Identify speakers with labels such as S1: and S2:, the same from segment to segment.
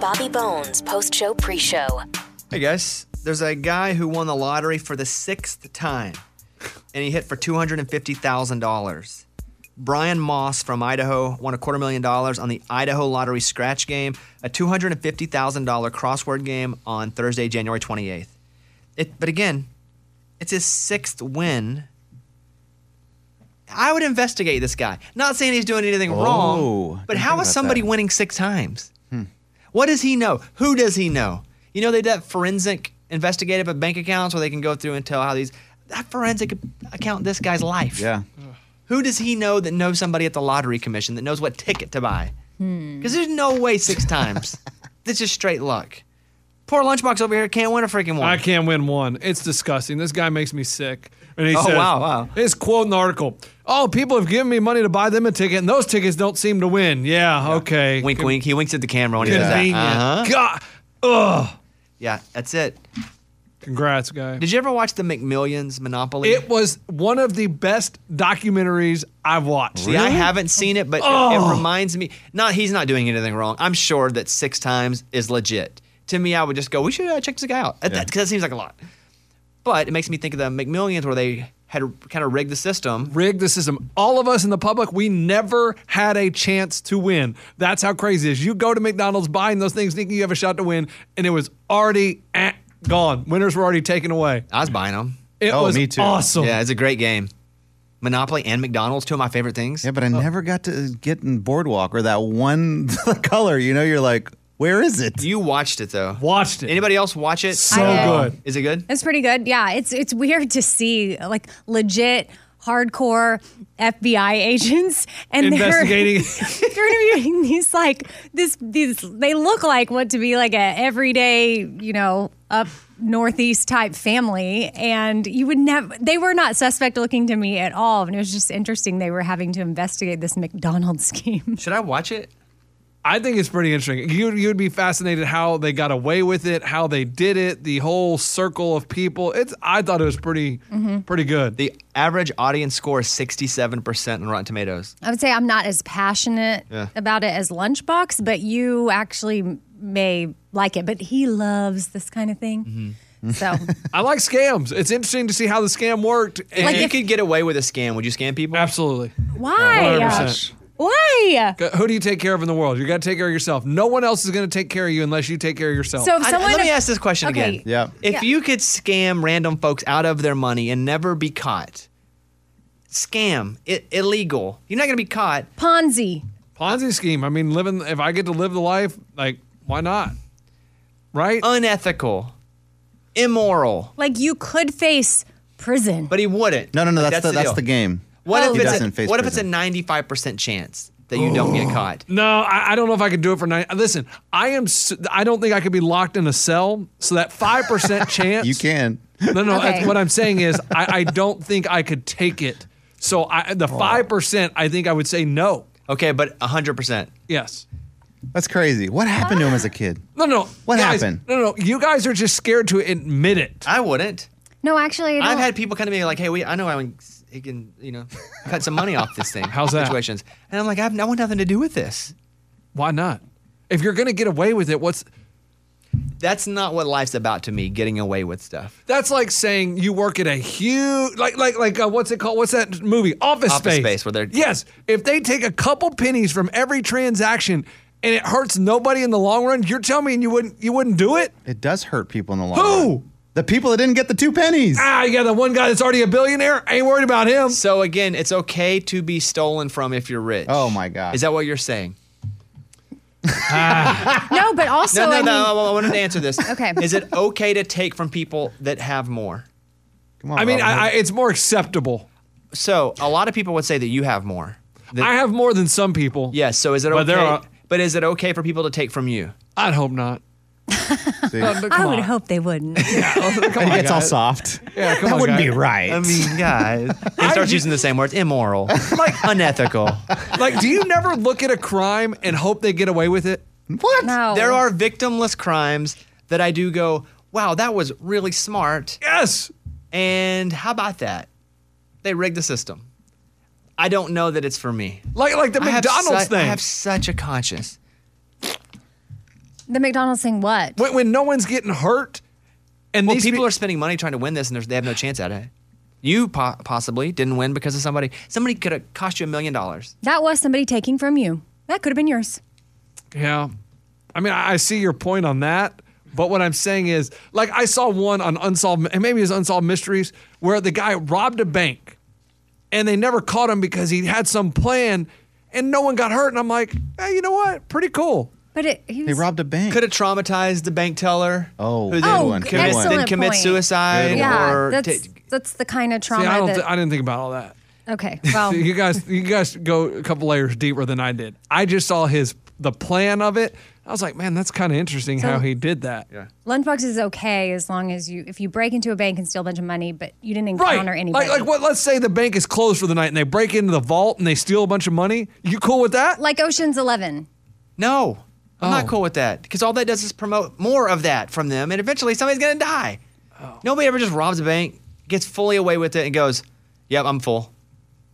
S1: Bobby Bones post show pre show.
S2: Hey guys, there's a guy who won the lottery for the sixth time, and he hit for two hundred and fifty thousand dollars. Brian Moss from Idaho won a quarter million dollars on the Idaho Lottery Scratch Game, a two hundred and fifty thousand dollar crossword game on Thursday, January twenty eighth. It, but again, it's his sixth win. I would investigate this guy. Not saying he's doing anything
S3: Oh,
S2: wrong, but
S3: didn't
S2: how
S3: think
S2: is
S3: about
S2: somebody
S3: that. Hmm.
S2: winning six times? What does he know? Who does he know? You know, they do that forensic investigative of bank accounts where they can go through and tell how these that forensic account this guy's life.
S3: Yeah.
S2: Who does he know that knows somebody at the lottery commission that knows what ticket to buy? Because there's no way six times. That's just straight luck. Poor lunchbox over here can't win a freaking one.
S4: I can't win one. It's disgusting. This guy makes me sick. And he
S2: Oh,
S4: says,
S2: wow, wow.
S4: His quote in the article Oh, people have given me money to buy them a ticket, and those tickets don't seem to win. Yeah, okay.
S2: Wink,
S4: Con-
S2: wink. He winks at the camera when he says that.
S4: Convenient.
S2: Uh-huh.
S4: God. Ugh.
S2: Yeah, that's it.
S4: Congrats, guy.
S2: Did you ever watch the McMillions Monopoly?
S4: It was one of the best documentaries I've watched.
S2: See, I haven't seen it, but it-
S4: Oh.
S2: it reminds me. Not he's not doing anything wrong. I'm sure that six times is legit. To me, I would just go. We should uh, check this guy out. Because that, 'cause that seems like a lot. But it makes me think of the McMillions where they had kind of rigged the system.
S4: rigged the system. Oh, All of us in the public, we never had a chance to win. That's how crazy it is. You go to McDonald's buying those things, thinking you have a shot to win, and it was already eh, gone. Winners were already taken away.
S2: I was buying them.
S4: It
S3: Oh,
S4: was
S3: me too.
S4: awesome.
S2: Yeah, it's a great game. Monopoly and McDonald's, two of my favorite things. Oh.
S3: Yeah, but I never got to get in Boardwalk or that one color. You know, you're like, where is it?
S2: You watched it though.
S4: Watched it.
S2: Anybody else watch it?
S4: So good.
S2: Is it good?
S5: It's pretty good. Yeah, it's it's weird to see like legit hardcore FBI agents and
S4: Investigating.
S5: They're, they're interviewing these like this these they look like what to be like a everyday you know up northeast type family and you would never they were not suspect looking to me at all and it was just interesting they were having to investigate this McDonald's scheme.
S2: Should I watch it?
S4: I think it's pretty interesting. You you'd be fascinated how they got away with it, how they did it, the whole circle of people. It's I thought it was pretty pretty good.
S2: The average audience score is 67% on Rotten Tomatoes.
S5: I would say I'm not as passionate about it as Lunchbox, but you actually m- may like it. But he loves this kind of thing.
S2: Mm-hmm.
S5: So,
S4: I like scams. It's interesting to see how the scam worked.
S2: If
S5: Like
S2: you
S5: if-
S2: could get away with a scam, would you scam people?
S4: absolutely.
S5: why?
S4: 100%.
S5: Why?
S4: Who do you take care of in the world? You got to take care of yourself. No one else is going to take care of you unless you take care of yourself.
S5: So, if
S2: I-
S5: someone.
S2: let me ask this question
S5: Okay.
S2: again.
S3: Yeah.
S2: If
S5: Yeah.
S2: you could scam random folks out of their money and never be caught, scam, I- illegal, you're not going to be caught.
S5: Ponzi.
S4: Ponzi scheme. I mean, living. If I get to live the life, like why not? Right?
S2: Unethical, immoral,
S5: Like, you could face prison.
S2: but he wouldn't.
S3: No, no, no.
S2: Like,
S3: That's, the, that's
S2: deal.
S3: the game.
S2: What
S5: Oh.
S2: if
S5: He
S2: it's
S3: doesn't
S2: a,
S3: face
S2: what if it's a
S3: prison. Oh.
S2: 95% chance that you don't get caught?
S4: no, I, I don't know if I could do it for nine. Listen, I am. s- I don't think I could be locked in a cell. So that five percent chance.
S3: You can.
S4: No, no.
S5: Okay.
S4: that's What I'm saying is, I, I don't think I could take it. So I, the five percent, I think I would say no.
S2: Oh. Okay, but 100%.
S4: Yes.
S3: That's crazy. What happened to him as a kid?
S4: No, no.
S3: What
S4: guys,
S3: happened?
S4: No, no. You guys are just scared to admit it.
S2: I wouldn't.
S5: no, actually, I don't.
S2: I've had people come to me like, "Hey, we, I know I can, he can, you know, cut some money off this thing."
S4: How's that?
S2: Situations, and I'm like, "I've- I want nothing to do with this.
S4: Why not? If you're going to get away with it, what's
S2: That's not what life's about to me. Getting away with stuff.
S4: that's like saying you work at a huge like like like uh, what's it called? What's that movie? Office,
S2: Office Space, where they're-
S4: yes. If they take a couple pennies from every transaction and it hurts nobody in the long run, you're telling me you wouldn't you wouldn't do it?
S3: It does hurt people in the long
S4: Who?
S3: run. The people that didn't get the two pennies.
S4: Ah, you got the one guy that's already a billionaire. I ain't worried about him.
S2: So again, it's okay to be stolen from if you're rich.
S3: Oh my God.
S2: Is that what you're saying?
S5: no, but also.
S2: No,
S5: I
S2: no,
S5: mean,
S2: no. I, I wanted to answer this.
S5: Okay.
S2: Is it okay to take from people that have more?
S3: Come on,
S4: I mean,
S3: Robin Hood.
S4: I, I, it's more acceptable.
S2: So a lot of people would say that you have more. That-
S4: I have more than some people.
S2: yes. So is it okay?
S4: But there are-
S2: but is it okay for people to take from you?
S4: I'd hope not.
S3: See?
S4: Uh, but
S5: I
S4: come
S5: would
S4: on. oh,
S5: hope they wouldn't.
S4: Come
S3: He
S4: on,
S3: gets all
S4: guys.
S3: soft.
S4: Yeah, come
S3: that
S4: on,
S3: wouldn't be
S4: guys.
S3: right.
S2: I mean, guys, and starts using the same words: immoral, like unethical.
S4: Like, do you never look at a crime and hope they get away with it?
S3: what?
S5: No.
S2: There are victimless crimes that I do go, wow, that was really smart.
S4: Yes.
S2: And how about that? They rigged the system. I don't know that it's for me.
S4: Like like the
S2: I have
S4: McDonald's
S2: su-
S4: thing.
S2: I have such a conscience.
S5: The McDonald's thing, what?
S4: When, when no one's getting hurt, and
S2: Well,
S4: these
S2: people
S4: pe-
S2: are spending money trying to win this, and there's, they have no chance at it. You po- possibly didn't win because of somebody. Somebody could have cost you a million dollars.
S5: That was somebody taking from you. That could have been yours.
S4: Yeah. I mean, I I see your point on that. But what I'm saying is, like, I saw one on Unsolved, and maybe it was Unsolved Mysteries, where the guy robbed a bank and they never caught him because he had some plan and no one got hurt. And I'm like, hey, you know what? Pretty cool.
S5: But it, he
S3: They
S5: was,
S3: robbed a bank.
S2: Could have traumatized the bank teller.
S3: Oh,
S2: who
S3: good
S2: then,
S3: one,
S5: g-
S3: good one.
S2: commit- then
S5: excellent
S2: commit
S5: point.
S2: suicide
S5: Yeah,
S2: or
S5: that's
S2: ta-
S5: that's the kind of trauma
S4: See, I, don't
S5: that.
S4: th- I didn't think about all that.
S5: okay, well,
S4: you guys, you guys go a couple layers deeper than I did. I just saw his the plan of it. I was like, man, that's kind of interesting
S5: So-
S4: how he did that. Yeah.
S5: lunchbox is okay as long as you if you break into a bank and steal a bunch of money, but you didn't
S4: Right.
S5: encounter
S4: Like,
S5: anybody.
S4: like what? Let's say the bank is closed for the night, and they break into the vault and they steal a bunch of money. You cool with that?
S5: Like Ocean's Eleven.
S2: No, I'm not
S4: Oh.
S2: cool with that because all that does is promote more of that from them, and eventually somebody's gonna die.
S3: Oh.
S2: Nobody ever just robs a bank, gets fully away with it, and goes, "Yep, I'm full.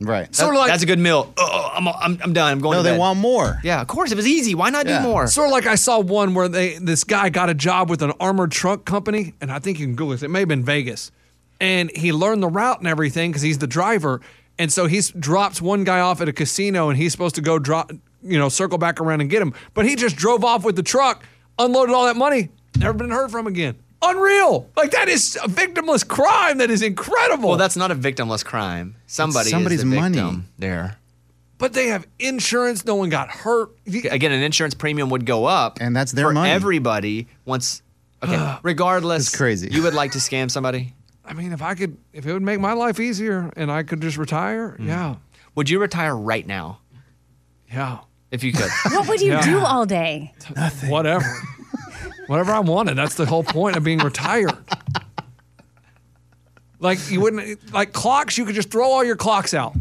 S3: Right.
S2: That-
S4: Sort of like-
S2: that's a good meal. Oh, I'm, I'm, I'm done. I'm going."
S3: no,
S2: to
S3: they
S2: bed."
S3: want more.
S2: Yeah, of course. It was easy. Why not
S3: Yeah.
S2: do more?
S4: Sort of like I saw one where they this guy got a job with an armored truck company, and I think you can Google this. It may have been Vegas, and he learned the route and everything because he's the driver, and so he's drops one guy off at a casino, and he's supposed to go drop, you know, circle back around and get him, but he just drove off with the truck, unloaded all that money, never been heard from again. Unreal! Like that is a victimless crime. That is incredible.
S2: well, that's not a victimless crime. Somebody
S3: somebody's
S2: is the
S3: money.
S2: victim there.
S4: but they have insurance. No one got hurt.
S2: Again, an insurance premium would go up,
S3: And that's their
S2: for
S3: money.
S2: Everybody once. Okay, regardless,
S3: It's crazy.
S2: You would like to scam somebody?
S4: I mean, if I could, if it would make my life easier and I could just retire, yeah,
S2: Mm. Would you retire right now
S4: yeah,
S2: if you could?
S5: What would you
S4: Yeah.
S5: do all day?
S4: whatever, whatever I wanted. That's the whole point of being retired. Like you wouldn't like clocks. You could just throw all your clocks out.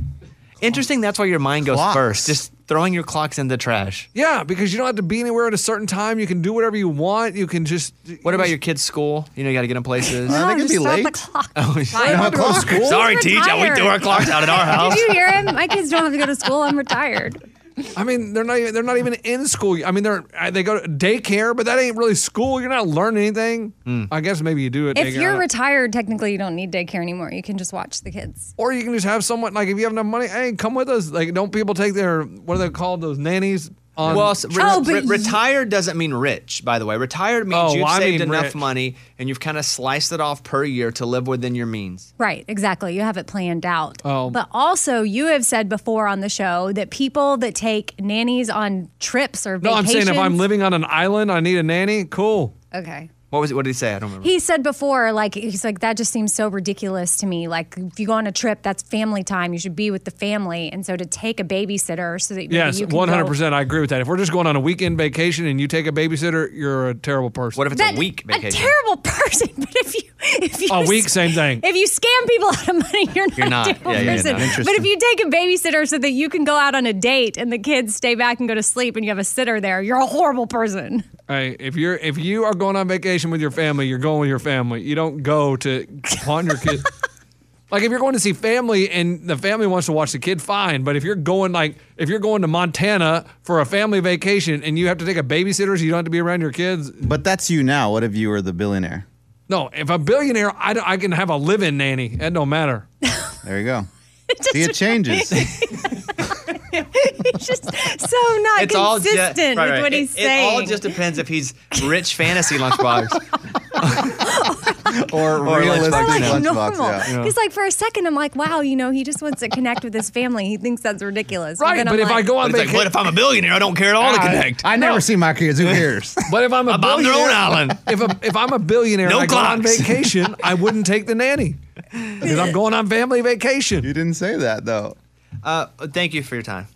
S2: Interesting. That's why your mind goes
S3: Clocks.
S2: first. Just throwing your clocks in the trash.
S4: Yeah, because you don't have to be anywhere at a certain time. You can do whatever you want. You can just.
S2: What about your kids' school? You know, you got to get them places.
S3: I think
S5: No,
S3: it'd
S5: just
S3: Uh, be
S5: throw out
S3: late.
S5: The clock.
S4: I don't have to go to school.
S2: Sorry,
S5: He's
S2: teacher. We
S5: retired.
S2: threw our clocks out at our house.
S5: Did you hear him? My kids don't have to go to school. I'm retired.
S4: I mean, they're not. Even, they're not even in school. I mean, they're they go to daycare, but that ain't really school. You're not learning anything.
S2: Hmm.
S4: I guess maybe you do it.
S5: If you're
S4: retired.
S5: retired, technically you don't need daycare anymore. You can just watch the kids.
S4: Or you can just have someone like if you have enough money, hey, come with us. Like, don't people take their what are they called? Those nannies
S3: Um,
S4: on.
S2: Well, s- re-
S5: Oh, but
S2: re-
S5: you-
S2: retired doesn't mean rich, by the way. Retired means
S4: Oh,
S2: you've
S4: well, I
S2: saved
S4: mean
S2: enough
S4: rich.
S2: money and you've kind of sliced it off per year to live within your means.
S5: Right, exactly. You have it planned out.
S4: Oh.
S5: But also, you have said before on the show that people that take nannies on trips or
S4: no, I'm
S5: vacations.
S4: saying if I'm living on an island, I need a nanny. Cool.
S5: Okay.
S2: What was it? What did he say? I don't remember.
S5: He said before, like, he's like, that just seems so ridiculous to me. Like, if you go on a trip, that's family time. You should be with the family. And so to take a babysitter so that maybe
S4: Yes,
S5: you can go-
S4: 100. percent I agree with that. If we're just going on a weekend vacation and you take a babysitter, you're a terrible person.
S2: what if it's
S5: That-
S2: a week
S5: A
S2: vacation?
S5: terrible person, but if you if you
S4: A week, same thing.
S5: If you scam people out of money, you're not,
S2: You're not.
S5: a terrible
S2: Yeah, you're
S5: person.
S2: not.
S5: But if you take a babysitter so that you can go out on a date and the kids stay back and go to sleep, and you have a sitter there, you're a horrible person.
S4: Hey, if you're if you are going on vacation with your family, you're going with your family. You don't go to pawn your kid. like if you're going to see family and the family wants to watch the kid, fine. But if you're going like if you're going to Montana for a family vacation and you have to take a babysitter, so you don't have to be around your kids.
S3: But that's you now. What if you were the billionaire?
S4: No, if a billionaire, I, don't- I can have a live-in nanny. It don't matter.
S3: There you go. See, it changes.
S5: It's just so not
S2: It's all ju-
S5: consistent
S2: right,
S5: with
S2: right.
S5: what
S2: It-
S5: he's
S2: It
S5: saying.
S2: all just depends if he's rich fantasy lunchbox.
S3: or
S2: Or
S3: realistic
S2: lunchbox.
S5: Or, like
S3: lunchbox.
S5: normal,
S3: yeah.
S5: because like for a second I'm like, wow, you know, he just wants to connect with his family. He thinks that's ridiculous.
S4: Right,
S5: then
S4: but
S5: I'm
S4: if I
S5: like-
S4: go on
S2: But, it's like,
S4: vacation,
S2: but if I'm a billionaire, I don't care at all to connect.
S3: I never see my kids. Who cares?
S4: but if I'm a
S2: I'm on their
S4: billionaire,
S2: own island.
S4: if a, if I'm a billionaire,
S2: No
S4: and I go on
S2: clocks.
S4: vacation, I wouldn't take the nanny because I'm going on family vacation.
S3: you didn't say that though.
S2: Uh, thank you for your time.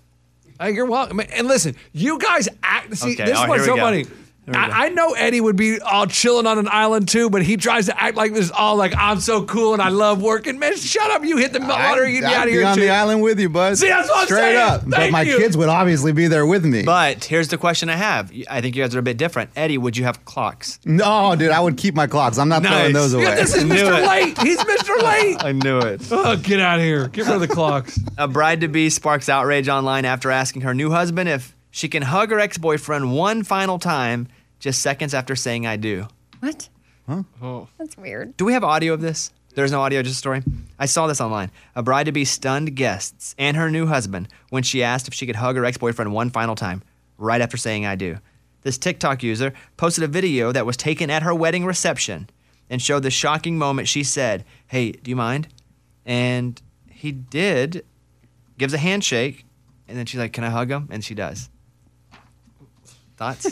S4: Hey, Uh, you're welcome. And listen, you guys act. See,
S2: Okay,
S4: this
S2: oh,
S4: is what's
S2: here
S4: so
S2: we go.
S4: funny. I, I know Eddie would be all chilling on an island too, but he tries to act like this all like I'm so cool and I love working. Man, shut up! You hit the lottery, you
S3: I'd
S4: get out
S3: be
S4: of here
S3: on
S4: too.
S3: the island with you, bud.
S4: See, that's what I'm
S3: Straight
S4: saying.
S3: up. but
S4: Thank
S3: my
S4: you.
S3: kids would obviously be there with me.
S2: But here's the question I have. I think you guys are a bit different. Eddie, would you have clocks?
S3: no, dude, I would keep my clocks. I'm not
S2: Nice.
S3: throwing those away.
S4: Yeah, this is
S2: I knew
S4: Mr.
S2: it.
S4: Late. He's Mr. Late.
S2: I knew it.
S4: Oh, get out of here. Get rid of the clocks.
S2: A bride to be sparks outrage online after asking her new husband if she can hug her ex boyfriend one final time just seconds after saying I do.
S5: What?
S4: Oh.
S5: That's weird.
S2: Do we have audio of this? There's no audio, just a story. I saw this online. A bride to be stunned guests and her new husband when she asked if she could hug her ex boyfriend one final time, right after saying I do. This TikTok user posted a video that was taken at her wedding reception and showed the shocking moment she said, Hey, do you mind? And he did, gives a handshake, and then she's like, Can I hug him? And she does. Thoughts?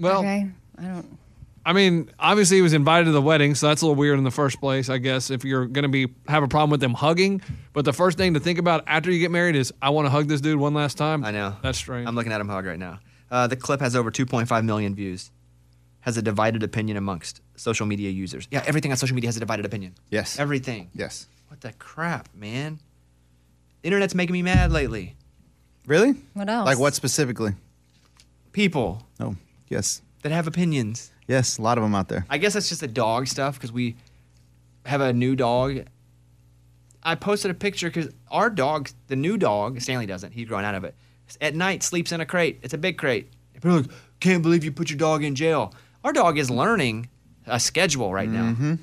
S4: Well,
S5: okay. I don't.
S4: I mean, obviously he was invited to the wedding, so that's a little weird in the first place, I guess, if you're gonna be have a problem with them hugging. But the first thing to think about after you get married is I wanna hug this dude one last time.
S2: I know.
S4: That's strange.
S2: Uh, I'm looking at him hog right now. Uh, the clip has over 2.5 million views. Has a divided opinion amongst social media users. Yeah, everything on social media has a divided opinion.
S6: Yes.
S2: Everything.
S6: Yes.
S2: What the crap, man? Internet's making me mad lately.
S3: Really?
S5: What else?
S3: Like what specifically?
S2: People
S3: Oh, yes.
S2: that have opinions.
S3: Yes, a lot of them out there.
S2: I guess that's just the dog stuff because we have a new dog. I posted a picture because our dog, the new dog, Stanley doesn't. He's growing out of it. At night, sleeps in a crate. It's a big crate. And People are like, can't believe you put your dog in jail. Our dog is learning a schedule right now.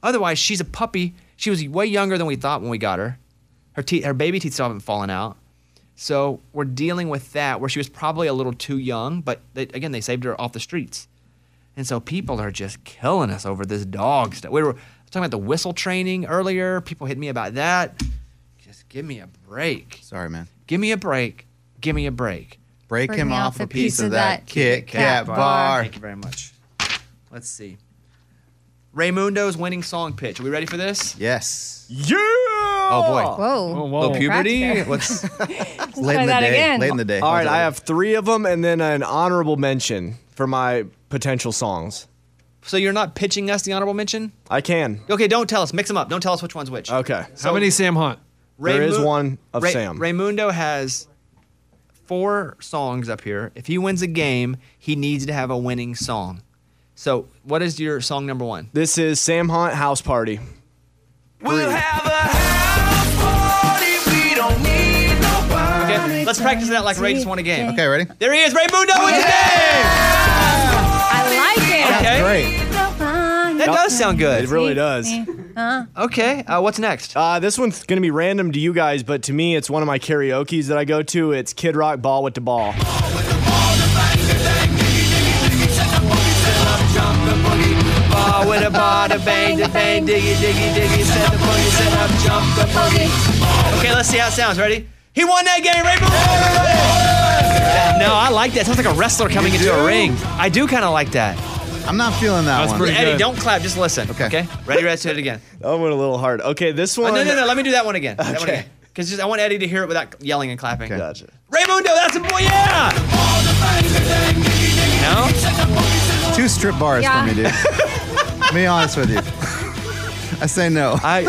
S2: Otherwise, she's a puppy. She was way younger than we thought when we got her. Her teeth, her baby teeth still haven't fallen out. So we're dealing with that where she was probably a little too young, but they, again, they saved her off the streets. And so people are just killing us over this dog stuff. We were talking about the whistle training earlier. People hit me about that. Just give me a break.
S3: Sorry, man.
S2: Give me a break. Give me a break.
S3: Break
S5: Break
S3: him
S5: me
S3: off a piece, of that Kit Kat bar.
S2: Thank you very much. Let's see. Raymundo's winning song pitch. Are we ready for this?
S3: Yes.
S2: Yeah! Oh, boy.
S5: Whoa.
S4: Oh,
S2: Oh,
S4: whoa.
S2: puberty?
S5: Cracked
S2: Let's,
S3: Late in the
S5: that
S3: day.
S5: again.
S3: Late in the day.
S7: All right, I have three of them and then an honorable mention for my potential songs.
S2: so you're not pitching us the honorable mention?
S7: I can.
S2: Okay, don't tell us. Mix them up. Don't tell us which one's which.
S7: Okay.
S4: How many Sam Hunt?
S7: There is
S2: Raymu-
S7: one of Sam.
S2: Raymundo has four songs up here. If he wins a game, he needs to have a winning song. So, what is your song number one?
S7: This is Sam Hunt House Party.
S2: Okay, let's practice that like Ray just won a game.
S3: Okay, ready?
S2: There he is, Raymundo wins a
S5: I
S2: game.
S5: like it.
S2: Okay,
S3: Great.
S2: that does sound
S7: It
S2: good.
S7: really does.
S5: Uh-huh.
S2: Okay, uh, what's next?
S7: Uh, this one's going to be random to you guys, but to me, it's one of my karaoke's that I go to. It's Kid Rock Ball with the Ball.
S2: Ball with a bada bang, da bang, diggy, diggy, diggy, set the boogie, set up, jump the boogie. Okay, let's see how it sounds. Ready? He won that game, Raymundo! No, I like that. Sounds like a wrestler coming into a ring. I do kind of like that.
S3: I'm not feeling that
S4: That's
S3: one.
S4: pretty-
S2: Eddie,
S4: good.
S2: don't clap. Just listen.
S3: Okay.
S2: Ready? Let's do it again.
S7: That one went a little hard. Okay, this one.
S2: Oh, no, no, no. Let me do that one again. Okay. That one
S7: Okay.
S2: again. Because just I want Eddie to hear it without yelling and clapping.
S7: Gotcha.
S2: Raymundo, that's a boy. Yeah. No.
S3: Two strip bars
S5: Yeah.
S3: for me, dude. be honest with you. I say no.
S2: I.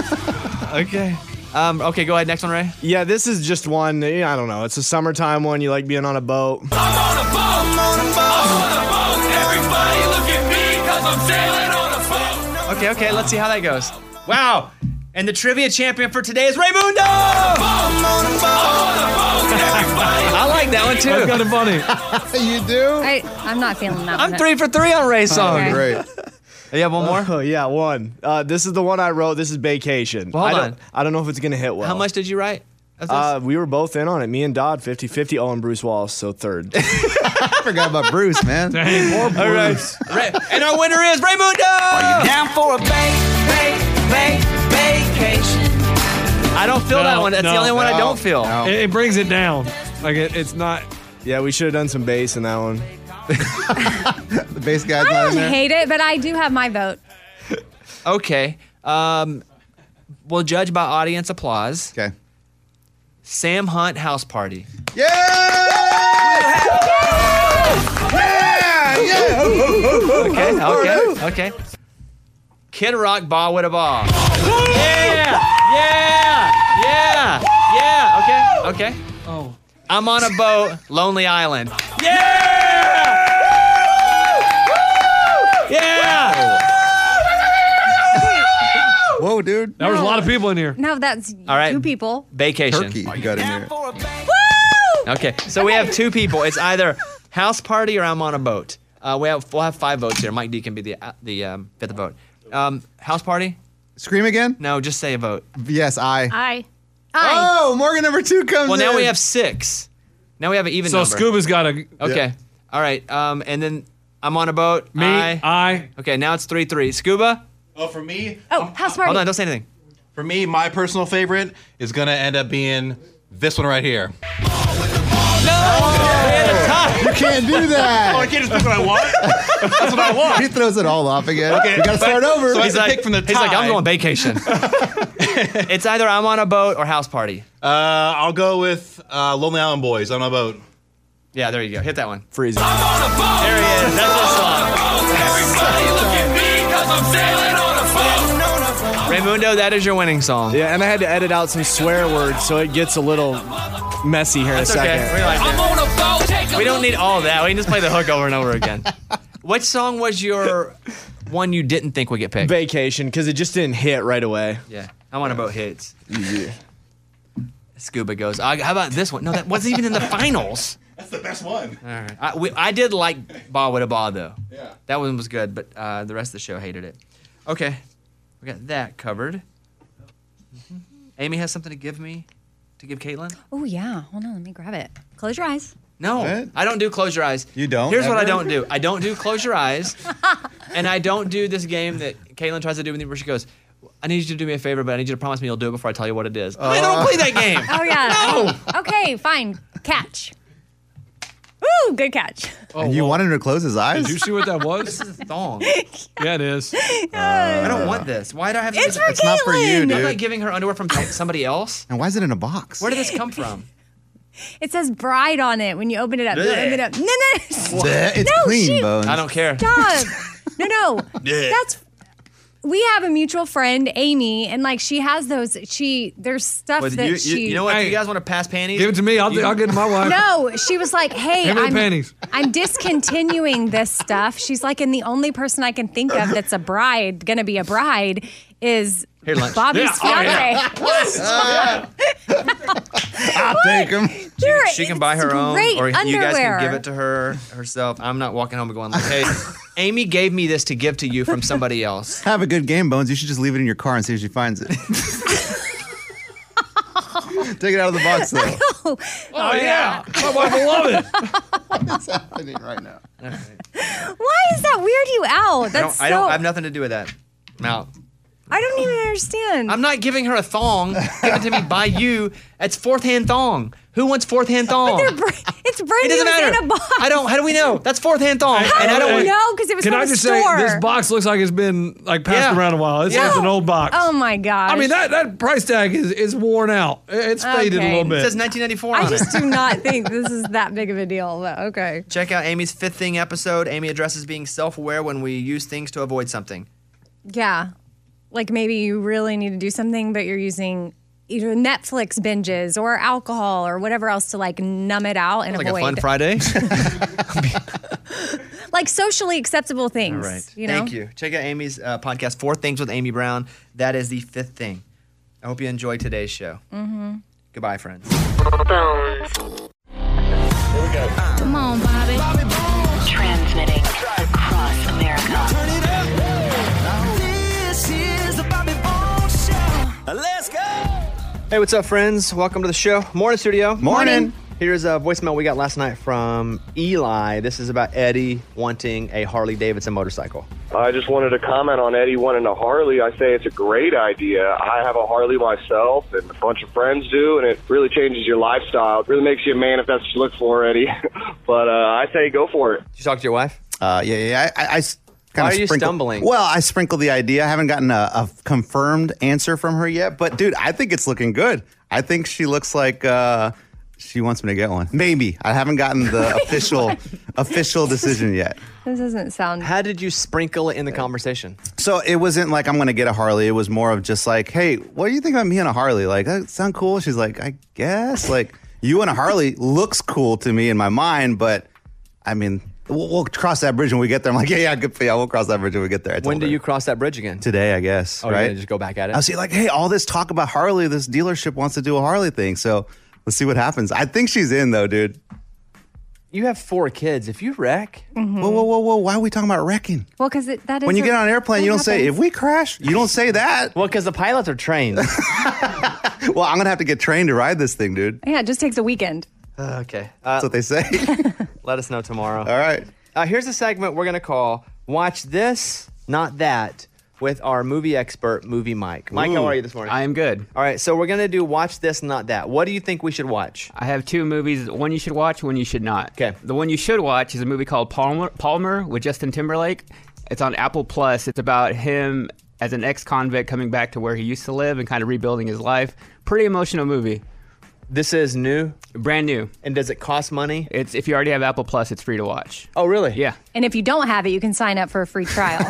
S2: Okay. Um. Okay. Go ahead. Next one, Ray.
S7: Yeah, this is just one. eh, I don't know. It's a summertime one. You like being on a boat.
S2: Okay. Okay. Let's see how that goes. Wow. And the trivia champion for today is Raymundo. I like that one
S4: That's
S2: too.
S4: kind of funny.
S3: you do?
S5: I, I'm not feeling that.
S2: I'm
S5: one.
S2: three for three on Ray's song.
S5: Okay.
S3: Great.
S2: You have one more.
S7: Oh yeah, one. Uh, this is the one I wrote. This is vacation.
S2: Well, hold
S7: I don't,
S2: on.
S7: I don't know if it's gonna hit well.
S2: How much did you write? of this?
S7: Uh, we were both in on it. Me and Dodd, 50-50. Oh, and Bruce Wallace, so third.
S3: I forgot about Bruce, man.
S7: All right.
S2: Ray- and our winner is Raymundo.
S8: Down for a bake, bake, bake, vacation.
S2: I don't feel
S4: No,
S2: that one. That's the
S4: no,
S2: only one I
S3: no,
S2: don't feel.
S3: no.
S4: it, it brings it down. Like it, it's not
S7: Yeah, we should have done some bass in that one.
S3: The bass guy's
S5: I
S3: not in
S5: don't
S3: there.
S5: hate it, but I do have my vote.
S2: Okay. Um, we'll judge by audience applause.
S3: Okay.
S2: Sam Hunt house party.
S3: Yeah! Yeah! Yeah!
S2: Okay. Okay. Okay. Kid Rock ball with a ball. Yeah. Yeah. Yeah. Yeah. Okay. Okay. Oh. I'm on a boat, Lonely Island. Yeah. Yeah.
S3: Whoa, dude.
S4: there was a
S5: No.
S4: lot of people in here.
S5: No, that's
S2: All right.
S5: two people.
S2: Vacation.
S3: Turkey got in there.
S2: Okay, so we have two people. It's either house party or I'm on a boat. Uh, we have, we'll have five votes here. Mike D can be the uh, the um, fifth vote. Um, house party?
S3: Scream again?
S2: No, just say a vote.
S3: Yes, I.
S5: I.
S3: Oh, Morgan number two comes
S2: Well,
S3: in.
S2: now we have six. Now we have an even
S4: So
S2: number.
S4: Scuba's got a
S2: Okay. All right. Um, and then I'm on a boat.
S4: me,
S2: I.
S4: I,
S2: okay. Now it's three three. Scuba.
S6: Oh, for me,
S5: Oh, house party.
S2: Hold on. Don't say anything.
S6: for me, my personal favorite is gonna end up being this one right here.
S3: You can't do
S6: Oh, I
S3: that.
S6: can't just pick what I want. That's what I want.
S3: he throws it all off again.
S6: Okay,
S3: we gotta start
S6: but-
S3: over.
S6: so I
S2: He's
S6: have to
S2: like,
S6: pick from the
S2: he's like, I'm
S6: tie.
S2: going vacation. it's either I'm on a boat or house party.
S6: Uh, I'll go with uh, Lonely Island Boys on a boat.
S2: Yeah, there you go. Hit that one.
S7: Freezing.
S2: There he is. That's his song. Raymundo, that is your winning song.
S7: Yeah, and I had to edit out some swear words, so it gets a little messy here in a
S2: It's
S7: second.
S2: okay. We like it. We don't need all that. We can just play the hook over and over again. What song was your one you didn't think would get picked?
S7: Vacation, because it just didn't hit right away.
S2: yeah, I want about hits. Easy. Scuba goes. I, how about this one? No, that wasn't even in the finals.
S6: That's the best one.
S2: I, we, I did like Ba With a Ba though.
S6: Yeah.
S2: That one was good, but uh, the rest of the show hated it. Okay, we got that covered. Mhm. Amy has something to give me, to give Caitlin.
S5: Oh yeah. Hold on. Let me grab it. Close your eyes.
S2: No,
S3: What?
S2: I don't do close your eyes.
S3: You don't
S2: Here's what I
S3: ever?
S2: don't do. I don't do close your eyes, and I don't do this game that Caitlin tries to do with me, where she goes, "I need you to do me a favor, but I need you to promise me you'll do it before I tell you what it is." I don't play
S3: Uh.
S2: that game.
S5: Oh yeah. Okay. Fine. Catch. Ooh, good catch.
S2: Oh.
S3: and you wanted him to close his eyes?
S4: Oh, Did you see what that was?
S2: This is a thong.
S4: yeah, it is.
S2: I don't want this. Why do I have to?
S5: It's for
S3: It's not for you,
S5: Caitlin.
S2: I'm not
S3: dude.
S2: giving her underwear from somebody else.
S3: And why is it in a box?
S2: Where did this come from?
S5: It says bride on it when you open it up. You
S2: Blech.
S5: open it up. No, no.
S3: Bleh, it's
S5: No,
S3: clean,
S5: she-
S3: Bones.
S2: I don't care.
S5: Stop. No, no. That's we have a mutual friend, Amy, and like she has those. She there's stuff
S2: Well,
S5: that
S2: you, you,
S5: she.
S2: you know what? If
S4: Hey.
S2: you guys want to pass panties?
S4: Give it to me. I'll, I'll get it to my wife.
S5: No, she was like, "Hey,
S4: Give me the
S5: I'm,
S4: panties.
S5: I'm discontinuing this stuff." She's like, "And the only person I can think of that's a bride, gonna be a bride, is
S2: Here, lunch.
S5: Bobby's
S4: Yeah, oh,
S5: fiance."
S3: I'll take him.
S5: You're-
S2: she can buy
S5: it's
S2: her own,
S5: great
S2: or you guys can give
S5: underwear.
S2: it to her herself. I'm not walking home and going like, "Hey, Amy gave me this to give to you from somebody else."
S3: Have a good game, Bones. You should just leave it in your car and see if she finds it. take it out of the box, though.
S4: Oh, yeah. My wife will love it.
S3: What's happening right now?
S5: Why is that weird you out?
S2: I
S5: That's
S2: don't,
S5: so.
S2: I don't have nothing to do with that. Now,
S5: I don't even understand.
S2: I'm not giving her a thong given to me by you. That's fourth hand thong. Who wants fourth hand thong?
S5: Br- it's brand
S2: it
S5: new.
S2: doesn't
S5: It's
S2: matter.
S5: in a box.
S2: I don't. How do we know? That's fourth hand thong. and I
S5: do
S2: don't.
S5: we
S4: Hey,
S5: know? 'Cause it was
S4: Can
S5: from
S4: I
S5: a
S4: just
S5: store.
S4: say this box looks like it's been like passed
S2: Yeah.
S4: around a while. It's, it's an old box.
S5: Oh my gosh.
S4: I mean that that price tag is is worn out. It- It's faded
S5: Okay.
S4: a little
S2: It
S4: bit.
S2: says 1994 on
S5: I
S2: it.
S5: just do not think this is that big of a deal. But okay.
S2: Check out Amy's fifth thing episode. Amy addresses being self-aware when we use things to avoid something.
S5: Yeah. Like maybe you really need to do something, but you're using either Netflix binges or alcohol or whatever else to like numb it out and
S2: Like
S5: avoid
S2: a fun Friday.
S5: like socially acceptable things.
S2: All right.
S5: You know?
S2: Thank you. Check out Amy's uh, podcast, Four Things with Amy Brown. That is the fifth thing. I hope you enjoyed today's show. Mm-hmm. Goodbye, friends.
S1: Bones.
S9: Come on, Bobby.
S1: Transmitting across America.
S8: This is the Bobby Bones Show. Let's go.
S2: Hey, what's up, friends? Welcome to the show. Morning, studio.
S3: Morning.
S2: Here's a voicemail we got last night from Eli. This is about Eddie wanting a Harley Davidson motorcycle.
S10: I just wanted to comment on Eddie wanting a Harley. I say it's a great idea. I have a Harley myself, and a bunch of friends do, and it really changes your lifestyle. It really makes you a man if that's what you look for, Eddie. but uh, I say go for it.
S2: Did you talk to your wife?
S3: Uh, yeah, yeah, yeah. I, I, kind
S2: Why
S3: of
S2: are you
S3: sprinkle-
S2: stumbling?
S3: Well, I sprinkled the idea. I haven't gotten a, a confirmed answer from her yet, but dude, I think it's looking good. I think she looks like uh, she wants me to get one. Maybe I haven't gotten the official official decision yet.
S5: This doesn't sound
S2: How did you sprinkle it in the conversation?
S3: So it wasn't like I'm going to get a Harley. It was more of just like, hey, what do you think about me and a Harley? Like, that sound cool? She's like, I guess. Like, you and a Harley looks cool to me in my mind, but I mean, we'll, we'll cross that bridge when we get there. I'm like, yeah, yeah, good for you. We'll cross that bridge when we get there. I
S2: When
S3: told
S2: do
S3: her.
S2: you cross that bridge again?
S3: Today, I guess.
S2: Oh, you're
S3: right?
S2: gonna just go back at it?
S3: I was like, hey, all this talk about Harley, this dealership wants to do a Harley thing. So let's see what happens. I think she's in, though, dude.
S8: You have four kids. If you wreck,
S3: Whoa, whoa, whoa, whoa! Why are we talking about wrecking?
S5: Mm-hmm. Well, because that is
S3: When you
S5: a-
S3: get on an airplane,
S5: that
S3: you don't say
S5: happens.
S3: if we crash. You don't say that.
S8: well, because the pilots are trained.
S3: Well, I'm gonna have to get trained to ride this thing, dude.
S5: Yeah, it just takes a weekend.
S2: Uh, okay. Uh,
S3: That's what they say.
S2: let us know tomorrow.
S3: All right.
S2: Uh, here's a segment we're going to call Watch This, Not That with our movie expert, Movie Mike. Mike, how
S3: Ooh.
S2: are you this morning?
S9: I am good.
S2: All right, so we're going to do Watch This, Not That. What do you think we should watch?
S9: I have two movies, one you should watch, one you should not.
S2: Okay.
S9: The one you should watch is a movie called Palmer, Palmer with Justin Timberlake. It's on Apple Plus. It's about him as an ex-convict coming back to where he used to live and kind of rebuilding his life. Pretty emotional movie.
S2: This is new,
S9: Brand new.
S2: and does it cost money?
S9: It's if you already have Apple Plus, it's free to watch.
S2: Oh, really?
S9: Yeah.
S5: And if you don't have it, you can sign up for a free trial.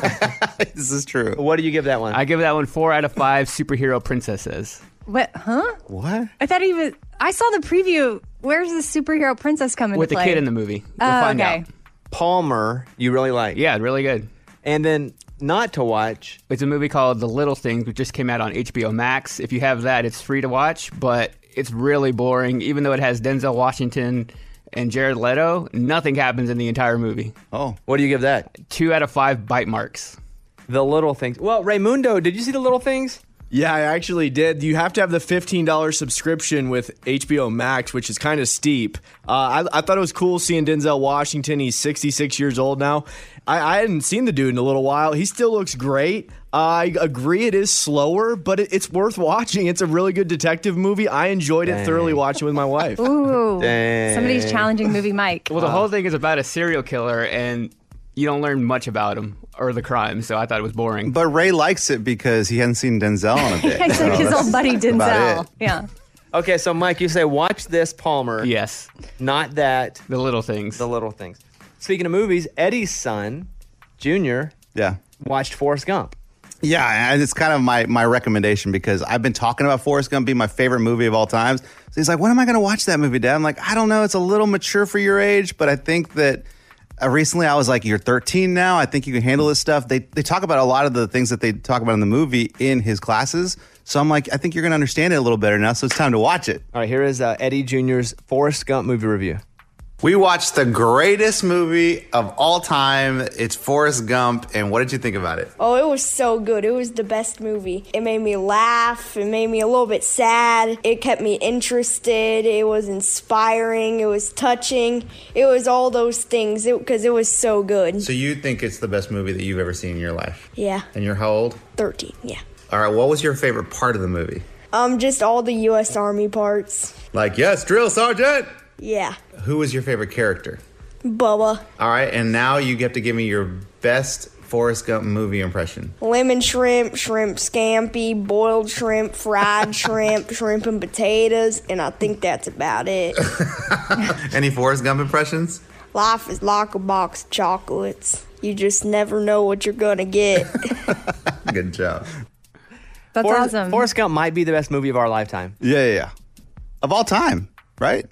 S3: This is true.
S2: What do you give that one?
S9: I give that one four out of five superhero princesses.
S5: what? Huh?
S3: What?
S5: I thought he was. I saw the preview. Where's the superhero princess coming?
S9: With
S5: to
S9: the
S5: play?
S9: kid in the movie. You'll
S5: Oh,
S9: find
S5: okay.
S9: out.
S2: Palmer, you really like.
S9: Yeah, really good.
S2: And then not to watch.
S9: It's a movie called The Little Things, which just came out on HBO Max. If you have that, it's free to watch, but it's really boring. Even though it has Denzel Washington and Jared Leto, nothing happens in the entire movie.
S3: Oh,
S2: What do you give that?
S9: Two out of five bite marks.
S2: The Little Things. Well, Raymundo, did you see The Little Things?
S7: Yeah, I actually did. You have to have the $15 subscription with HBO Max, which is kind of steep. Uh, I, I thought it was cool seeing Denzel Washington. He's 66 years old now. I, I hadn't seen the dude in a little while. He still looks great. I agree it is slower, but it, it's worth watching. It's a really good detective movie. I enjoyed it thoroughly watching with my wife.
S5: Ooh, somebody's challenging movie Mike.
S9: Well, the whole thing is about a serial killer, and you don't learn much about him or the crime, so I thought it was boring.
S3: but Ray likes it because he hadn't seen Denzel in a bit.
S5: It's like
S3: So
S5: his
S3: that's
S5: old buddy
S3: about
S5: Denzel.
S3: it.
S5: Yeah.
S2: Okay, so Mike, you say watch this Palmer,
S9: yes,
S2: not that,
S9: The Little Things.
S2: The Little Things. Speaking of movies, Eddie's son, Junior,
S3: Yeah.
S2: watched Forrest Gump.
S3: Yeah, and it's kind of my my recommendation because I've been talking about Forrest Gump being my favorite movie of all times. So he's like, "When am I going to watch that movie, Dad?" I'm like, "I don't know. It's a little mature for your age, but I think that." Uh, recently, I was like, "You're 13 now. I think you can handle this stuff." They they talk about a lot of the things that they talk about in the movie in his classes. So I'm like, "I think you're going to understand it a little better now. So it's time to watch it."
S2: All right, here is uh, Eddie Junior's Forrest Gump movie review.
S3: We watched the greatest movie of all time. It's Forrest Gump, and what did you think about it?
S11: Oh, it was so good. It was the best movie. It made me laugh. It made me a little bit sad. It kept me interested. It was inspiring. It was touching. It was all those things because it, was so good.
S3: So you think it's the best movie that you've ever seen in your life?
S11: Yeah.
S3: And you're how old?
S11: 13, yeah.
S3: All right, what was your favorite part of the movie?
S11: Um, just all the U.S. Army parts.
S3: Like, yes, drill sergeant.
S11: Yeah.
S3: Who was your favorite character?
S11: Bubba.
S3: All right, and now you get to give me your best Forrest Gump movie impression.
S11: Lemon shrimp, shrimp scampi, boiled shrimp, fried shrimp, shrimp and potatoes, and I think that's about it.
S3: Any Forrest Gump impressions?
S11: Life is like a box of chocolates. You just never know what you're gonna get.
S3: Good job.
S5: That's
S2: Forrest,
S5: awesome.
S2: Forrest Gump might be the best movie of our lifetime.
S3: Yeah, yeah, yeah. Of all time, right?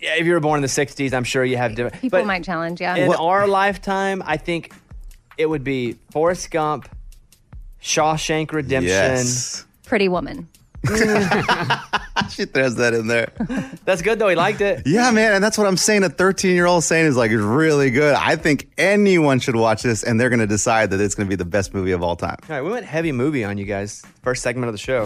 S2: Yeah, if you were born in the 60s, I'm sure you have different.
S5: People
S2: but
S5: might challenge. Yeah.
S2: In our lifetime, I think it would be Forrest Gump, Shawshank Redemption.
S3: Yes.
S5: Pretty Woman.
S3: She throws that in there.
S2: That's good, though. He liked it.
S3: Yeah, man, and that's what I'm saying. A 13 year old saying is like it's really good. I think anyone should watch this, and they're going to decide that it's going to be the best movie of all time.
S2: All right, we went heavy movie on you guys. First segment of the show.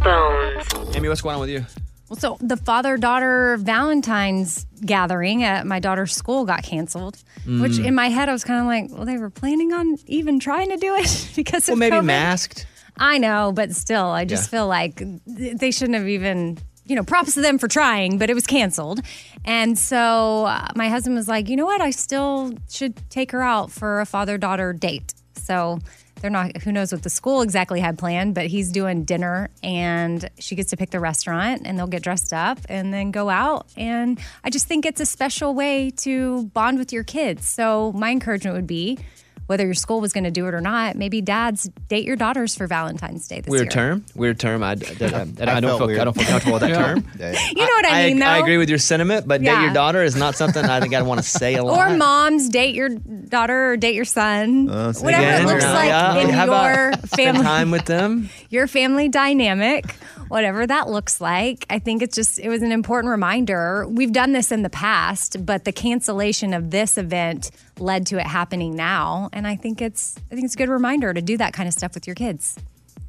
S1: Bones.
S2: Amy, what's going on with you?
S5: Well, so the father daughter Valentine's gathering at my daughter's school got canceled,
S3: Mm.
S5: which in my head I was kind of like, well, they were planning on even trying to do it because
S2: Well,
S5: of
S2: maybe
S5: COVID.
S2: masked.
S5: I know, but still, I just
S2: Yeah.
S5: feel like th- they shouldn't have even. You know, props to them for trying, but it was canceled. And so uh, my husband was like, you know what? I still should take her out for a father daughter date. So they're not, who knows what the school exactly had planned, but he's doing dinner and she gets to pick the restaurant and they'll get dressed up and then go out. And I just think it's a special way to bond with your kids. So my encouragement would be whether your school was going to do it or not, maybe dads date your daughters for Valentine's Day this year.
S2: Weird term. Weird term. I, I- I- I
S3: I felt
S2: don't feel,
S3: weird.
S2: I don't feel comfortable with that term.
S5: You know what I, mean, though.
S2: I agree with your sentiment, but date your
S5: Yeah.
S2: daughter is not something I think I'd want to say a lot.
S5: Or moms date your daughter or date your son.
S2: Uh,
S3: see.
S5: Whatever
S3: Yeah,
S5: it looks
S3: yeah.
S5: like in
S2: how
S5: your
S2: about spend
S5: family,
S2: time with them.
S5: your family dynamic. whatever that looks like. I think it's just, it was an important reminder. We've done this in the past, but the cancellation of this event led to it happening now. And I think it's, I think it's a good reminder to do that kind of stuff with your kids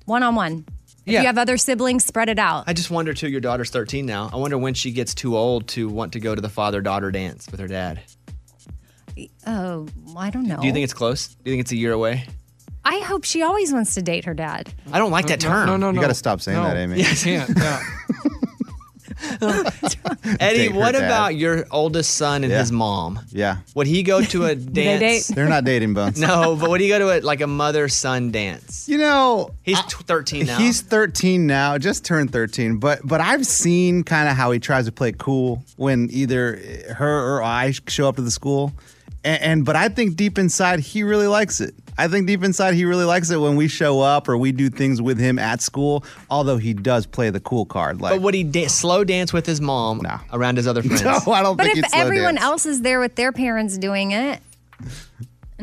S5: one on one. If
S12: Yeah.
S5: you have other siblings, spread it out.
S12: I just wonder too. Your daughter's 13 now. I wonder when she gets too old to want to go to the father-daughter dance with her dad.
S5: Oh, I don't know.
S12: Do you think it's close? Do you think it's a year away?
S5: I hope she always wants to date her dad.
S12: I don't like that term.
S4: No, no, no.
S12: You gotta
S3: stop saying
S4: No.
S3: that, Amy.
S4: You can't. Yeah.
S12: Eddie,
S3: Date her
S12: what
S3: dad.
S12: about your oldest son and
S3: Yeah.
S12: his mom?
S3: Yeah.
S12: Would he go to a dance?
S3: They are not dating, Bones.
S12: No, but would he go to a, like a mother-son dance?
S3: You know,
S12: he's t- 13 now.
S3: He's 13 now, just turned 13. But but I've seen kind of how he tries to play it cool when either her or I show up to the school. And, and but I think deep inside he really likes it. I think deep inside he really likes it when we show up or we do things with him at school. Although he does play the cool card, like
S12: but would he da- slow dance with his mom around his other friends?
S3: no, I don't
S5: But
S3: think
S5: if
S3: he'd slow
S5: everyone
S3: dance.
S5: else is there with their parents doing it,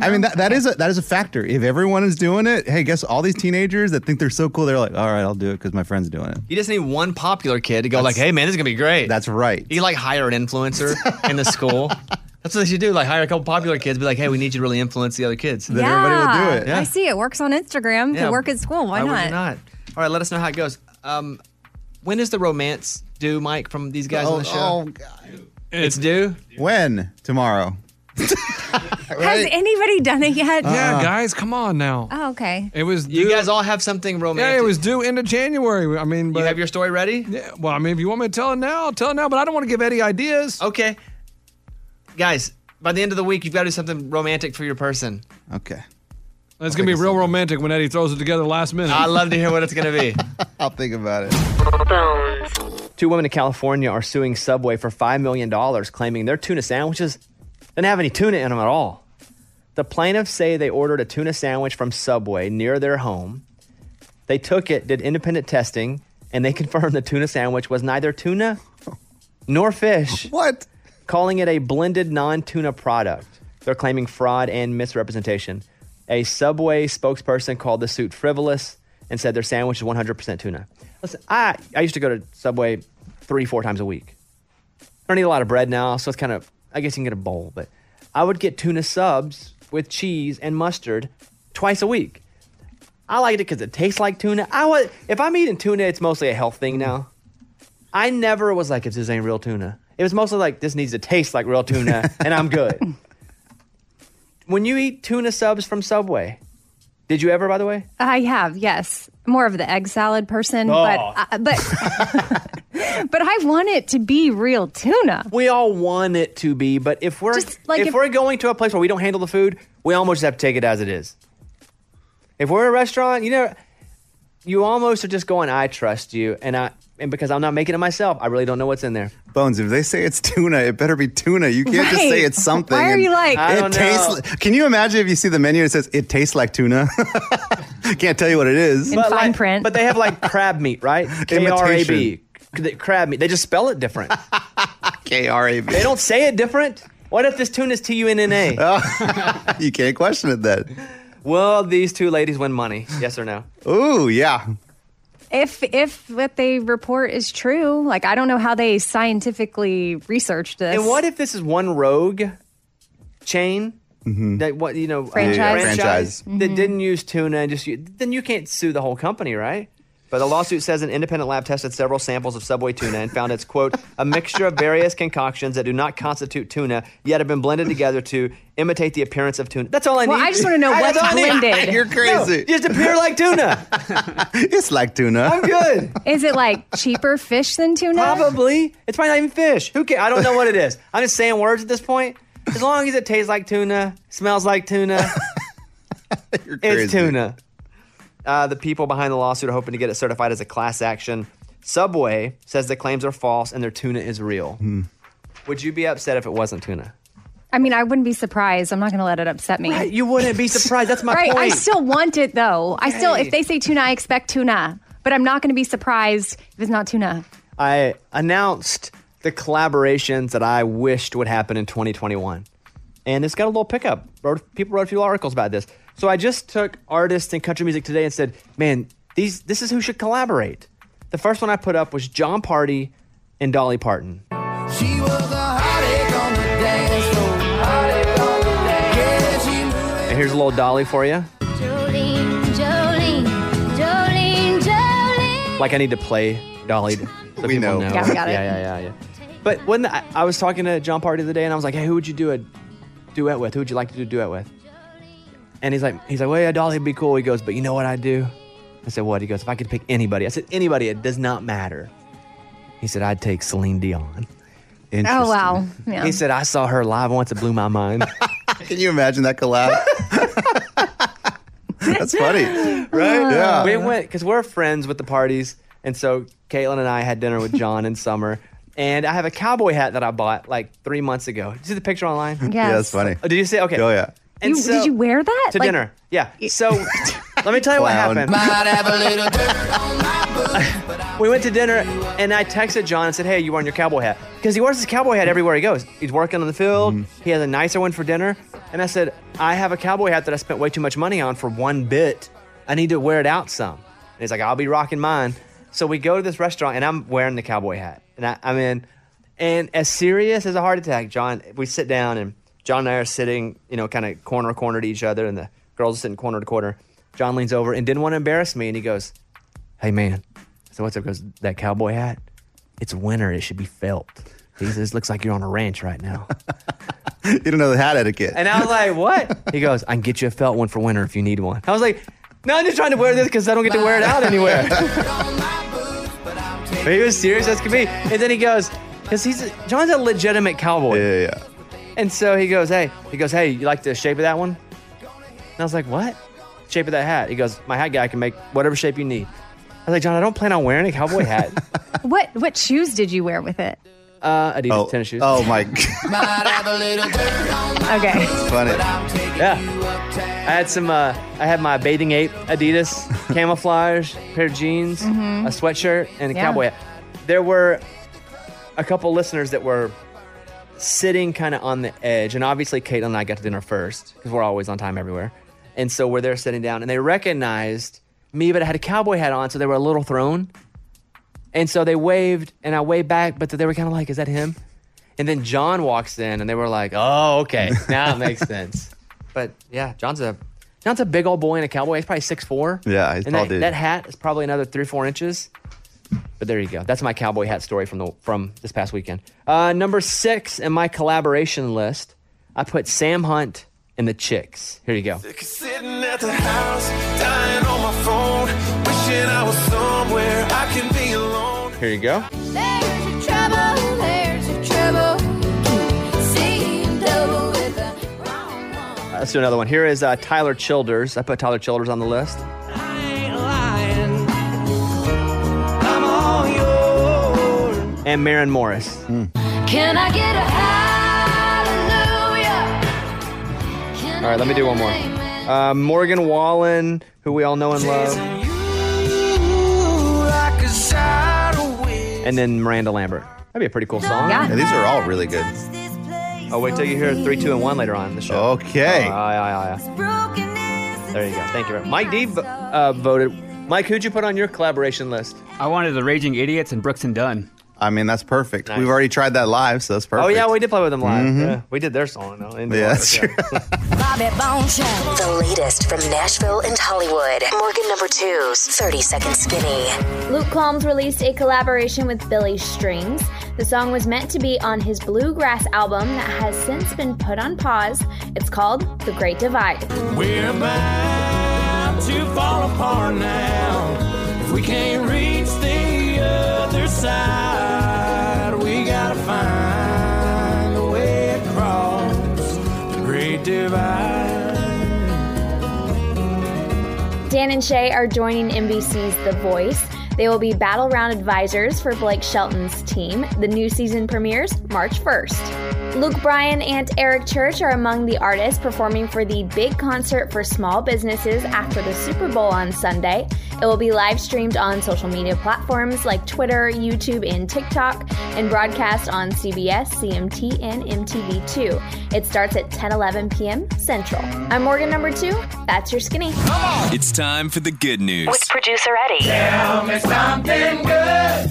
S3: I mean that, that is a that is a factor. If everyone is doing it, hey, guess all these teenagers that think they're so cool, they're like, all right, I'll do it because my friend's doing it.
S12: You just need one popular kid to go like, "Hey man, this is gonna be great." That's
S3: right.
S12: You like hire an influencer in the school. That's what they should do. Like hire a couple popular kids. Be like, "Hey, we need you to really influence the other kids."
S5: yeah, I see it works on Instagram.
S12: Yeah.
S5: Could work at school. Why,
S12: Why would you not? All right, let us know how it goes. Um, when is the romance due, Mike, from these guys on the
S3: Oh,
S12: show?
S3: oh,
S12: It's due.
S3: When tomorrow?
S5: Has anybody done it yet?
S4: yeah,
S2: Uh,
S4: guys, come on now.
S5: Oh, okay.
S4: It was.
S12: Uh-uh. You guys all have something romantic.
S4: Yeah, it was due end of January. I mean, but
S12: You have your story ready?
S4: Yeah. Well, I mean, if you want me to tell it now, I'll tell it now. But I don't want to give Eddie ideas.
S12: Okay, guys. By the end of the week, you've got to do something romantic for your person.
S3: Okay.
S4: It's gonna be real romantic when Eddie throws it together last minute.
S12: I'd love to hear what it's gonna be.
S3: I'll think about it.
S2: Two women in California are suing Subway for $5 million, claiming their tuna sandwiches didn't have any tuna in them at all. The plaintiffs say they ordered a tuna sandwich from Subway near their home. They took it, did independent testing, and they confirmed the tuna sandwich was neither tuna nor fish.
S3: What?
S2: Calling it a blended non tuna product. They're claiming fraud and misrepresentation. A Subway spokesperson called the suit frivolous and said their sandwich is 100% tuna. Listen, I, I used to go to Subway three, four times a week. I don't eat a lot of bread now, so it's kind of, I guess you can get a bowl, but I would get tuna subs with cheese and mustard twice a week. I liked it because it tastes like tuna. I was, if I'm eating tuna, it's mostly a health thing now. I never was like, if this ain't real tuna. It was mostly like, this needs to taste like real tuna, and I'm good. when you eat tuna subs from Subway, did you ever, by the way?
S5: I have, yes. More of the egg salad person,
S2: Oh.
S5: but uh, but but I want it to be real tuna.
S2: We all want it to be, but if we're
S5: like
S2: if,
S5: if-
S2: we're going to a place where we don't handle the food, we almost have to take it as it is. If we're at a restaurant, you know, you almost are just going, I trust you, and I and because I'm not making it myself, I really don't know what's in there.
S3: Bones, if they say it's tuna, it better be tuna. You can't just say
S2: Right.
S3: it's something.
S2: Why are
S3: and
S2: you like- I don't
S3: it tastes?
S2: know.
S3: li- Can you imagine if you see the menu and it says it tastes like tuna? can't tell you what it is.
S2: But like- But they have like crab meat, right? K R A B. Crab meat. They just spell it different.
S3: K R A B.
S2: They don't say it different. What if this tune is T U N N A?
S3: Oh, You can't question it then.
S2: Will these two ladies win money? Yes or no?
S3: Ooh, yeah.
S5: If if what they report is true, like I don't know how they scientifically researched this.
S2: And what if this is one rogue chain? That what you know uh,
S5: Franchise? Mm-hmm. Yeah, yeah,
S2: franchise
S5: Mm-hmm. franchise.
S2: that didn't use tuna and just u- then you can't sue the whole company, right? But the lawsuit says an independent lab tested several samples of Subway tuna and found it's quote a mixture of various concoctions that do not constitute tuna yet have been blended together to imitate the appearance of tuna. That's all I
S5: Well,
S2: need.
S5: I just wanna know what's
S2: that's all I need.
S5: blended. You're crazy.
S2: No, just appear like tuna.
S3: it's like tuna.
S2: I'm good.
S5: Is it like cheaper fish than tuna?
S2: Probably. It's probably not even fish. Who cares? I don't know what it is. I'm just saying words at this point. As long as it tastes like tuna, smells like tuna, it's
S3: crazy.
S2: tuna. Uh, the people behind the lawsuit are hoping to get it certified as a class action. Subway says the claims are false and their tuna is real. Would you be upset if it wasn't tuna?
S5: I mean, I wouldn't be surprised. I'm not going to let it upset me.
S2: you wouldn't be surprised. That's my
S5: right. I
S2: point.
S5: still want it though. I still,
S2: Hey.
S5: if they say tuna, I expect tuna, but I'm not going to be surprised if it's not tuna.
S2: I announced the collaborations that I wished would happen in 2021. And it's got a little pickup. Wrote, people wrote a few articles about this. So I just took artists and country music today and said, man, these, this is who should collaborate. The first one I put up was John Party and Dolly Parton.
S8: She was a heartache on the dance floor. Heartache on the dance. Yeah, she
S2: And here's a little Dolly for you.
S8: Jolene, Jolene, Jolene, Jolene.
S2: Like I need to play Dolly. to- So we know. know.
S8: Yeah, we got it.
S2: Yeah, yeah, yeah, yeah. But when the, I, I was talking to John Party the other day, and I was like, "Hey, who would you do a duet with? Who would you like to do a duet with?" And he's like, "He's like, well, yeah, Dolly'd be cool." He goes, "But you know what I do?" I said, "What?" He goes, "If I could pick anybody," I said, "Anybody. It does not matter." He said, "I'd take Celine Dion."
S5: Oh wow. Yeah.
S2: He said, "I saw her live once. It blew my mind." Can you imagine that collab? That's funny, right?
S5: Uh.
S3: Yeah.
S2: We went because we're friends with the parties, and so Caitlin and I had dinner with John in summer. And I have a cowboy hat that I bought like three months ago. Did you see the picture online?
S5: Yes. Yeah, that's funny.
S2: Oh, did you see? Okay. Oh yeah. And
S5: You- did you wear that
S2: to
S5: Like-
S2: dinner? Yeah. So let me tell you what happened.
S8: Might have a little
S2: we went to dinner and I texted John and said, Hey, you wearing your cowboy hat? Because he wears his cowboy hat everywhere he goes. He's working on the field, he has a nicer one for dinner. And I said, I have a cowboy hat that I spent way too much money on for one bit. I need to wear it out some. And he's like, I'll be rocking mine. So we go to this restaurant and I'm wearing the cowboy hat. And I, I'm in, and as serious as a heart attack, John, we sit down and John and I are sitting, you know, kind of corner corner to each other, and the girls are sitting corner to corner. John leans over and didn't want to embarrass me, and he goes, Hey, man, so what's up? Goes that cowboy hat? It's winter. It should be felt. He says, "Looks like you're on a ranch right now." you don't know the hat etiquette. And I was like, "What?" he goes, "I can get you a felt one for winter if you need one." I was like, "No, I'm just trying to wear this because I don't get to wear it out anywhere." but he was serious as could be. And then he goes, "Cause he's a, John's a legitimate cowboy." Yeah, yeah. And so he goes, "Hey," he goes, "Hey, you like the shape of that one?" And I was like, "What?" Shape of that hat. He goes, "My hat guy can make whatever shape you need." I was like, John, I don't plan on wearing a cowboy hat.
S5: What what shoes did you wear with it?
S2: Uh, Adidas tennis shoes. Oh my god,
S8: Might have a little
S5: Okay.
S2: funny. Yeah, I had some. Uh, I had my bathing ape Adidas camouflage pair of jeans,
S8: Mhm.
S2: a sweatshirt, and a
S8: Yeah.
S2: cowboy hat. There were a couple listeners that were sitting kind of on the edge, and obviously Caitlin and I got to dinner first because we're always on time everywhere, and so we're there sitting down, and they recognized me, but I had a cowboy hat on, so they were a little thrown. And so they waved, and I waved back, but they were kind of like, "Is that him?" And then John walks in, and they were like, "Oh, okay, now it makes sense." But yeah, John's a John's a big old boy in a cowboy. He's probably six four.
S3: Yeah, he's
S2: and
S3: tall
S2: that,
S3: dude.
S2: that hat is probably another three or four inches. But there you go. That's my cowboy hat story from the from this past weekend. Uh, number six in my collaboration list, I put Sam Hunt and the Chicks. Here you go.
S8: Sitting at the house, dying on my phone, wishing I was somewhere I can be alone.
S2: Here you go.
S8: Trouble, there's a trouble. Seeing double with a
S2: Uh, Let's do another one. Here is uh, Tyler Childers. I put Tyler Childers on the list.
S8: I'm all yours.
S2: And Maren Morris.
S3: Hmm.
S8: Can I get a hallelujah?
S2: All right, let me do one more. Uh, Morgan Wallen, who we all know and love,
S8: Ooh, like a shot of wind.
S2: and then Miranda Lambert. That'd be a pretty cool song.
S8: Yeah. Yeah, these
S2: are all really good. Oh, wait till you hear three, two, and one later on in the show. Oh, Okay. There you go. Thank you. very- Mike D vo- uh, voted. Mike, who'd you put on your collaboration list?
S13: I wanted the Raging Idiots and Brooks and Dunn.
S3: I mean, that's perfect. We've already tried that live, so that's perfect.
S2: Oh yeah, we did play with them live.
S3: Mhm.
S2: Yeah, we did their song though. in
S3: Yeah,
S2: Florida,
S3: that's true.
S14: Bobby Bones The latest from Nashville and Hollywood. Morgan number two's 30 Second Skinny.
S1: Luke Combs released a collaboration with Billy Strings. The song was meant to be on his Bluegrass album that has since been put on pause. It's called The Great Divide.
S8: We're about to fall apart now. If we can't reach the other side, we gotta find a way across the great divide.
S1: Dan and Shay are joining NBC's The Voice. They will be battle round advisors for Blake Shelton's team. The new season premieres March 1st. Luke Bryan and Eric Church are among the artists performing for the big concert for small businesses after the Super Bowl on Sunday. It will be live streamed on social media platforms like Twitter, YouTube, and TikTok, and broadcast on CBS, CMT, and MTV2. It starts at 10 11 p.m. Central. I'm Morgan number two. That's your skinny.
S15: It's time for the good news.
S8: With producer Eddie.
S6: Tell me something
S8: good.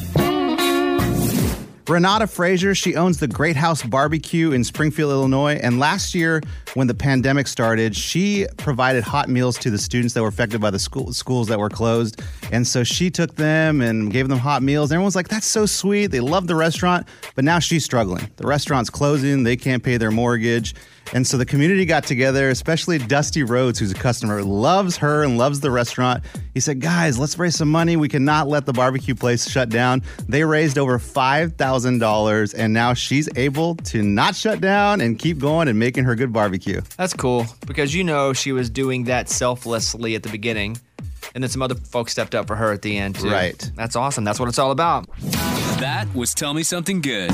S3: Renata Frazier, she owns the Great House Barbecue in Springfield, Illinois. And last year, when the pandemic started, she provided hot meals to the students that were affected by the school, schools that were closed. And so she took them and gave them hot meals. Everyone's like, that's so sweet. They love the restaurant. But now she's struggling. The restaurant's closing, they can't pay their mortgage. And so the community got together, especially Dusty Rhodes, who's a customer, loves her and loves the restaurant. He said, Guys, let's raise some money. We cannot let the barbecue place shut down. They raised over $5,000, and now she's able to not shut down and keep going and making her good barbecue.
S16: That's cool because you know she was doing that selflessly at the beginning, and then some other folks stepped up for her at the end too.
S15: Right.
S16: That's awesome. That's what it's all about.
S15: That was Tell Me Something Good.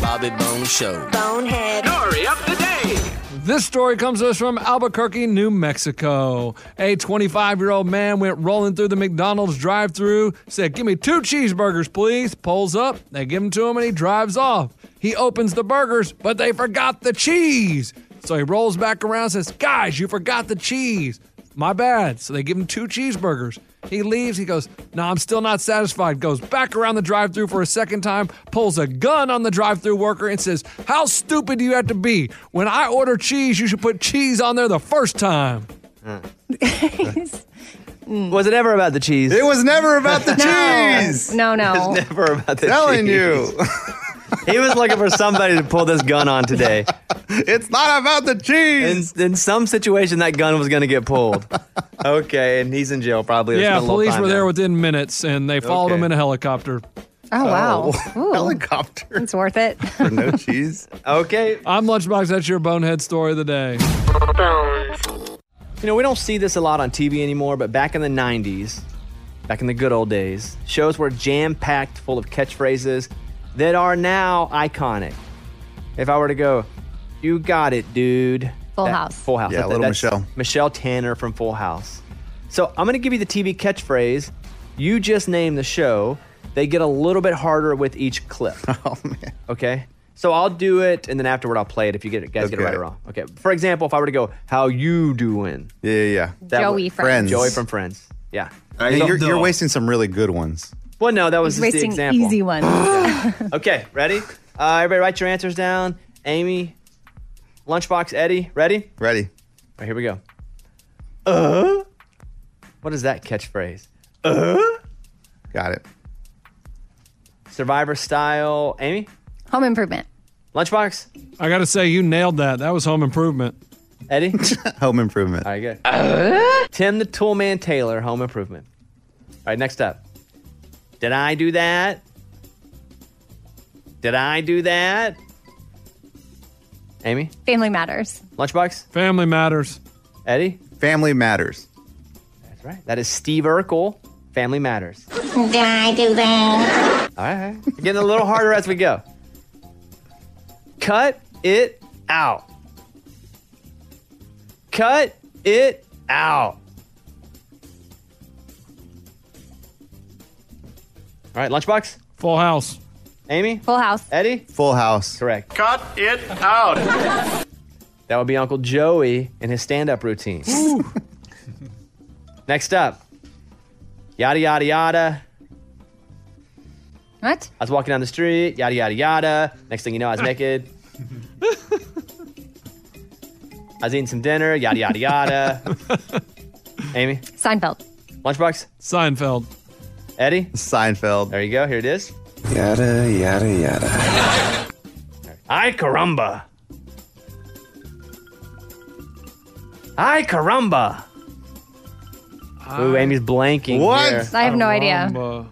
S15: Bobby Bone Show.
S8: Bonehead.
S15: Story of the day.
S4: This story comes to us from Albuquerque, New Mexico. A 25 year old man went rolling through the McDonald's drive thru, said, Give me two cheeseburgers, please. Pulls up, they give them to him, and he drives off. He opens the burgers, but they forgot the cheese. So he rolls back around, says, Guys, you forgot the cheese. My bad. So they give him two cheeseburgers. He leaves. He goes, No, I'm still not satisfied. Goes back around the drive through for a second time, pulls a gun on the drive through worker, and says, How stupid do you have to be? When I order cheese, you should put cheese on there the first time.
S2: Hmm. Was it ever about the cheese?
S3: It was never about the
S5: No. No, no.
S2: never about the
S3: Telling
S2: cheese.
S3: you.
S2: he was looking for somebody to pull this gun on today.
S3: it's not about the cheese.
S2: In, in some situation, that gun was going to get pulled. okay, and he's in jail probably. They
S4: yeah,
S2: spent a little
S4: police
S2: time
S4: were
S2: there.
S4: there within minutes, and they followed him
S2: Okay.
S4: in a helicopter.
S5: Oh, wow.
S3: Helicopter.
S5: It's worth it.
S3: no cheese.
S2: Okay.
S4: I'm Lunchbox. That's your bonehead story of the day.
S2: You know, we don't see this a lot on TV anymore, but back in the 90s, back in the good old days, shows were jam packed full of catchphrases that are now iconic. If I were to go, you got it, dude.
S5: Full House.
S2: Full House.
S3: Yeah, Little
S2: that's
S3: Michelle.
S2: Michelle Tanner from Full House. So I'm going to give you the TV catchphrase. You just named the show. They get a little bit harder with each clip.
S3: Oh, man.
S2: Okay. So I'll do it, and then afterward I'll play it if you get it, guys get it right
S3: Okay.
S2: or wrong. Okay. For example, if I were to go, "How you doing?"
S3: Yeah, yeah, yeah.
S2: That
S5: Joey
S2: would-
S5: from Friends.
S2: Joey from Friends. Yeah.
S3: Hey,
S2: So-
S3: you're, you're wasting some really good ones.
S2: Well, no, that was just
S5: He's
S2: the
S5: wasting
S2: example.
S5: easy ones.
S2: Okay, ready? Uh, everybody, write your answers down. Amy, lunchbox, Eddie, ready?
S3: Ready.
S2: All right, here we go. Uh. What is that catchphrase? Uh.
S3: Uh-huh. Got it.
S2: Survivor style. Amy,
S5: Home improvement.
S2: lunchbox,
S4: I got to say, you nailed that. That was home improvement.
S2: Eddie.
S3: Home improvement.
S2: All right, good. Tim the Toolman Taylor, Home Improvement. All right, next up. Did I do that? Did I do that? Amy,
S5: Family matters.
S2: lunchbox,
S4: Family matters.
S2: Eddie.
S3: Family matters.
S2: That's right. That is Steve Urkel. Family matters.
S8: Did I do that?
S2: All right, We're getting a little harder as we go. Cut it out. Cut it out. All right, lunchbox,
S4: Full house.
S2: Amy,
S5: Full house.
S2: Eddie.
S3: Full house.
S2: Correct.
S6: Cut it out.
S2: That would be Uncle Joey in his stand up routine. Next up, yada, yada, yada.
S5: What?
S2: I was walking down the street, yada, yada, yada. Next thing you know, I was naked. I was eating some dinner, yada, yada, yada. Amy,
S5: Seinfeld.
S2: lunchbox,
S4: Seinfeld.
S2: Eddie.
S3: Seinfeld.
S2: There you go. Here it is.
S6: Yada, yada, yada.
S2: I caramba. I caramba. Ooh, Amy's blanking.
S3: What?
S2: here.
S5: I have no idea.
S4: Caramba.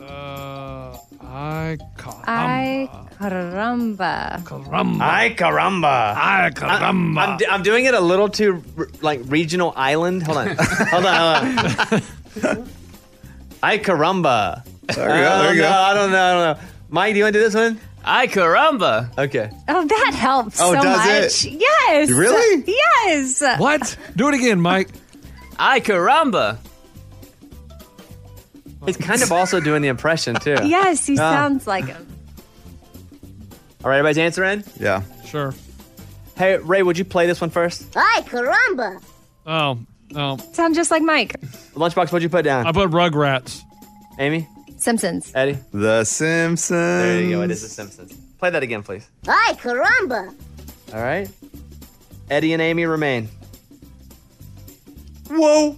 S4: Uh, I ca-
S5: I caramba.
S4: caramba.
S2: I caramba.
S4: I caramba.
S2: I'm, d- I'm doing it a little too r- like regional island. Hold on, hold on, hold on. I caramba.
S3: There you go. There
S2: I
S3: you
S2: don't know.
S3: go.
S2: I don't know. I don't know. Mike, do you want to do this one?
S17: Ay caramba.
S2: Okay.
S5: Oh, that helps
S17: Oh,
S5: so
S17: does
S5: much.
S17: it?
S5: Yes.
S17: Really?
S5: Yes.
S18: What? Do it again, Mike.
S17: Ay caramba.
S2: He's kind of also doing the impression too.
S5: Yes, he
S2: Ah.
S5: sounds like him.
S2: All right, everybody's answering.
S3: Yeah.
S18: Sure.
S2: Hey Ray, would you play this one first?
S5: Ay, caramba.
S18: Oh, oh.
S5: Sound just like Mike.
S2: Lunchbox, what'd you put down? I
S18: put Rugrats.
S2: Amy,
S5: Simpsons.
S2: Eddie,
S3: The Simpsons. There
S2: you go. It is The Simpsons. Play that again, please.
S8: Ay, caramba.
S2: All right. Eddie and Amy remain.
S8: Whoa.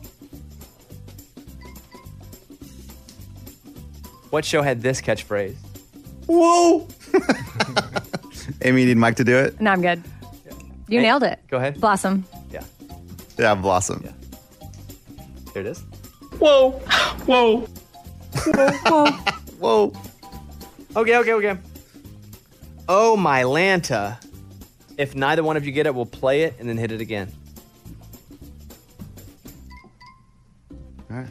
S2: What show had this catchphrase?
S8: Whoa.
S3: Amy, you need Mike to do it?
S5: No, I'm good. You nailed it.
S2: Go ahead.
S5: Blossom.
S3: Yeah, Blossom.
S2: Here it is.
S8: Whoa. Whoa.
S2: Whoa.
S3: Whoa.
S2: Okay, okay, okay. Oh my Lanta. If neither one of you get it, we'll play it and then hit it again.
S3: All right.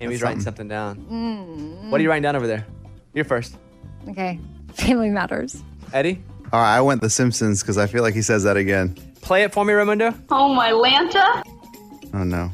S2: Amy's
S5: That's
S2: writing something
S5: something.
S2: down.
S5: Mm.
S2: What are you writing down over there? You're first.
S5: Okay. Family Matters.
S2: Eddie,
S3: All right, I went The Simpsons because I feel like he says that again.
S2: play it for me, Raimundo.
S5: Oh, my Lanta.
S3: Oh, no.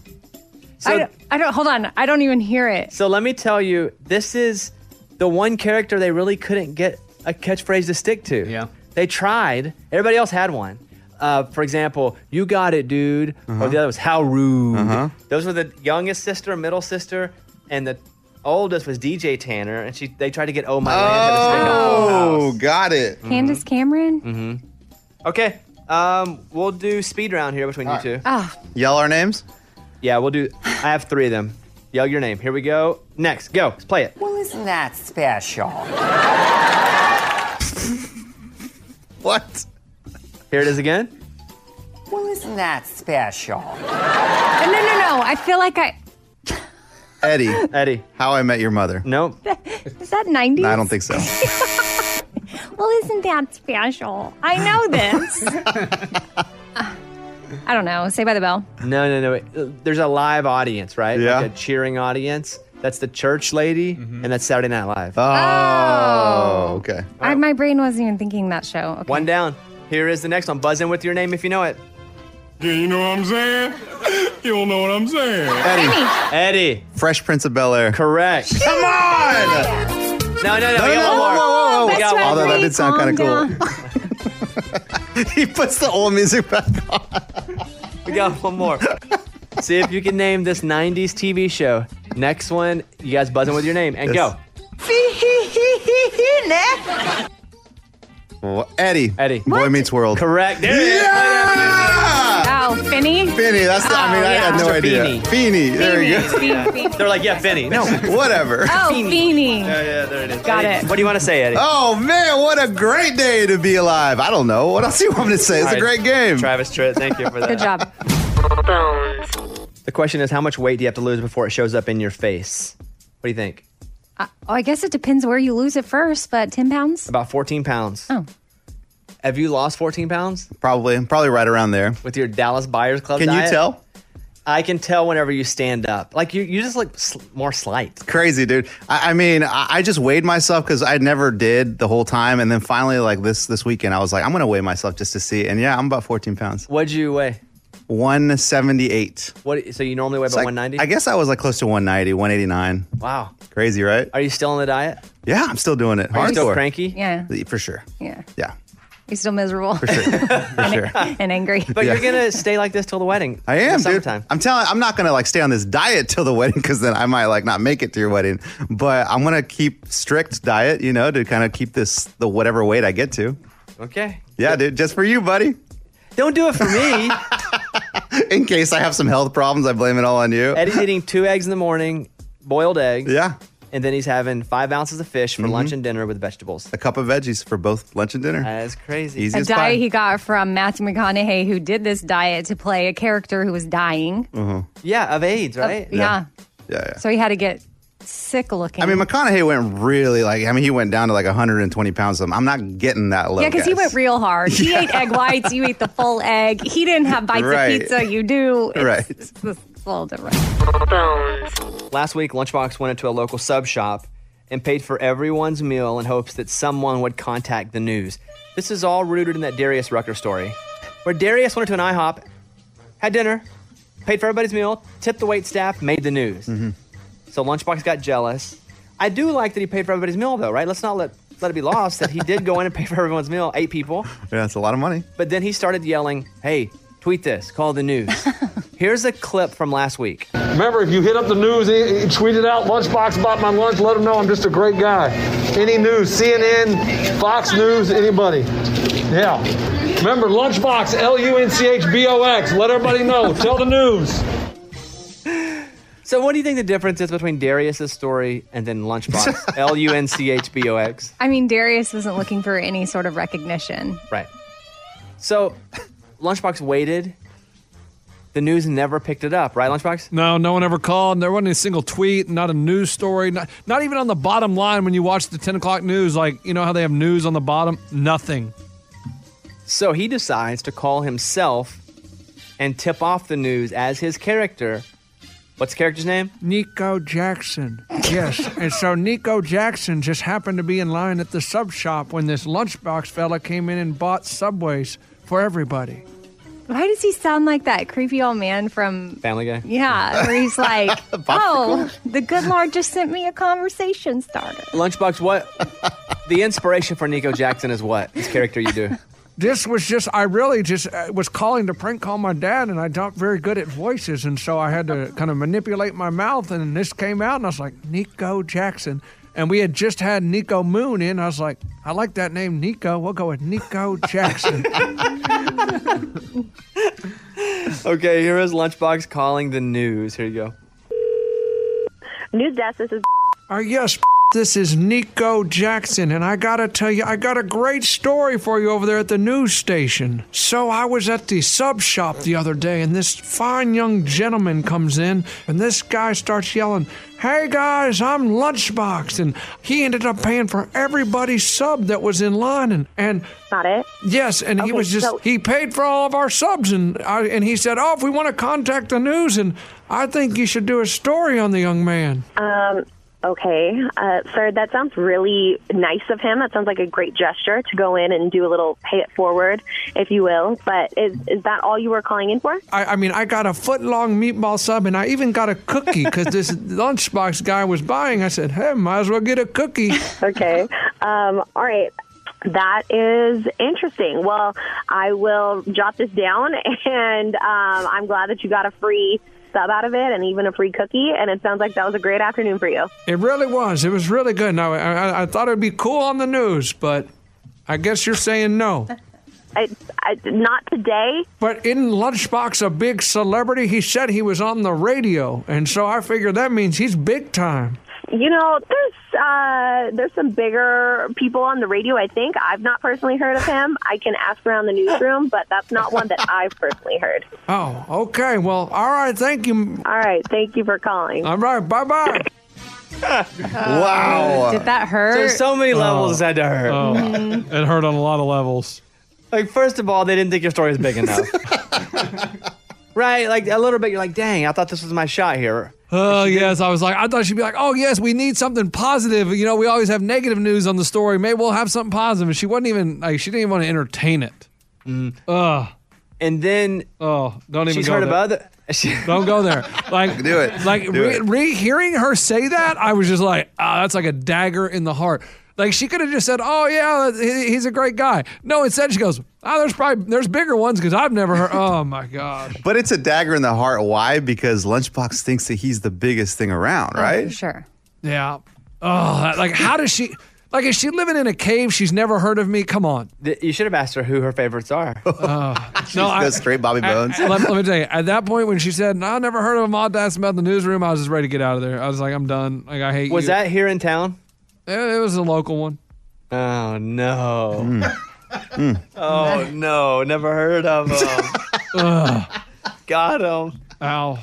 S5: I, don't, I don't, hold on. I don't even hear it.
S2: So let me tell you, this is the one character they really couldn't get a catchphrase to stick to. Yeah. They tried. Everybody else had one. Uh, for example, you got it, dude. Or the other was how rude.
S3: Uh-huh.
S2: Those were the youngest sister, middle sister, and the oldest was DJ Tanner, and she they tried to get oh my Lanta to stick
S3: Oh, got it.
S5: Candace Cameron.
S2: Mm-hmm. Okay. Um, we'll do speed round here between you
S3: Oh! All
S2: two.
S5: Oh,
S3: Yell our Uh, names?
S2: Yeah, we'll do. I have three of them. Yell your name. Here we go. Next, go. Let's play it.
S8: Well, isn't that special?
S3: What?
S2: Here it is again.
S8: Well, isn't that special?
S5: Uh, No, no, no. I feel like I,
S3: Eddie.
S2: Eddie.
S3: How I Met Your Mother.
S2: Nope.
S5: is that 90s?
S3: I don't think so.
S5: Well, isn't that special? I know this. Uh, I don't know. Say by the bell.
S2: No, no, no. wait. Uh, There's a live audience, right?
S3: Yeah.
S2: Like a cheering audience. That's the church lady, and that's Saturday Night Live.
S3: Mm-hmm. Oh, okay.
S5: I, my brain wasn't even thinking that show. Okay.
S2: One down. Here is the next one. Buzz in with your name if you know it. Do you know what I'm saying? You don't know what I'm saying. Eddie. Eddie.
S3: Fresh Prince of Bel Air.
S2: Correct.
S3: Come on! No,
S2: No, no, no. we
S3: no,
S2: got
S3: no,
S2: one
S3: whoa, whoa, whoa, whoa.
S2: more. We got one.
S3: Although that did sound kind of cool. he puts the old music back on.
S2: We got one more. See if you can name this 90s TV show. Next one, you guys buzz in with your name and go.
S3: Well, Eddie.
S2: Eddie.
S3: Boy Meets World.
S2: Correct.
S5: Oh, Finny. Oh,
S3: Finney. That's the, I mean, I had no
S2: Mr.
S3: idea.
S2: Feeney.
S3: Feeney. There you go.
S2: They're like, yeah, Benny. No,
S3: whatever.
S5: Oh, Feeny.
S2: Yeah, yeah, there it is.
S5: Got
S2: Eddie,
S5: it.
S2: What do you want to say, Eddie?
S3: Oh man, what a great day to be alive. I don't know. What else do you want me to say? It's
S2: All
S3: a
S2: right.
S3: great game.
S2: Travis Tritt, thank you for that.
S5: Good job.
S2: The question is, how much weight do you have to lose before it shows up in your face? What do you think?
S5: Uh, oh, I guess it depends where you lose it first, but 10 pounds?
S2: About 14 pounds.
S5: Oh.
S2: Have you lost 14 pounds
S3: Probably, probably right around there.
S2: with your Dallas Buyers Club?
S3: Can you
S2: diet?
S3: tell?
S2: I can tell whenever you stand up. Like you, you just look sl- more slight.
S3: Crazy, dude. I, I mean, I, I just weighed myself because I never did the whole time, and then finally, like this this weekend, I was like, I'm gonna weigh myself just to see. And yeah, I'm about 14 pounds.
S2: What'd you weigh?
S3: 178.
S2: What? So you normally weigh
S3: It's
S2: about
S3: like-
S2: 190?
S3: I guess I was like close to 190, 189.
S2: Wow.
S3: Crazy, right?
S2: Are you still on the diet?
S3: Yeah, I'm still doing it.
S2: Are you still
S3: Hardcore.
S2: cranky?
S5: Yeah.
S3: For sure.
S5: Yeah.
S3: Yeah.
S5: You're still miserable. For
S3: sure. For sure.
S5: and angry.
S2: But
S3: Yeah.
S2: you're gonna stay like this till the wedding.
S3: I am,
S2: in the
S3: dude.
S2: summertime.
S3: I'm telling. I'm not gonna like stay on this diet till the wedding because then I might like not make it to your wedding. But I'm gonna keep strict diet, you know, to kind of keep this the whatever weight I get to.
S2: Okay.
S3: Yeah, dude, just for you, buddy.
S2: Don't do it for me.
S3: In case I have some health problems, I blame it all on you.
S2: Eddie's eating two eggs in the morning, boiled egg.
S3: Yeah. Mm-hmm.
S2: And then he's having five ounces of fish for lunch and dinner with vegetables.
S3: A cup of veggies for both lunch and dinner.
S2: That's crazy.
S3: Easy
S5: a
S3: as
S5: diet
S3: pie.
S5: he got from Matthew McConaughey, who did this diet to play a character who was dying.
S3: Uh-huh.
S2: Yeah, of AIDS,
S5: Of-
S2: right?
S5: yeah.
S3: Yeah, yeah.
S5: So he had to get sick looking.
S3: I mean, McConaughey went really like. I mean, he went down to like 120 pounds. Something. I'm not getting that low.
S5: yeah, because he
S3: guys.
S5: went real hard. He ate egg whites. You ate the full egg. He didn't have bites
S3: Right.
S5: of pizza. You do. It's,
S3: Right.
S5: It's, it's a little different.
S2: Last week, Lunchbox went into a local sub shop and paid for everyone's meal in hopes that someone would contact the news. This is all rooted in that Darius Rucker story, where Darius went into an IHOP, had dinner, paid for everybody's meal, tipped the wait staff, made the news. So Lunchbox got jealous. I do like that he paid for everybody's meal, though, right? Let's not let, let it be lost that he did go in and pay for everyone's meal, eight people.
S3: Yeah, it's a lot of money.
S2: But then he started yelling, hey, tweet this, call the news. Here's a clip from last week.
S4: Remember, if you hit up the news, e- e- tweet it out, Lunchbox bought my lunch, let them know I'm just a great guy. Any news, CNN, Fox News, anybody. Yeah. Remember, Lunchbox, L U N C H B O X, let everybody know, tell the news.
S2: So, what do you think the difference is between Darius's story and then Lunchbox? L U N C H B O X.
S5: I mean, Darius isn't looking for any sort of recognition.
S2: Right. So, Lunchbox waited. The news never picked it up, right, Lunchbox?
S19: No, no one ever called. There wasn't a single tweet, not a news story, not, not even on the bottom line when you watch the 10 o'clock news. Like, you know how they have news on the bottom? Nothing.
S2: So he decides to call himself and tip off the news as his character. What's the character's name?
S19: Nico Jackson. Yes. and so Nico Jackson just happened to be in line at the sub shop when this lunchbox fella came in and bought Subways for everybody.
S5: Why does he sound like that creepy old man from?
S19: Family guy?
S5: Yeah, where he's like, "Oh, the good Lord just sent me a conversation starter."
S2: Lunchbox, what? the inspiration for Nico Jackson is what? This character you do.
S19: This was just, I really just uh, was calling to prank call my dad, and I'm not very good at voices. And so I had to kind of manipulate my mouth, and this came out, and I was like, Nico Jackson. And we had just had Nico Moon in. I was like, I like that name, Nico. We'll go with Nico Jackson.
S2: okay, here is Lunchbox calling the news. Here you go.
S20: News desk, this is.
S19: Uh, yes, this is Nico Jackson, and I gotta tell you, I got a great story for you over there at the news station. So I was at the sub shop the other day, and this fine young gentleman comes in, and this guy starts yelling, Hey guys, I'm Lunchbox, and he ended up paying for everybody's sub that was in line, and and
S20: not it.
S19: Yes, and he
S20: Okay,
S19: was just
S20: so-
S19: he paid for all of our subs, and I, and he said, "Oh, if we want to contact the news, and I think you should do a story on the young man."
S20: Um, okay, uh, sir, that sounds really nice of him. That sounds like a great gesture to go in and do a little pay it forward, if you will. But is is that all you were calling in for?
S19: I, I mean, I got a foot long meatball sub and I even got a cookie because this lunchbox guy was buying. I said, hey, might as well get a cookie.
S20: okay. Um, all right. That is interesting. Well, I will jot this down, and um, I'm glad that you got a free sub out of it and even a free cookie. And it sounds like that was a great afternoon for you.
S19: It really was. It was really good. Now, I, I, I thought it'd be cool on the news, but I guess you're saying no.
S20: I, I, not today.
S19: But in Lunchbox, a big celebrity, he said he was on the radio. And so I figure that means he's big time.
S20: You know, there's uh, there's some bigger people on the radio. I think I've not personally heard of him. I can ask around the newsroom, but that's not one that I've personally heard.
S19: Oh, okay. Well, all right. Thank you.
S20: All right. Thank you for calling.
S19: All right. Bye bye.
S2: Wow.
S5: Did that hurt?
S2: There's so many levels that to hurt.
S19: Oh.
S2: Mm-hmm.
S19: It hurt on a lot of levels.
S2: Like, first of all, they didn't think your story was big enough. right? Like, a little bit, you're like, dang, I thought this was my shot here.
S19: Oh yes, I was like, I thought she'd be like, oh yes, we need something positive. You know, we always have negative news on the story. Maybe we'll have something positive. And she wasn't even like, she didn't even want to entertain it. Ugh.
S2: Mm. And then,
S19: oh, don't even
S2: she's
S19: go
S2: heard
S19: there.
S2: about other.
S19: Don't go there. Like, do
S2: it.
S19: Like,
S2: Do
S19: re-
S2: it.
S19: re- hearing her say that, I was just like, ah, that's like a dagger in the heart. Like, she could have just said, oh yeah, he- he's a great guy. No, instead she goes, ah, there's probably there's bigger ones because I've never heard. Oh my god.
S3: But it's a dagger in the heart. Why? Because Lunchbox thinks that he's the biggest thing around, right?
S5: sure.
S19: Yeah. Oh, that- like how does she? Like, is she living in a cave? She's never heard of me. Come on.
S2: Th- You should have asked her who her favorites are.
S8: Oh.
S19: No, I-
S3: goes straight Bobby
S19: I-
S3: Bones.
S19: I- let, let me tell you, at that point when she said, "No, I never heard of him," all dancing about the newsroom, I was just ready to get out of there. I was like, "I'm done. Like, I hate
S2: Was
S19: you."
S2: that here in town?
S19: It, it was a local one.
S2: Oh no.
S3: Hmm.
S2: Oh no, never heard of him. Got him.
S19: Ow.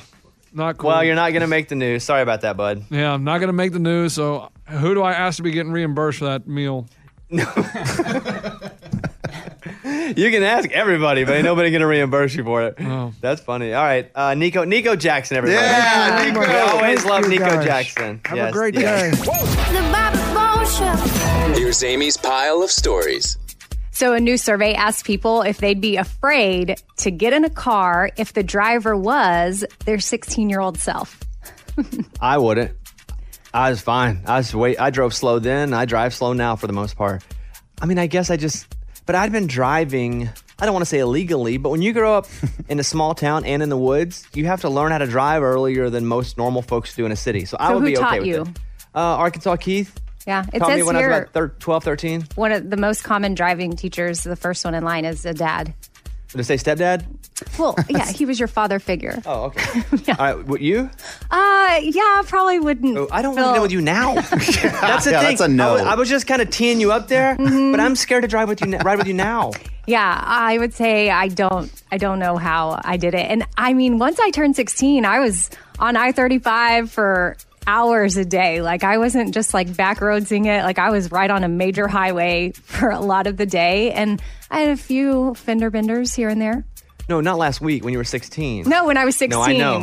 S19: Not cool.
S2: Well, you're not gonna make the news. Sorry about that, bud.
S19: Yeah, I'm not gonna make the news. So, who do I ask to be getting reimbursed for that meal?
S2: You can ask everybody, but ain't nobody gonna reimburse you for it.
S8: Oh.
S2: That's funny. All right, uh, Nico, Nico Jackson, everybody.
S8: Yeah, Nico.
S2: We always
S8: Thank
S2: love
S8: you,
S2: Nico
S8: guys.
S2: Jackson.
S8: Have a
S2: Yes,
S8: great
S2: yes.
S8: day.
S21: The Bobby
S8: Here's Amy's pile of stories.
S5: So, a new survey asked people if they'd be afraid to get in a car if the driver was their 16 year old self.
S2: I wouldn't. I was fine. I was wait. I drove slow then. I drive slow now for the most part. I mean, I guess I just. But I'd been driving. I don't want to say illegally, but when you grow up in a small town and in the woods, you have to learn how to drive earlier than most normal folks do in a city. So, I
S5: so,
S2: would
S5: who
S2: be okay
S5: taught
S2: with
S5: you?
S2: it. Uh, Arkansas Keith
S5: Yeah, it
S2: taught
S5: says
S2: me when
S5: here
S2: I was about thir- 12, 13.
S5: one of the most common driving teachers, the first one in line is a dad.
S2: Did it say stepdad?
S5: Well, yeah, he was your father figure.
S2: Oh, okay. All right, what you?
S5: Uh, yeah, I probably wouldn't. Oh, I don't
S2: wanna go with you now. that's the
S3: yeah,
S2: thing.
S3: that's a no.
S2: I was, I was just kind of teeing you up there,
S5: Mm-hmm.
S2: but I'm scared to drive with you. n- Ride with you now.
S5: Yeah, I would say I don't I don't know how I did it. And I mean, once I turned 16, I was on I-35 for hours a day. Like I wasn't just like back roadsing it. Like I was right on a major highway for a lot of the day and I had a few fender benders here and there.
S2: No, not last week when you were 16.
S5: No, when I was 16.
S2: No, I know.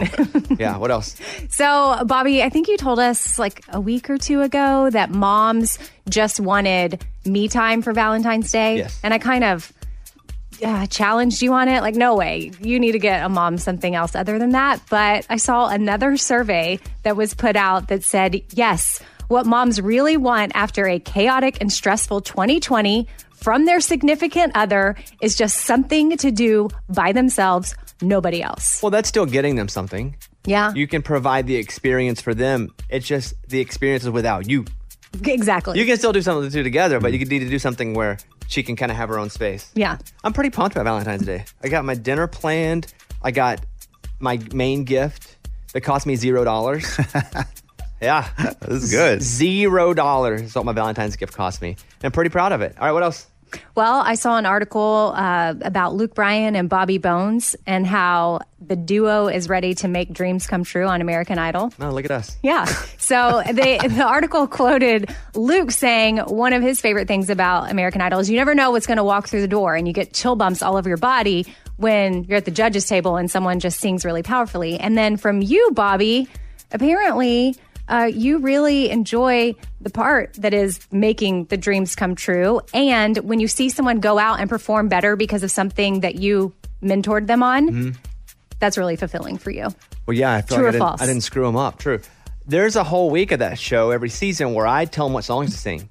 S2: yeah. What else?
S5: So, Bobby, I think you told us like a week or two ago that moms just wanted me time for Valentine's Day.
S2: Yes.
S5: And I kind of uh, challenged you on it. Like, no way. You need to get a mom something else other than that. But I saw another survey that was put out that said, yes, what moms really want after a chaotic and stressful 2020 from their significant other is just something to do by themselves, nobody else.
S2: Well, that's still getting them something.
S5: Yeah.
S2: You can provide the experience for them. It's just the experience is without you.
S5: Exactly.
S2: You can still do something to together, but you need to do something where she can kind of have her own space.
S5: yeah.
S2: I'm pretty pumped about Valentine's Day. I got my dinner planned. I got my main gift that cost me zero dollars. yeah,
S3: this is good.
S2: Zero dollars is what my Valentine's gift cost me. I'm pretty proud of it. All right, what else?
S5: Well, I saw an article uh, about Luke Bryan and Bobby Bones and how the duo is ready to make dreams come true on American Idol.
S3: Oh,
S2: No, look at us.
S5: Yeah. So they, the article quoted Luke saying one of his favorite things about American Idol is you never know what's going to walk through the door and you get chill bumps all over your body when you're at the judges table and someone just sings really powerfully. And then from you, Bobby, apparently uh, you really enjoy the part that is making the dreams come true. And when you see someone go out and perform better because of something that you mentored them on, that's really fulfilling for you.
S2: Well, yeah, I feel like
S5: True or
S2: I didn't,
S5: false?
S2: I didn't screw them up. True. There's a whole week of that show every season where I tell them what songs to sing.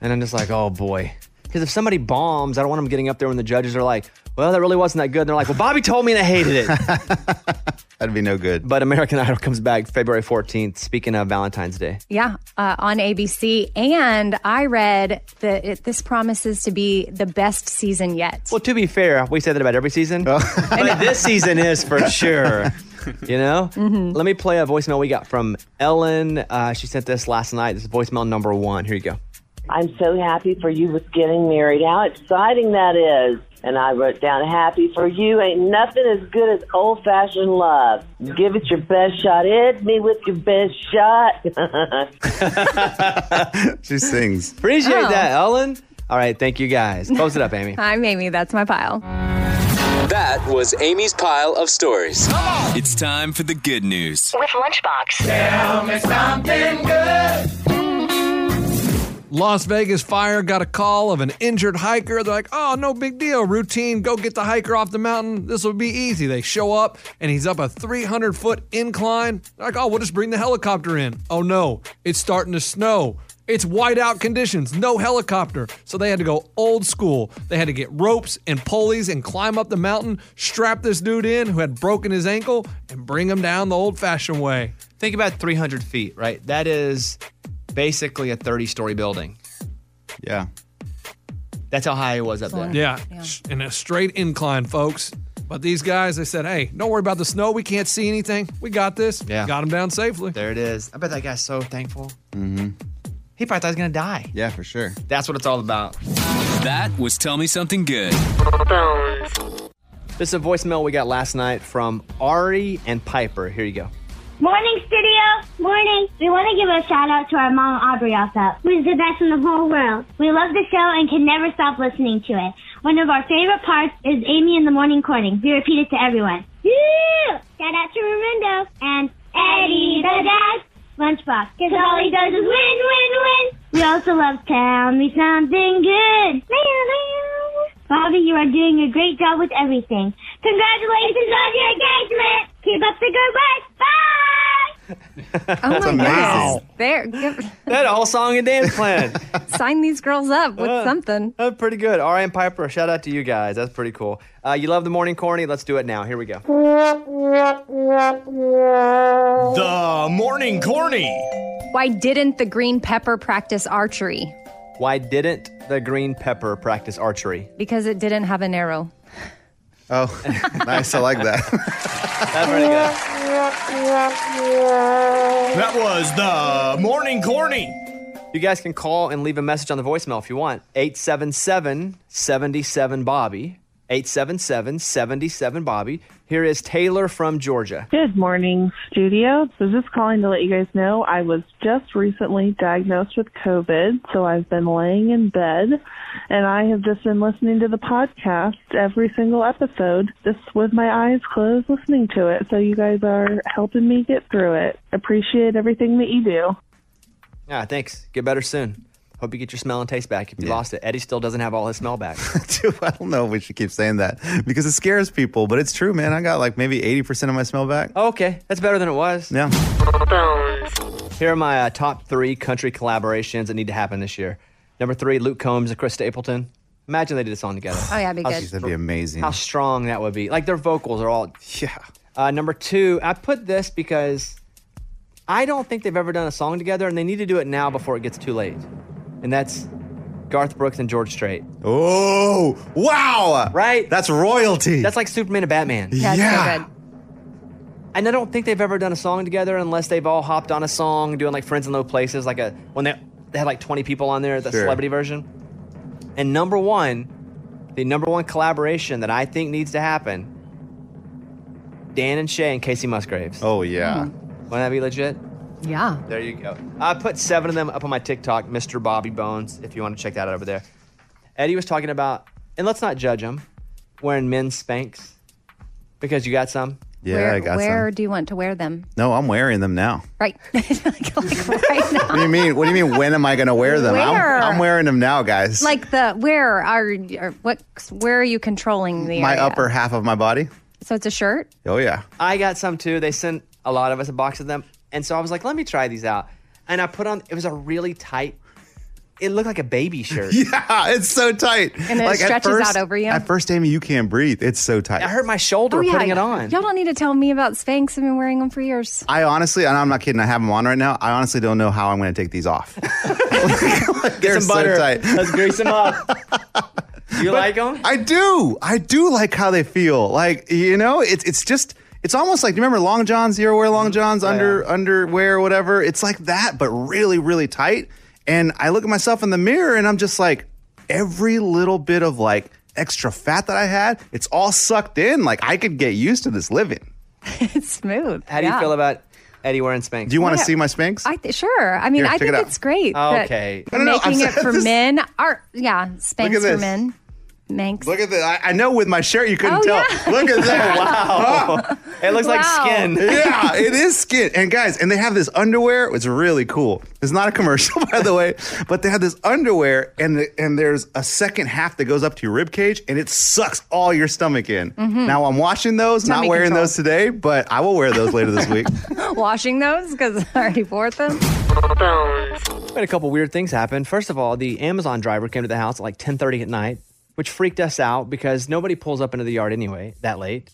S2: And I'm just like, oh boy. Because if somebody bombs, I don't want them getting up there when the judges are like, well, that really wasn't that good. And they're like, well, Bobby told me and I hated it.
S3: That'd be no good.
S2: But American Idol comes back February 14th, speaking of Valentine's Day.
S5: Yeah, uh, on ABC. And I read that it, this promises to be the best season yet.
S2: Well, to be fair, we say that about every season.
S3: Oh.
S2: but this season is for sure. You know?
S5: Mm-hmm.
S2: Let me play a voicemail we got from Ellen. Uh, she sent this last night. This is voicemail number one. Here you go.
S22: I'm so happy for you with getting married. How exciting that is. And I wrote down, happy for you. Ain't nothing as good as old fashioned love. Give it your best shot. Hit me with your best shot.
S2: She sings. Appreciate
S5: Oh.
S2: that, Ellen. All right, thank you guys. Close it up, Amy.
S5: I'm Amy. That's my pile.
S8: That was Amy's pile of stories. It's time for the good news.
S23: With Lunchbox.
S19: Tell me something good.
S4: Las Vegas fire got a call of an injured hiker. They're like, oh, no big deal. Routine, go get the hiker off the mountain. This will be easy. They show up and he's up a 300 foot incline. They're like, oh, we'll just bring the helicopter in. Oh, no, it's starting to snow. It's whiteout conditions, no helicopter. So they had to go old school. They had to get ropes and pulleys and climb up the mountain, strap this dude in who had broken his ankle, and bring him down the old fashioned way.
S24: Think about 300 feet, right? That is basically a 30 story building.
S3: Yeah.
S24: That's how high it was up there.
S4: Yeah. in a straight incline, folks. But these guys, they said, hey, don't worry about the snow. We can't see anything. We got this.
S24: Yeah.
S4: Got him down safely.
S24: There it is. I bet that guy's so thankful.
S8: Mm-hmm.
S24: He probably thought he was going to die.
S3: Yeah, for sure.
S24: That's what it's all about.
S8: That was Tell Me Something Good.
S2: This is a voicemail we got last night from Ari and Piper. Here you go.
S25: Morning, studio. Morning. We want to give a shout out to our mom, Aubrey Alsop, who is the best in the whole world. We love the show and can never stop listening to it. One of our favorite parts is Amy in the morning corning. We repeat it to everyone. Woo! Shout out to Raimundo and Eddie the Dad. Lunchbox. Because all he does is win, win, win. We also love Tell Me Something Good. Bobby, you are doing a great job with everything. Congratulations on your engagement. Keep up the good work. Bye.
S5: That's
S2: amazing.
S5: There, give,
S2: That whole song and dance plan.
S5: sign these girls up with
S2: Uh,
S5: something.
S2: That's pretty good. R.M. Piper, shout out to you guys. That's pretty cool. Uh, you love the morning corny? Let's do it now. Here we go.
S5: The
S2: morning corny.
S5: Why didn't the green pepper practice archery?
S2: Why didn't the green pepper practice archery?
S5: Because it didn't have an arrow.
S3: Oh, nice. I like that.
S2: That's pretty good.
S5: That
S2: was the morning corny. You guys can call and leave a message on the voicemail if you want. 877 77 Bobby. 877 77 Bobby. Here is Taylor from Georgia.
S26: Good morning, studio. So just calling to let you guys know I was just recently diagnosed with COVID, so I've been laying in bed and I have just been listening to the podcast every single episode, just with my eyes closed listening to it. So you guys are helping me get through it. Appreciate everything that you do.
S2: Yeah, Ah, thanks. Get better soon. Hope you get your smell and taste back. If you lost it, Eddie still doesn't have all his smell back.
S3: Dude, I don't know if we should keep saying that because it scares people, but it's true, man. I got like maybe 80% of my smell back.
S2: Oh, okay, that's better than it was.
S3: Yeah.
S2: Here are my uh, top three country collaborations that need to happen this year. Number three, Luke Combs and Chris Stapleton. Imagine they did a song together.
S5: Oh, yeah, it'd be
S2: How-
S5: good. That'd
S3: be amazing.
S2: How strong that would be. Like their vocals are all. Yeah. Uh, number two, I put this because I don't think they've ever done a song together, and they need to do it now before it gets too late. And that's Garth Brooks and George Strait.
S3: Oh, wow.
S2: Right?
S3: That's royalty.
S2: That's like Superman and Batman.
S3: Yeah, it's so Yeah.
S2: And I don't think they've ever done a song together unless they've all hopped on a song doing like Friends in Low Places, like a when they, they had like 20 people on there, the
S19: Sure.
S2: celebrity version. And number one, the number one collaboration that I think needs to happen Dan and Shay and Casey Musgraves.
S3: Oh, yeah.
S2: Wouldn't that be legit?
S5: Yeah.
S2: There you go. I put seven of them up on my TikTok, Mr. Bobby Bones, if you want to check that out over there. Eddie was talking about, and let's not judge him, wearing men's Spanx because you got some.
S3: Yeah,
S5: where
S3: I got
S5: where do you want to wear them?
S3: some. No, I'm wearing them now.
S5: Right.
S3: What do you mean? What do you mean? When am I going to wear them?
S5: Where?
S3: I'm, I'm wearing them now, guys.
S5: like the where are or what where are you controlling the
S3: my
S5: area?
S3: upper half of my body.
S5: So it's a shirt.
S3: Oh yeah.
S2: I got some too. They sent a lot of us a box of them. And so I was like, let me try these out. And I put on, it was a really tight, it looked like a baby shirt.
S3: Yeah, it's so tight.
S5: And it
S3: at
S5: stretches
S3: first-
S5: out over you.
S3: At first, Amy, you can't breathe. It's so tight.
S5: I
S2: hurt my shoulder
S3: putting it on.
S5: Oh, Y'all don't need to tell me about Spanx. I've been wearing them for years.
S3: I honestly, and I'm not kidding. I have them on right now. I honestly don't know how I'm going to take these off. They're
S2: some butter.
S3: so tight.
S2: Let's grease them up. You like them?
S3: I do. I do like how they feel. Like you know, it's it's just it's almost like do you remember long johns. You ever wear
S2: Mm,
S3: long
S2: oh,
S3: johns under underwear, whatever. It's like that, but really, really tight. And I look at myself in the mirror, and I'm just like, every little bit of like extra fat that I had, it's all sucked in. Like I could get used to this living.
S5: it's smooth.
S2: How do you
S5: Yeah. Oh,
S2: feel about Eddie wearing Spanx?
S3: Do you want to
S5: Yeah.
S3: see my Spanx?
S5: I th- sure. I mean,
S3: Here,
S5: I
S3: check
S5: think
S3: it out.
S5: it's great. that
S3: Okay.
S5: they're
S3: No, no, no,
S5: making
S3: I'm
S5: it for
S3: saying this-
S5: men. Are yeah, Spanx for
S3: this.
S5: men. Manx.
S3: Look at this. I, I know with my shirt you couldn't
S5: Oh,
S3: tell.
S5: yeah.
S3: Look at that. wow.
S2: It looks like Wow. skin.
S3: Yeah, it is skin. And guys, and they have this underwear. It's really cool. It's not a commercial, by the way, but they have this underwear and the, and there's a second half that goes up to your rib cage and it sucks all your stomach in.
S5: Mhm.
S3: Now I'm watching those,
S5: Tummy
S3: not wearing
S5: control.
S3: those today, but I will wear those later this week.
S5: Washing those because I already wore them.
S2: We had a couple weird things happen. First of all, the Amazon driver came to the house at like 10:30 at night, which freaked us out because nobody pulls up into the yard anyway that late.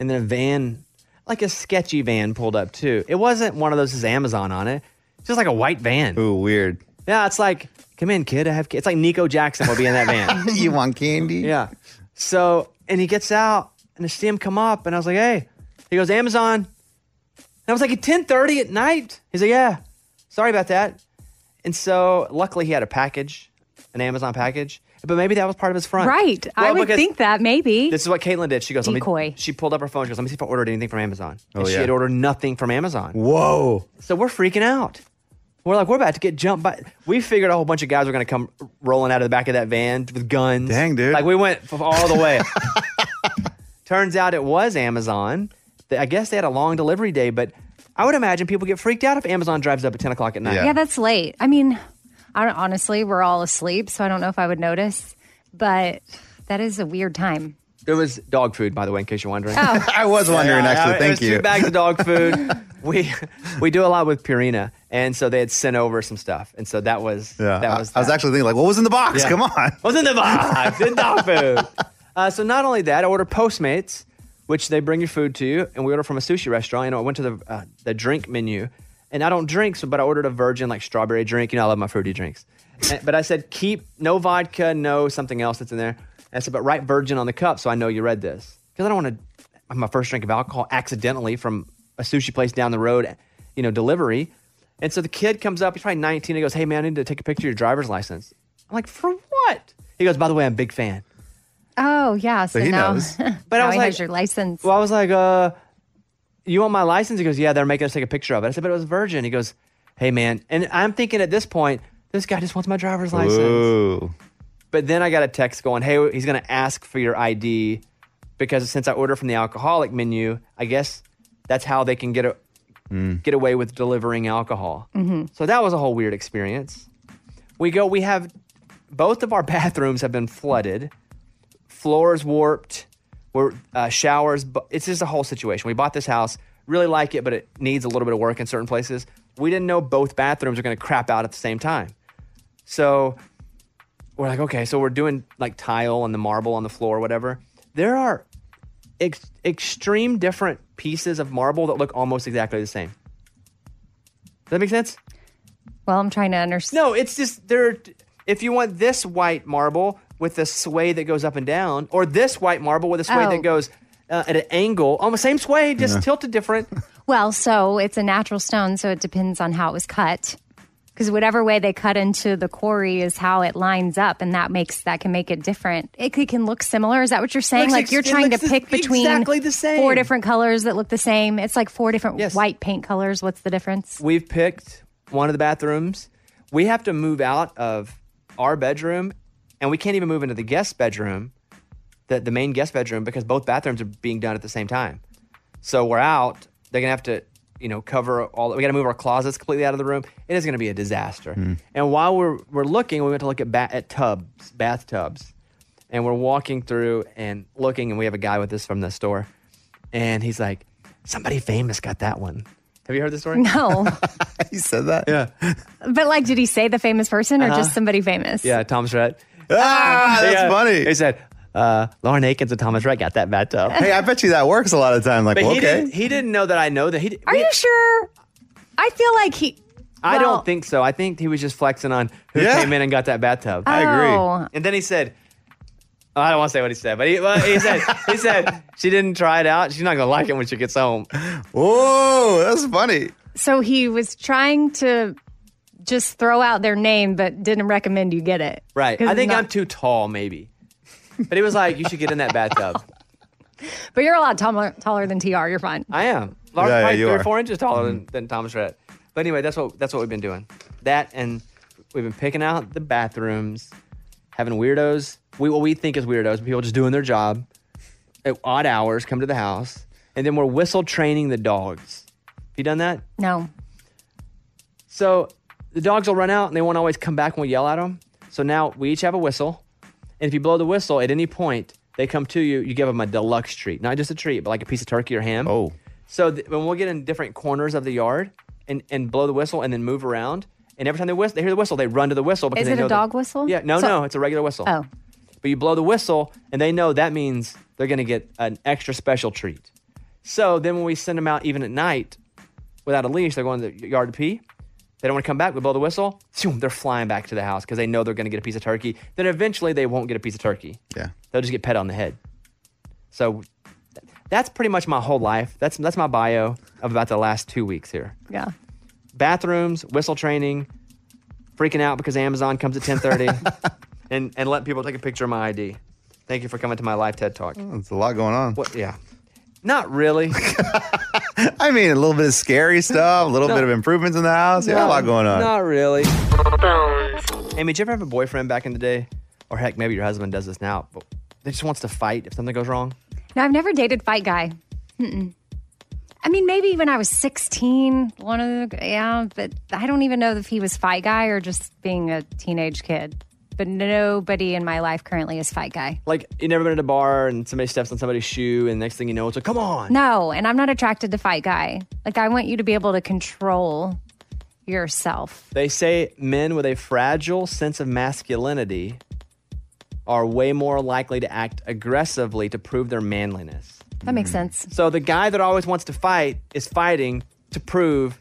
S2: And then a van, like a sketchy van, pulled up too. It wasn't one of those with Amazon on it. It's just like a white van.
S3: Ooh, weird.
S2: Yeah, it's like, come in, kid. I have. Kids. It's like Nico Jackson will be in that van.
S3: you want candy?
S2: Yeah. So, and he gets out, and I see him come up, and I was like, hey. He goes, Amazon. And I was like, at 10:30 at night. He's like, yeah. Sorry about that. And so, luckily, he had a package, an Amazon package. But maybe that was part of his front.
S5: Right. I
S2: Well,
S5: would
S2: because
S5: think that maybe.
S2: This is what Caitlin did. She goes, let me-
S5: Decoy.
S2: She pulled up her phone. She goes, let me see if I ordered anything from Amazon. And
S19: Oh,
S2: she
S19: yeah.
S2: had ordered nothing from Amazon.
S3: Whoa.
S2: So we're freaking out. We're like, we're about to get jumped by. We figured a whole bunch of guys were going to come rolling out of the back of that van with guns. Dang, dude. Like, we went f- all the way. Turns out it was Amazon. They- I guess they had a long delivery day, but I would imagine people get freaked out if Amazon drives up at 10 o'clock at night.
S5: yeah. that's late. I mean, I don't, honestly, we're all asleep, so I don't know if I would notice. But that is a weird time.
S2: It was dog food, by the way, in case you're wondering.
S5: Oh.
S3: I was wondering, actually.
S2: it
S3: Thank
S2: was
S3: you.
S2: Two bags of dog food. we we do a lot with Purina, and so they had sent over some stuff, and so that was
S3: Yeah,
S2: that was.
S3: I, I was actually thinking like, what was in the box?
S2: Yeah.
S3: Come on.
S2: What's in the box? in dog food. Uh, so not only that, I ordered Postmates, which they bring your food to you, and we ordered from a sushi restaurant. You know, I went to the uh, the drink menu, and I don't drink, so but I ordered a virgin like strawberry drink. You know, I love my fruity drinks, And- but I said keep no vodka, no something else that's in there. And I said, but write virgin on the cup, so I know you read this because I don't want to my first drink of alcohol accidentally from a sushi place down the road, you know, delivery. And so the kid comes up, he's probably 19. He goes, hey man, I need to take a picture of your driver's license. I'm like, for what? He goes, by the way, I'm a big fan.
S5: Oh yeah, so,
S2: So he
S5: now,
S2: knows.
S5: but
S2: But I
S5: now
S2: was
S5: he
S2: like-
S5: has your license.
S2: Well, I was like, uh, you want my license? He goes, yeah, they're making us take a picture of it. I said, but it was virgin. He goes, hey, man. And I'm thinking at this point, this guy just wants my driver's license.
S3: Ooh.
S2: But then I got a text going, hey, he's going to ask for your ID because since I order from the alcoholic menu, I guess that's how they can get a, get away with delivering alcohol.
S3: Mm-hmm.
S5: Mhm.
S2: So that was a whole weird experience. We go, we have both of our bathrooms have been flooded, floors warped, we're, uh, showers. bu- It's just a whole situation. We bought this house, really like it, but it needs a little bit of work in certain places. We didn't know both bathrooms are going to crap out at the same time. So we're like, okay, so we're doing like tile and the marble on the floor, whatever. There are ex- extreme different pieces of marble that look almost exactly the same. Does that make sense?
S5: Well, I'm trying to understand.
S2: No, it's just there. If you want this white marble with the sway that goes up and down, or this white marble with a sway
S5: Oh.
S2: that goes uh, at an angle, almost same sway, just
S5: Yeah.
S2: tilted different.
S5: Well, so it's a natural stone, so it depends on how it was cut. Because whatever way they cut into the quarry is how it lines up, and that makes that can make it different. It c- can look similar. Is that what you're saying?
S2: Looks
S5: like
S2: ex-
S5: you're
S2: it
S5: trying to
S2: looks
S5: pick
S2: ex-
S5: between
S2: exactly the same.
S5: four different colors that look the same. It's like four different white paint colors. What's the difference?
S2: We've picked one of the bathrooms. We have to move out of our bedroom, and we can't even move into the guest bedroom, the, the main guest bedroom, because both bathrooms are being done at the same time. So we're out. They're gonna have to, you know, cover all. We got to move our closets completely out of the room. It is gonna be a disaster.
S8: Hmm.
S2: And while we're we're looking, we went to look at ba- at tubs, bathtubs, and we're walking through and looking, and we have a guy with us from the store, and he's like, "Somebody famous got that one." Have you heard the story?
S5: No,
S2: he said that. Yeah.
S5: but like, did he say the famous person or
S2: Uh-huh.
S5: just somebody famous?
S2: Yeah, Thomas Rhett. Ah,
S5: that's
S2: funny. He said, uh, Lauren Aikens and Thomas Rhett got that bathtub.
S3: Hey, I bet you that works a lot of the time. Like,
S2: but
S3: well,
S2: he,
S3: okay.
S2: didn't, he didn't know that I know that. He, did-
S5: Are you sure? I feel like he.
S2: I
S5: well,
S2: don't think so. I think he was just flexing on who came in and got that bathtub.
S5: I agree. Oh.
S2: And then he said, "Oh, I don't want to say what he said, but he, well, he said, he said, she didn't try it out. She's not going to like it when she gets home.
S3: Whoa, that's funny.
S5: So he was trying to just throw out their name, but didn't recommend you get it.
S2: Right.
S5: 'Cause
S2: I
S5: it's
S2: think
S5: not-
S2: I'm too tall, maybe. But he was like, you should get in that bathtub.
S5: But you're a lot taller, taller than TR. You're fine.
S2: I am. Large,
S3: Yeah, yeah,
S2: probably
S3: you
S2: three
S3: are. Mm-hmm.
S2: or four inches taller than, than Thomas Rhett. But anyway, that's what that's what we've been doing. That and we've been picking out the bathrooms, having weirdos. We what we think is weirdos, people just doing their job at odd hours, come to the house, and then we're whistle training the dogs. Have you done that?
S5: No.
S2: So the dogs will run out and they won't always come back when we yell at them. So now we each have a whistle. And if you blow the whistle at any point, they come to you, you give them a deluxe treat. Not just a treat, but like a piece of turkey or ham. Oh. So th- when we'll get in different corners of the yard and, and blow the whistle and then move around. And every time they whistle, they hear the whistle, they run to the whistle. Because
S5: Is
S2: they
S5: it
S2: know
S5: a
S2: that-
S5: dog whistle?
S2: yeah, no,
S5: So-
S2: no, it's a regular whistle.
S5: Oh.
S2: But you blow the whistle, and they know that means they're going to get an extra special treat. So then when we send them out, even at night, without a leash, they're going to the yard to pee. They don't want to come back. We blow the whistle. zoom, they're flying back to the house because they know they're going to get a piece of turkey. Then eventually they won't get a piece of turkey.
S3: Yeah.
S2: They'll just get pet on the head. So th- that's pretty much my whole life. That's that's my bio of about the last two weeks here.
S5: Yeah.
S2: Bathrooms, whistle training, freaking out because Amazon comes at ten thirty, and and let people take a picture of my ID. Thank you for coming to my live TED talk.
S3: There's Mm, a lot going on.
S2: What? Yeah. Not really.
S3: I mean, a little bit of scary stuff, a little
S2: No.
S3: bit of improvements in the house. Yeah, a lot going on.
S2: Not really. Amy, did you ever have a boyfriend back in the day? Or heck, maybe your husband does this now, but they just wants to fight if something goes wrong.
S5: No, I've never dated fight guy. Mm-mm. I mean, maybe when I was 16, one of the, yeah, but I don't even know if he was Fight Guy or just being a teenage kid. But nobody in my life currently is Fight Guy.
S2: Like you never been at a bar and somebody steps on somebody's shoe, and next thing you know, it's like, come on.
S5: No, and I'm not attracted to Fight Guy. Like, I want you to be able to control yourself.
S2: They say men with a fragile sense of masculinity are way more likely to act aggressively to prove their manliness.
S5: That makes sense.
S2: So the guy that always wants to fight is fighting to prove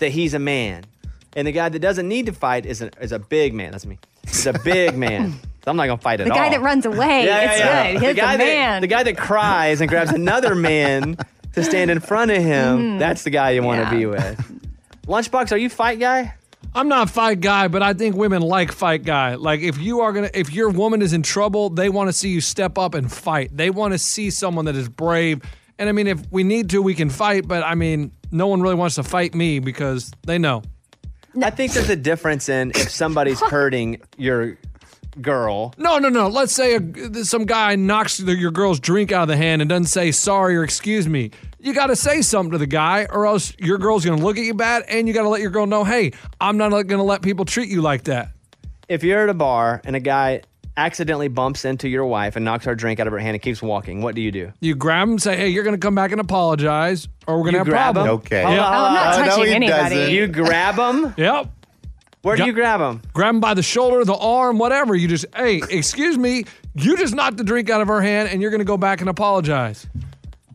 S2: that he's a man, and the guy that doesn't need to fight is a, is a big man. That's me. He's a big man. So I'm not gonna fight
S5: The
S2: at all.
S5: guy that runs
S2: Yeah,
S5: away,
S2: yeah,
S5: it's
S2: yeah.
S5: good. He's
S2: the guy
S5: a man.
S2: That, the guy that cries and grabs another man to stand in front of him.
S5: Mm-hmm.
S4: Mhm.
S2: That's the guy you want to
S4: Yeah.
S2: be with. Lunchbox, are you fight guy?
S4: I'm not fight guy, but I think women like fight guy. Like if you are gonna, if your woman is in trouble, they want to see you step up and fight. They want to see someone that is brave. And I mean, if we need to, we can fight. But I mean, no one really wants to fight me because they know.
S2: I think there's a difference in if somebody's hurting your girl.
S4: No, no, no. Let's say a, some guy knocks the, your girl's drink out of the hand and doesn't say sorry or excuse me. You got to say something to the guy, or else your girl's going to look at you bad, and you got to let your girl know, hey, I'm not going to let people treat you like that.
S2: If you're at a bar and a guy accidentally bumps into your wife and knocks her drink out of her hand and keeps walking, what do you do?
S4: You grab him and say, hey, you're going to come back and apologize, or we're
S2: You
S4: going to have a
S2: grab
S4: problem.
S2: him? Okay. Hold on, hold on. Oh, no, he anybody. doesn't. You grab him?
S4: yep.
S2: Where do you grab him?
S4: Grab him by the shoulder, the arm, whatever. You just, hey, excuse me, you just knocked the drink out of her hand, and you're going to go back and apologize.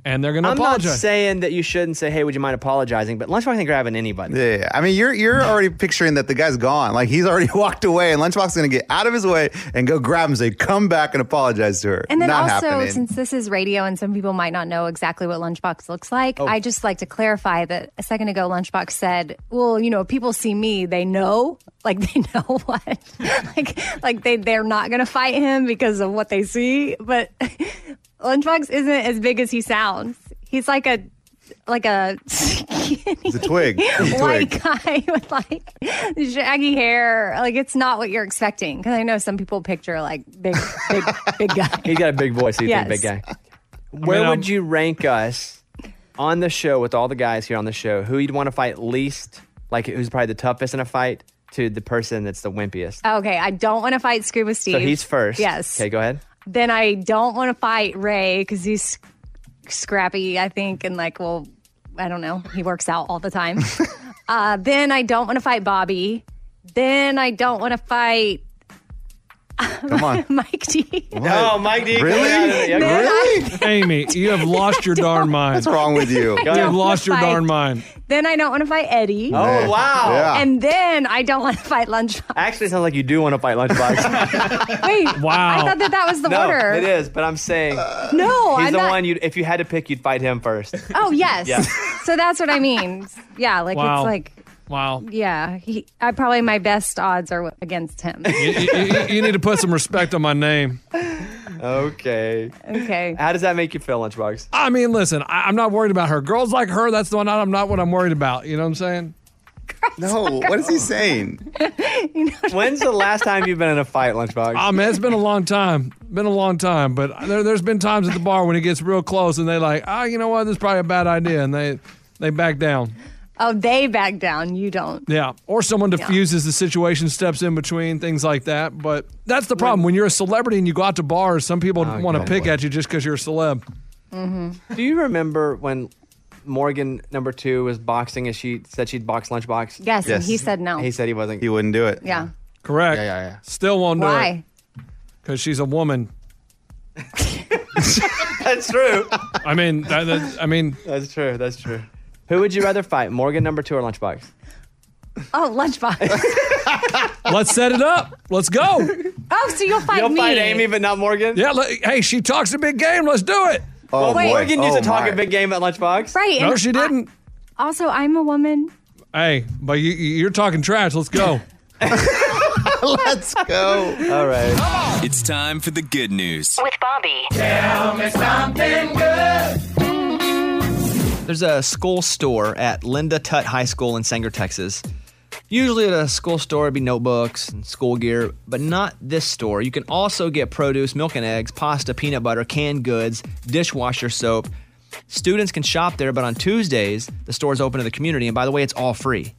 S4: And they're going to
S2: I'm
S4: apologize.
S2: not saying that you shouldn't say, "Hey, would you mind apologizing?" But Lunchbox ain't grabbing anybody.
S3: Yeah, I mean, you're you're already picturing that the guy's gone, like he's already walked away, and Lunchbox is gonna get out of his way and go grab him, and say, "Come back and apologize to her."
S5: And then
S3: Not
S5: also,
S3: happening.
S5: since this is radio and some people might not know exactly what Lunchbox looks like,
S3: Oh.
S5: I just like to clarify that a second ago, Lunchbox said, "Well, you know, people see me, they know, like they know what, like like they they're not gonna fight him because of what they see." But Lunchbox isn't as big as he sounds. He's like a like a
S3: He's a twig. He's a
S5: white
S3: twig.
S5: guy with like shaggy hair. Like it's not what you're expecting. Because I know some people picture like big, big, big guy.
S2: He's got a big voice. He's
S5: Yes.
S2: a big guy. Where
S5: I'm-
S2: would you rank us on the show with all the guys here on the show? Who you'd want to fight least? Like who's probably the toughest in a fight? To the person that's the wimpiest.
S5: Okay, I don't want to fight Scuba Steve.
S2: So he's first.
S5: Yes.
S2: Okay, go ahead.
S5: Then I don't want to fight Ray because he's sc- scrappy, I think, and like, well, I don't know. He works out all the time. uh, then I don't want to fight Bobby. Then I don't want to fight.
S4: Come on.
S5: Mike D.
S2: No, Mike D. Really?
S4: Really? Amy, you have lost your darn mind. What's
S3: wrong with you?
S4: You have lost your
S5: Fight.
S4: darn mind.
S5: Then I don't want to fight Eddie.
S2: Oh, Man. wow. Yeah.
S5: And then I don't want to fight Lunchbox.
S2: Actually, it sounds like you do want to fight Lunchbox.
S5: Wait. I thought that that was the
S2: no,
S5: order.
S2: It is, but I'm saying.
S5: No,
S2: he's
S5: I'm
S2: the
S5: not-
S2: one you. would If you had to pick, you'd fight him first.
S5: Oh yes.
S2: Yeah.
S5: So that's what I mean. Yeah, like
S2: Wow.
S5: it's like
S4: Wow.
S5: yeah, he, I probably my best odds are against him.
S4: You, you- you- you need to put some respect on my name.
S2: Okay.
S5: Okay.
S2: How does that make you feel, Lunchbox?
S4: I mean, listen, I, I'm not worried about her. Girls like her, that's the one I'm not what I'm worried about. You know what I'm saying?
S3: No, what is he saying?
S2: When's the last time you've been in a fight, Lunchbox?
S4: Oh man, it's been a long time. Been a long time. But there, there's been times at the bar when it gets real close and they like, ah, you know what, this is probably a bad idea, and they they back down.
S5: Oh, they back down. You don't.
S4: Yeah. Or someone
S5: Yeah.
S4: diffuses the situation, steps in between, things like that. But that's the problem. When you're a celebrity and you go out to bars, some people want to
S2: God.
S4: pick at you just because you're a celeb.
S5: Mm-hmm.
S4: Um,
S2: Do you remember when Morgan number two was boxing and she said she'd box lunchbox?
S5: Yes, and Yes. he said no.
S2: He said he wasn't.
S3: He wouldn't do it.
S5: Yeah.
S4: Correct. Yeah, yeah, yeah. Still won't do it.
S5: Why?
S4: Because she's a woman.
S2: That's true.
S4: I mean, that, that, I mean,
S2: that's true. That's true. Who would you rather fight, Morgan number two or lunchbox?
S5: Oh, lunchbox.
S4: Let's set it up. Let's go.
S5: oh, so you'll fight
S2: You'll
S5: me.
S2: fight Amy, but not Morgan.
S4: Yeah. Let, hey, she talks a big game. Let's do it.
S2: Oh,
S5: Wait. boy.
S2: Morgan used
S5: Oh,
S2: to talk
S5: my.
S2: a big game at lunchbox.
S5: Right.
S4: No,
S5: and
S4: she
S5: I-
S4: didn't.
S5: also, I'm a woman.
S4: Hey, but you, you're talking trash. Let's go.
S3: Let's
S8: go.
S2: All right.
S8: It's time for the good news.
S27: With Bobby.
S8: Tell me something good.
S28: There's a school store at Linda Tutt High School in Sanger, Texas. Usually at a school store, it'd be notebooks and school gear, but not this store. You can also get produce, milk and eggs, pasta, peanut butter, canned goods, dishwasher soap.
S2: Students can shop there, but on Tuesdays, the store is open to the community. And by the way, it's all free.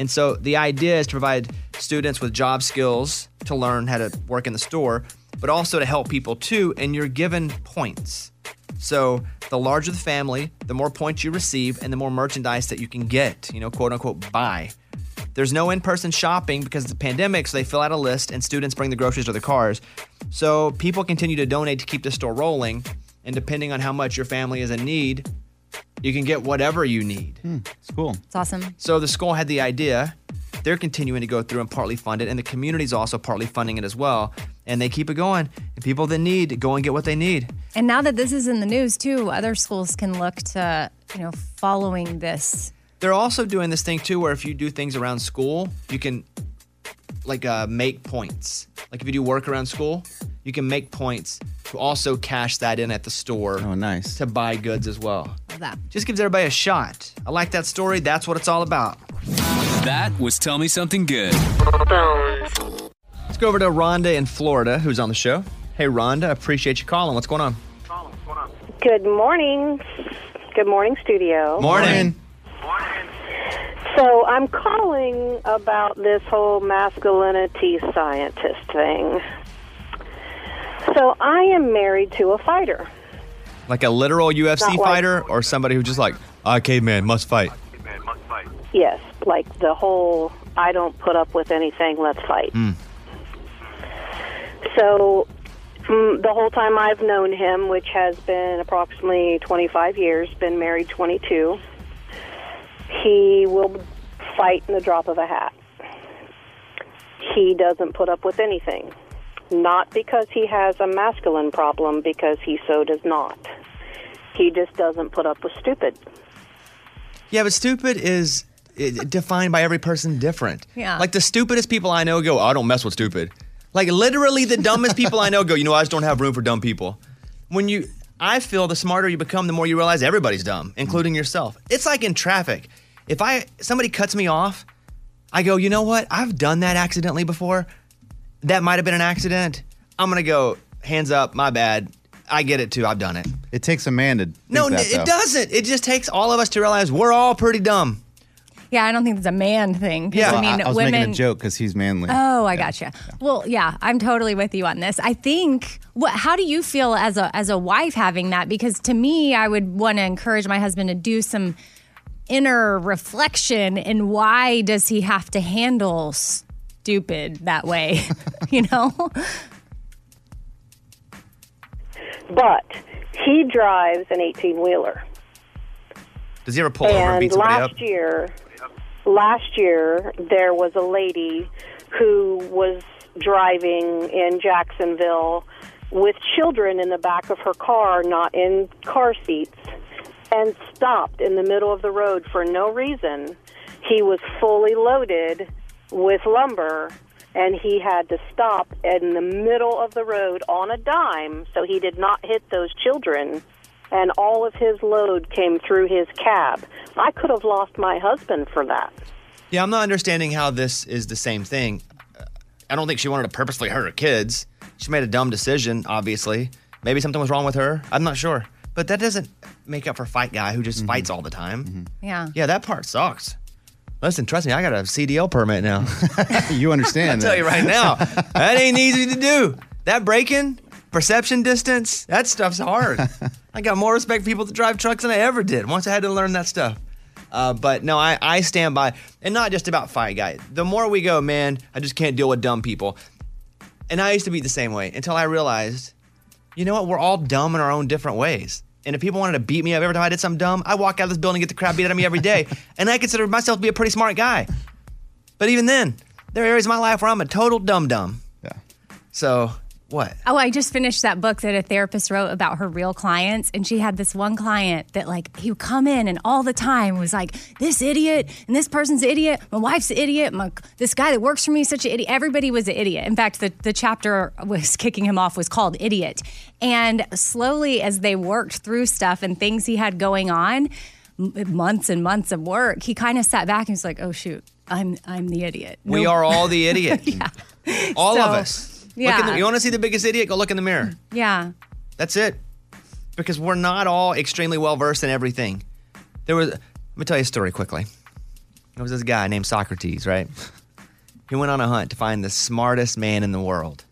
S2: And so the idea is to provide students with job skills to learn how to work in the store, but also to help people too. And you're given points. So the larger the family, the more points you receive and the more merchandise that you can get, you know, quote unquote, buy. There's no in person shopping because of the pandemic, so they fill out a list and students bring the groceries to their cars. So people continue to donate to keep the store rolling. And depending on how much your family is in need, you can get whatever you need. Hmm, it's cool.
S5: It's awesome.
S2: So the school had the idea. They're continuing to go through and partly fund it, and the community's also partly funding it as well. And they keep it going. And people that need go and get what they need.
S5: And now that this is in the news too, other schools can look to you know following this.
S2: They're also doing this thing too, where if you do things around school, you can like uh, make points. Like if you do work around school, you can make points to also cash that in at the store. Oh, nice! To buy goods as well.
S5: Love that.
S2: Just gives everybody a shot. I like that story. That's what it's all about.
S29: That was Tell Me Something Good.
S2: Let's go over to Rhonda in Florida, who's on the show. Hey, Rhonda, appreciate you calling. What's going on?
S30: Good morning. Good morning, studio.
S2: Morning.
S30: So I'm calling about this whole masculinity scientist thing. So I am married to a fighter.
S2: Like a literal UFC
S30: Not like-
S2: fighter or somebody who's just like, ah, caveman, must fight.
S30: Yes, like the whole I don't put up with anything, let's fight.
S2: Mm.
S30: So mm, the whole time I've known him, which has been approximately 25 years, been married 22, he will fight in the drop of a hat. He doesn't put up with anything. Not because he has a masculine problem, because he so does not. He just doesn't put up with stupid.
S2: Yeah, but stupid is uh, defined by every person different.
S30: Yeah.
S2: Like the stupidest people I know go, I don't mess with stupid. Like literally the dumbest people I know go, you know, I just don't have room for dumb people. When you, I feel the smarter you become, the more you realize everybody's dumb, including yourself. It's like in traffic. If I somebody cuts me off, I go, you know what? I've done that accidentally before. That might have been an accident. I'm gonna go hands up. My bad. I get it too. I've done it.
S3: It takes a man to. think
S2: No,
S3: that,
S2: it
S3: though.
S2: doesn't. It just takes all of us to realize we're all pretty dumb.
S5: Yeah, I don't think it's a man thing. 'cause, I
S3: Well,
S5: mean,
S3: I, was
S5: women.
S3: making a joke because he's manly.
S5: Oh, I gotcha. Well, yeah, I'm totally with you on this. I think. What? How do you feel as a as a wife having that? Because to me, I would want to encourage my husband to do some inner reflection and why does he have to handle stupid that way? you know.
S30: But he drives an 18 wheeler.
S2: Does he ever pull over and beat somebody
S30: last
S2: up?
S30: year, last year there was a lady who was driving in Jacksonville with children in the back of her car, not in car seats, and stopped in the middle of the road for no reason. He was fully loaded with lumber and he had to stop in the middle of the road on a dime so he did not hit those children and all of his load came through his cab. I could have lost my husband for that.
S2: Yeah, I'm not understanding how this is the same thing. Uh, I don't think she wanted to purposely hurt her kids. She made a dumb decision, obviously. Maybe something was wrong with her. I'm not sure. But that doesn't make up for fight guy who just fights all the time.
S5: Yeah.
S2: Yeah, that part sucks. Listen, trust me, I got a CDL permit now.
S3: you understand?
S2: I'll tell you right now, that ain't easy to do. That braking, perception distance, that stuff's hard. I got more respect for people that drive trucks than I ever did once I had to learn that stuff. Uh, but no, I, I stand by, and not just about Fight Guy. The more we go, man, I just can't deal with dumb people. And I used to be the same way until I realized, you know what? We're all dumb in our own different ways. And if people wanted to beat me up every time I did something dumb, I walk out of this building and get the crap beat out of me every day. and I consider myself to be a pretty smart guy. But even then, there are areas of my life where I'm a total dumb dumb. Yeah. So what?
S5: Oh, I just finished that book that a therapist wrote about her real clients. And she had this one client that, like, he would come in and all the time was like, this idiot and this person's an idiot. My wife's an idiot. My, this guy that works for me is such an idiot. Everybody was an idiot. In fact, the, the chapter was kicking him off was called Idiot. And slowly, as they worked through stuff and things he had going on, m- months and months of work, he kind of sat back and was like, oh, shoot, I'm, I'm the idiot.
S2: We
S5: No-
S2: are all the idiot. All
S5: So,
S2: of us. Look in
S5: yeah.
S2: the, you want to see the biggest idiot? Go look in the mirror.
S5: Yeah.
S2: That's it. because we're not all extremely well versed in everything. There was, let me tell you a story quickly. There was this guy named Socrates, right? He went on a hunt to find the smartest man in the world.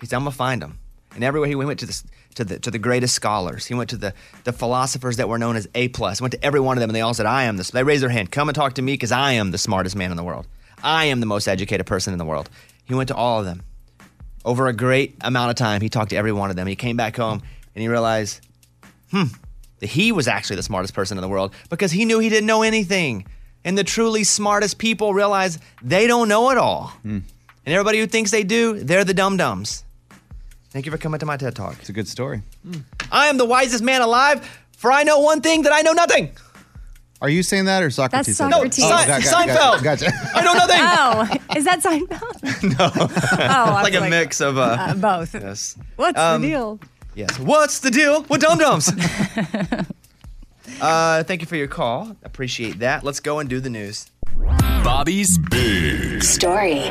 S2: He said, "I'm gonna find him." And everywhere he went, he went to the to the to the greatest scholars. He went to the the philosophers that were known as A plus. Went to every one of them, and they all said, "I am the." They raised their hand, "Come and talk to me, because I am the smartest man in the world. I am the most educated person in the world." He went to all of them. Over a great amount of time, he talked to every one of them. He came back home and he realized, hmm, that he was actually the smartest person in the world because he knew he didn't know anything. And the truly smartest people realize they don't know it all. And everybody who thinks they do, they're the dum dums. Thank you for coming to my TED Talk. It's a good story. I am the wisest man alive, for I know one thing that I know nothing.
S3: Are you saying that or Socrates?
S5: That's
S3: said that? Oh,
S5: Socrates. No,
S3: got-
S5: Se-
S3: got- got-
S2: Seinfeld.
S3: Gotcha.
S2: I don't know things.
S5: Oh, is that Seinfeld?
S2: it's like a
S5: Oh, like,
S2: mix of uh,
S5: uh, both.
S2: Yes.
S5: What's
S2: Um,
S5: the deal?
S2: Yes. What's the deal with dum dums? uh, thank you for your call. Appreciate that. Let's go and do the news. Bobby's big
S1: Story.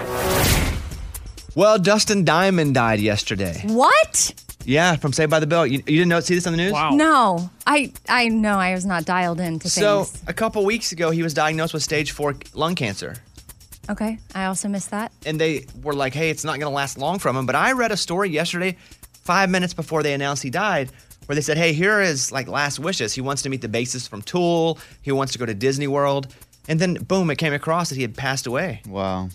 S2: Well, Dustin Diamond died yesterday.
S5: What?
S2: Yeah, from Saved by the Bell. You, you didn't know see this on the news?
S5: No, I I know I was not dialed into
S2: So
S5: things.
S2: a couple weeks ago, he was diagnosed with stage four lung cancer,
S5: Okay, I also missed that.
S2: and they were like, "Hey, it's not going to last long from him." But I read a story yesterday, five minutes before they announced he died, where they said, "Hey, here are his like last wishes. He wants to meet the bassist from Tool. He wants to go to Disney World." And then boom, it came across that he had passed away. Wow.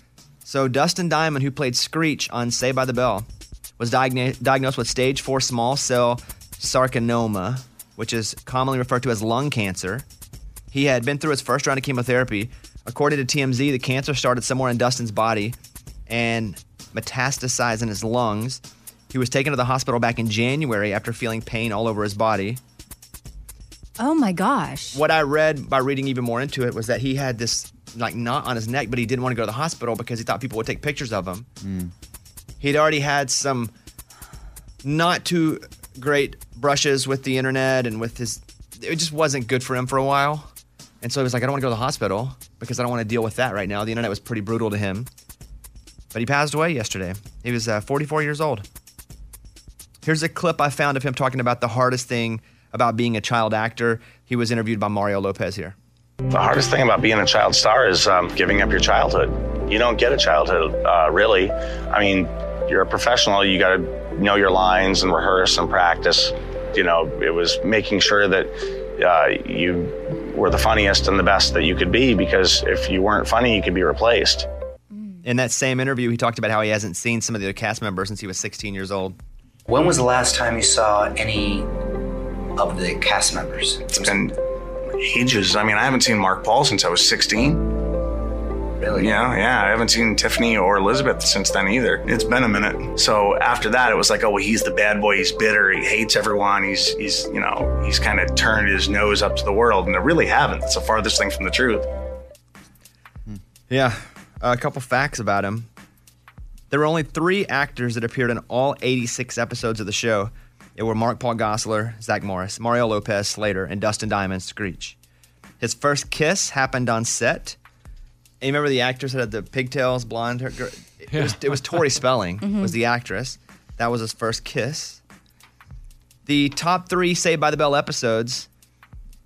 S2: So Dustin Diamond, who played Screech on Saved by the Bell, was diagna- diagnosed with stage four small cell sarcoma, which is commonly referred to as lung cancer. He had been through his first round of chemotherapy. According to TMZ, the cancer started somewhere in Dustin's body and metastasized in his lungs. He was taken to the hospital back in January after feeling pain all over his body.
S5: Oh my gosh.
S2: What I read by reading even more into it was that he had this like knot on his neck, but he didn't want to go to the hospital because he thought people would take pictures of him. He'd already had some not too great brushes with the internet and with his it just wasn't good for him for a while. And so he was like, I don't want to go to the hospital because I don't want to deal with that right now. The internet was pretty brutal to him. But he passed away yesterday. He was uh, 44 years old. Here's a clip I found of him talking about the hardest thing about being a child actor. He was interviewed by Mario Lopez here.
S6: The hardest thing about being a child star is um, giving up your childhood. You don't get a childhood, uh, really. I mean, you're a professional, you got to know your lines and rehearse and practice. You know, it was making sure that uh, you were the funniest and the best that you could be because if you weren't funny, you could be replaced.
S2: In that same interview, he talked about how he hasn't seen some of the other cast members since he was 16 years old.
S31: When was the last time you saw any of the cast members?
S6: It's been ages. I mean, I haven't seen Mark Paul since I was 16. Really? Yeah, yeah. I haven't seen Tiffany or Elizabeth since then either. It's been a minute. So after that, it was like, oh, well, he's the bad boy. He's bitter. He hates everyone. He's, he's, you know, he's kind of turned his nose up to the world. And I really haven't. It's the farthest thing from the truth.
S2: Yeah. a couple facts about him. There were only three actors that appeared in all 86 episodes of the show. It were Mark Paul Gosselaar, Zach Morris, Mario Lopez Slater, and Dustin Diamond Screech. His first kiss happened on set. And you remember the actors that had the pigtails, blonde hair? gir- It, was, it was Tori Spelling
S32: Mhm.
S2: was the actress. That was his first kiss. The top three Saved by the Bell episodes.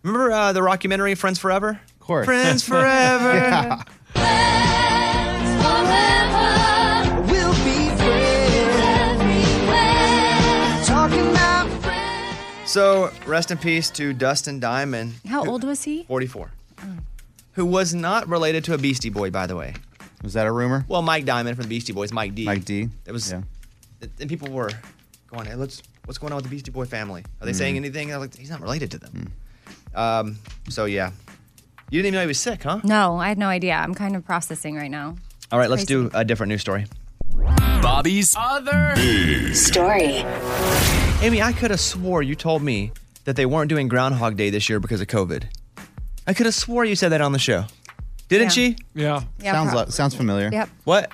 S2: Remember uh, the rockumentary Friends Forever? Of course. Friends Forever.
S8: Yeah.
S33: We'll be friends everywhere. Talking about
S2: So rest in peace to Dustin Diamond.
S5: How
S2: who-
S5: old was he? Mm.
S2: 44. Who was not related to a Beastie Boy, by the way. Was that a rumor? Well, Mike Diamond from the Beastie Boys, Mike D. Mike D. It was, and people were going, hey, let's, what's going on with the Beastie Boy family? Are they saying
S19: Mhm.
S2: anything? I was like, he's not related to them.
S3: Hmm.
S2: Um, so yeah, you didn't even know he was sick, huh?
S5: No, I had no idea. I'm kind of processing right now.
S2: All right, let's do a different news story. Bobby's other
S1: Story.
S2: Amy, I could have swore you told me that they weren't doing Groundhog Day this year because of COVID. I could have swore you said that on the show. Didn't
S5: Yeah.
S2: she? Yeah.
S5: Yeah, Sounds prob- like-
S2: sounds familiar.
S5: Yep.
S2: What?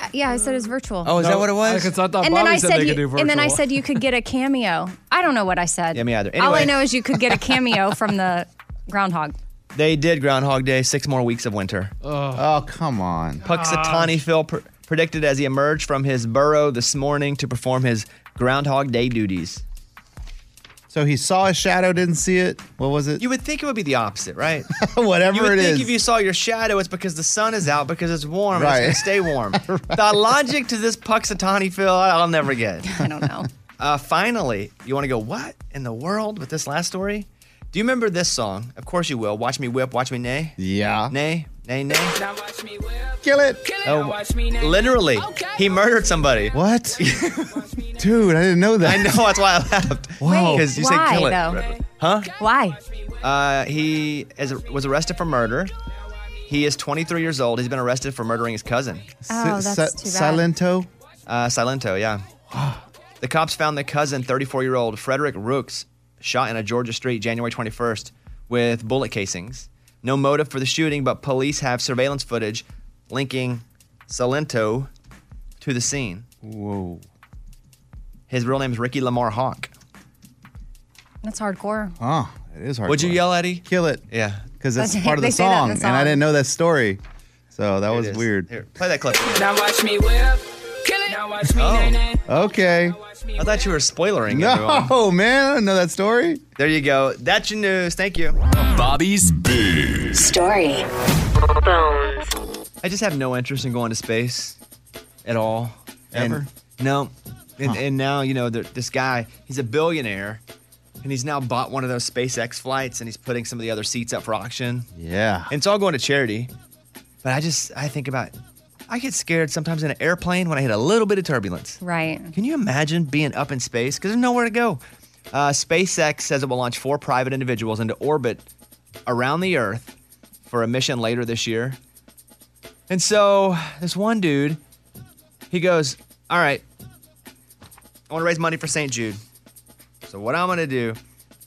S5: Uh, Yeah, I said it was virtual.
S2: Oh, is that what it was?
S5: and then I said, you, and then I said you could get a cameo. I don't know what I said.
S2: Yeah, me either.
S5: All I
S2: Anyway.
S5: know is you could get a cameo from the groundhog.
S2: They did Groundhog Day, six more weeks of winter. Oh, come on. Puxatani Phil pr- predicted as he emerged from his burrow this morning to perform his Groundhog Day duties.
S3: So he saw a shadow, didn't see it. What was it?
S2: You would think it would be the opposite, right?
S3: Whatever
S2: you would
S3: it
S2: think
S3: is.
S2: if you saw your shadow, it's because the sun is out because it's warm.
S3: Right.
S2: And it's gonna stay warm. The logic to this Puxatani Phil, I- I'll never get. I don't know. Uh, finally, you want to go? What in the world with this last story? Do you remember this song? Of course you will. Watch me whip, watch me nay.
S3: Yeah.
S2: Nay, nay, nay.
S3: Kill it.
S2: Oh, literally, he murdered somebody.
S3: What? Dude, I didn't know that.
S2: I know that's why I laughed.
S3: Wow.
S2: Because you
S5: Why,
S2: said kill it.
S5: though?
S2: Huh?
S5: Why?
S2: Uh, he is, was arrested for murder. He is 23 years old. He's been arrested for murdering his cousin.
S5: Oh, Si- that's si- too bad.
S3: Silento?
S2: Uh, Silento, yeah. the cops found the cousin, 34 year old Frederick Rooks, shot in a Georgia street January 21st with bullet casings. No motive for the shooting, but police have surveillance footage linking Silento to the scene.
S3: Whoa.
S2: His real name is Ricky Lamar Hawk.
S5: That's hardcore.
S3: Oh, it is hard.
S2: Would you yell, Eddie?
S3: Kill it.
S2: Yeah.
S3: Because that's
S5: They-
S3: part of
S5: they
S3: the
S5: say that in
S3: song,
S5: the
S3: and I
S5: song.
S3: didn't know that story. So that was
S2: is.
S3: weird.
S2: Here, play that clip.
S7: Now watch me whip. Kill it. Now watch me nay nay.
S3: Okay.
S2: Oh, I thought you were spoilering everyone.
S3: No, man, I didn't know that story.
S2: There you go. That's your news. Thank you.
S29: Bobby's Big
S1: Story.
S2: I just have no interest in going to space at all.
S3: Ever?
S2: And, no. And, and now, you know, there- this guy, he's a billionaire and he's now bought one of those SpaceX flights and he's putting some of the other seats up for auction.
S3: Yeah.
S2: And it's all going to charity. But I just, I think about, I get scared sometimes in an airplane when I hit a little bit of turbulence.
S5: Right.
S2: Can you imagine being up in space? Because there's nowhere to go. Uh, SpaceX says it will launch four private individuals into orbit around the Earth for a mission later this year. And so this one dude, he goes, All right, I want to raise money for St. Jude. So what I'm going to do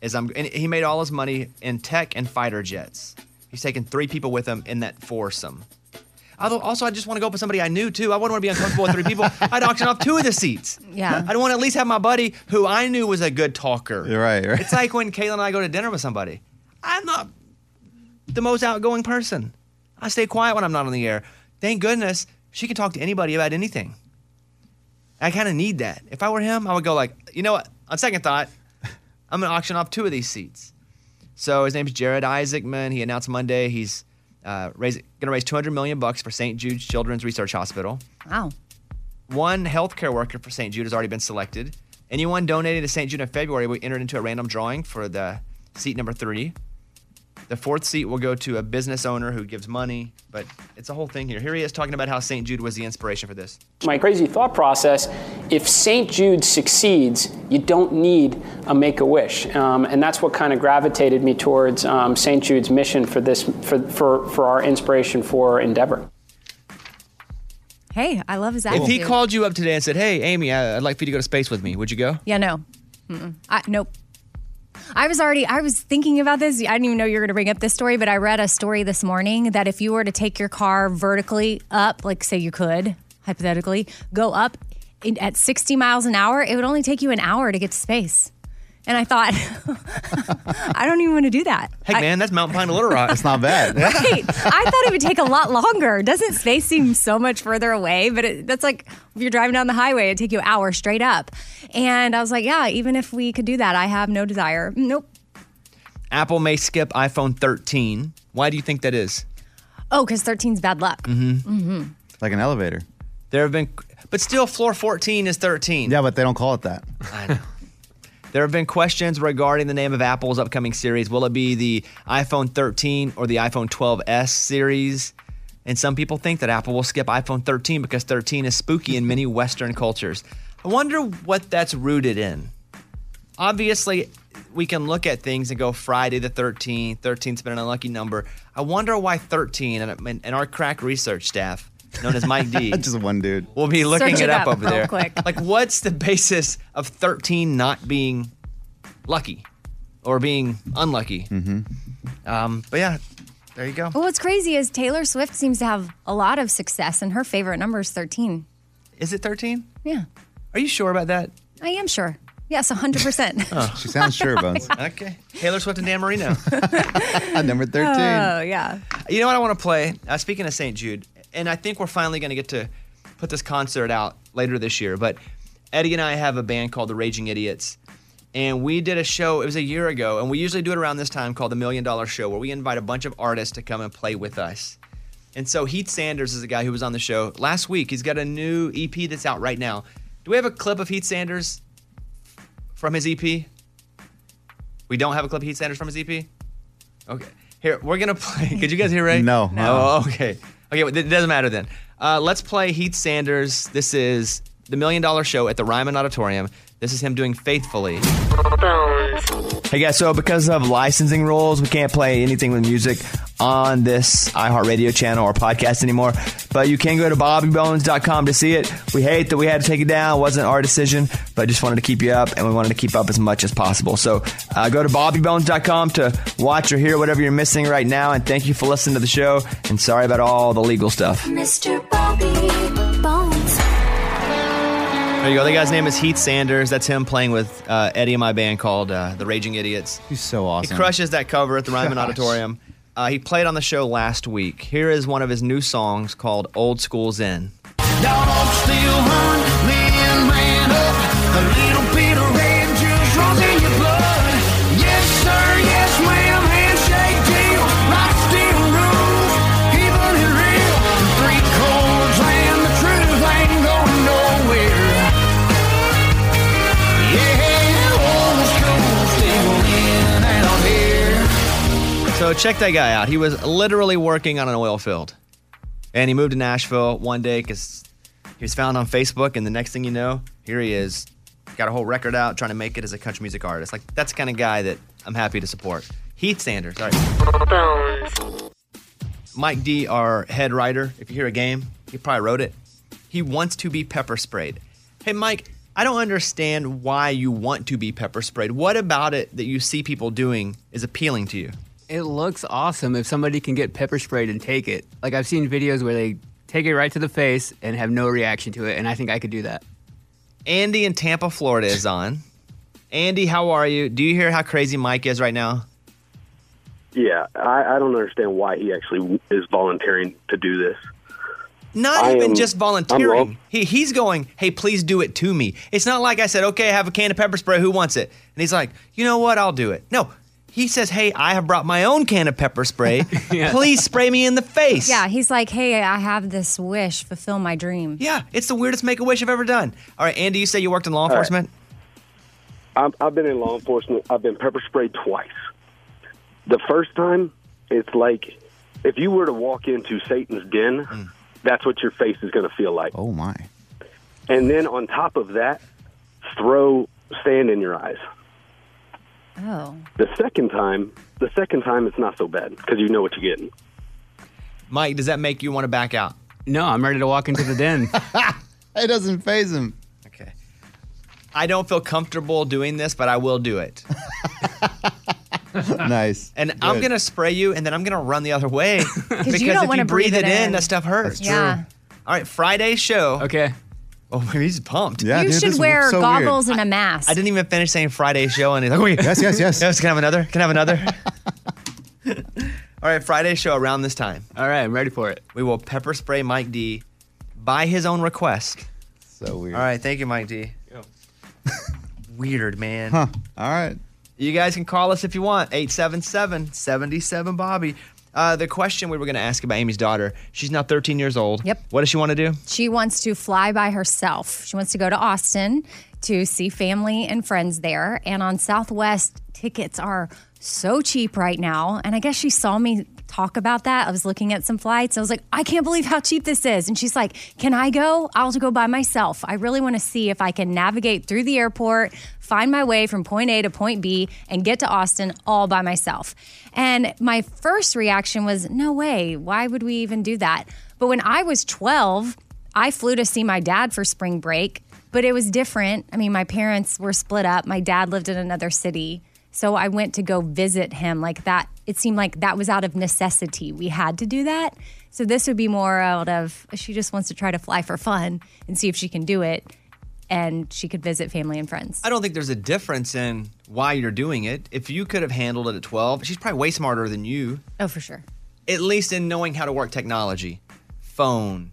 S2: is I'm, and he made all his money in tech and fighter jets. He's taking three people with him in that foursome. Although, also, I just want to go up with somebody I knew too. I wouldn't want to be uncomfortable with three people. I'd auction off two of the seats.
S5: Yeah.
S2: I'd want to at least have my buddy who I knew was a good talker.
S3: Right, right.
S2: It's like when Kayla and I go to dinner with somebody. I'm not the most outgoing person. I stay quiet when I'm not on the air. Thank goodness she can talk to anybody about anything. I kind of need that. If I were him, I would go like, you know what? On second thought, I'm gonna auction off two of these seats. So his name's Jared Isaacman. He announced Monday he's uh, raise, gonna raise 200 million bucks for St. Jude's Children's Research Hospital.
S5: Wow.
S2: One healthcare worker for St. Jude has already been selected. Anyone donating to St. Jude in February will be entered into a random drawing for the seat number three. The fourth seat will go to a business owner who gives money, but it's a whole thing here. Here he is talking about how St. Jude was the inspiration for this.
S10: My crazy thought process if St. Jude succeeds, you don't need a make a wish. Um, and that's what kind of gravitated me towards um, St. Jude's mission for, this, for, for, for our inspiration for Endeavor.
S5: Hey, I love his
S2: If
S5: attitude.
S2: he called you up today and said, "Hey, Amy, I- I'd like for you to go to space with me," would you go?
S5: Yeah, no. Mm-mm. I, nope. I was already, I was thinking about this. I didn't even know you were going to bring up this story, but I read a story this morning that if you were to take your car vertically up, like say you could, hypothetically, go up in, at 60 miles an hour, it would only take you an hour to get to space. And I thought, I don't even want to do that.
S2: Hey, man, that's Mountain Pine to Little Rock. It's
S3: not bad.
S5: Right. I thought it would take a lot longer. Doesn't space seem so much further away? But it, that's like if you're driving down the highway, it'd take you an hour straight up. And I was like, yeah, even if we could do that, I have no desire. Nope.
S2: Apple may skip iPhone 13. Why do you think that is?
S5: Oh, because 13's bad luck.
S2: Mm-hmm.
S5: Mm-hmm.
S3: Like an elevator.
S2: There have been, but still, floor 14 is 13.
S3: Yeah, but they don't call it that.
S2: There have been questions regarding the name of Apple's upcoming series. Will it be the iPhone 13 or the iPhone 12s series? And some people think that Apple will skip iPhone 13 because 13 is spooky in many Western cultures. I wonder what that's rooted in. Obviously, we can look at things and go Friday the 13th. 13's been an unlucky number. I wonder why 13 and, and- and our crack research staff, known as Mike D,
S3: Just one dude.
S2: We'll be looking
S3: Search
S2: it
S3: it
S2: up,
S3: up
S2: over
S3: real
S2: there.
S3: quick.
S2: Like, what's the basis of 13 not being lucky or being unlucky? Mm-hmm. Um, but yeah, there you go.
S5: Well, what's crazy is Taylor Swift seems to have a lot of success, and her favorite number is 13.
S2: Is it 13?
S5: Yeah.
S2: Are you sure about that?
S5: I am sure. Yes, 100%.
S3: She sounds sure, Bones.
S2: okay. Taylor Swift and Dan Marino.
S3: Number 13.
S5: Oh, yeah.
S2: You know what I want to play? Uh, speaking of St. Jude, and I think we're finally going to get to put this concert out later this year, but Eddie and I have a band called the Raging Idiots, And we did a show, it was a year ago, and we usually do it around this time called the Million Dollar Show, where we invite a bunch of artists to come and play with us. And so Heath Sanders is a guy who was on the show last week. He's got a new EP that's out right now. Do we have a clip of Heath Sanders from his EP? We don't have a clip of Heath Sanders from his EP? Okay. Here, we're going to play. Could you guys hear Ray?
S3: No.
S2: Oh, okay. Okay, well, it doesn't matter then. Uh, let's play Heath Sanders. This is the Million Dollar Show at the Ryman Auditorium. This is him doing Faithfully.
S34: Hey guys, so because of licensing rules, we can't play anything with music on this iHeartRadio channel or podcast anymore. But you can go to bobbybones.com to see it. We hate that we had to take it down. It wasn't our decision, but just wanted to keep you up and we wanted to keep up as much as possible. So uh, go to bobbybones.com to watch or hear whatever you're missing right now. And thank you for listening to the show. And sorry about all the legal stuff.
S8: Mr. Bobby Bones.
S2: There you go. The guy's name is Heath Sanders. That's him playing with uh, Eddie in my band called uh, The Raging Idiots.
S3: He's so awesome.
S2: He crushes that cover at the Ryman
S3: Gosh.
S2: Auditorium. Uh, he played on the show last week. Here is one of his new songs called Old School's In.
S8: Still hunt me and ran up. A little bit of red juice runs in your blood. Yes, sir, yes, ma'am. Handshake deal. Life still rules, even in real. The three chords and the truth ain't going nowhere. Yeah, old school still in and out here.
S2: So check that guy out. He was literally working on an oil field. And he moved to Nashville one day because he was found on Facebook. And the next thing you know, here he is. Got a whole record out trying to make it as a country music artist. Like, that's the kind of guy that I'm happy to support. Heath Sanders. All right. Mike D, our head writer, if you hear a game, he probably wrote it. He wants to be pepper sprayed. Hey, Mike, I don't understand why you want to be pepper sprayed. What about it that you see people doing is appealing to you?
S9: It looks awesome if somebody can get pepper sprayed and take it. Like I've seen videos where they take it right to the face and have no reaction to it, and I think I could do that.
S2: Andy in Tampa, Florida is on. Andy, how are you? Do you hear how crazy Mike is right now?
S33: Yeah, I, I don't understand why he actually is volunteering to do this.
S2: Not
S33: I
S2: even
S33: am-
S2: just
S33: I'm
S2: volunteering.
S33: wrong.
S2: He, he's going, hey, please do it to me. It's not like I said, okay, I have a can of pepper spray. Who wants it? And he's like, you know what? I'll do it. No, he says, hey, I have brought my own can of pepper spray. Please spray me in the face.
S5: Yeah, he's like, hey, I have this wish, fulfill my dream.
S2: Yeah, it's the weirdest make a wish I've ever done. All right, Andy, you say you worked in law
S33: right.
S2: enforcement?
S33: I'm, I've been in law enforcement. I've been pepper sprayed twice. The first time, it's like if you were to walk into Satan's den, that's what your face is going to feel like.
S3: Hmm. Oh my!
S33: And then on top of that, throw sand in your eyes.
S5: Oh.
S33: The second time, the second time, it's not so bad because you know what you're getting.
S2: Mike, does that make you want to back out?
S9: No, I'm ready to walk into the den.
S3: it doesn't phase him.
S2: I don't feel comfortable doing this, but I will do it.
S3: nice.
S2: And I'm
S3: Good.
S2: going to spray you and then I'm going to run the other way. because
S5: you don't
S2: if
S5: wanna
S2: you breathe,
S5: breathe
S2: it
S5: it
S2: in,
S5: in.
S2: that stuff hurts.
S5: That's Yeah. true.
S2: All right, Friday's show.
S9: Okay.
S2: Oh, he's pumped.
S5: you should wear goggles and a mask.
S2: I didn't even finish saying Friday's show, and he's like, "Oh, wait.
S3: Yes, yes, yes.
S2: Yes, can I have another? Can I have another? All right, Friday's show around this time.
S9: All right, I'm ready for it.
S2: We will pepper spray Mike D by his own request.
S3: So weird.
S2: All right, thank you, Mike D. Weird, man.
S3: Huh. All right.
S2: You guys can call us if you want. 877 77 Bobby. Uh, the question we were going to ask about Amy's daughter, she's now 13 years old. Yep. What does she want to do?
S5: She wants to fly by herself. She wants to go to Austin to see family and friends there. And on Southwest, tickets are so cheap right now. And I guess she saw me talk about that. I was looking at some flights. I was like, I can't believe how cheap this is. And she's like, Can I go? I'll go by myself. I really want to see if I can navigate through the airport, find my way from point A to point B, and get to Austin all by myself. And my first reaction was, No way. Why would we even do that? But when I was 12, I flew to see my dad for spring break, but it was different. I mean, my parents were split up. My dad lived in another city. So I went to go visit him like that. It seemed like that was out of necessity. We had to do that. So this would be more out of she just wants to try to fly for fun and see if she can do it and she could visit family and friends.
S2: I don't think there's a difference in why you're doing it. If you could have handled it at 12, she's probably way smarter than you,
S5: Oh, for sure.
S2: at least in knowing how to work technology, phone,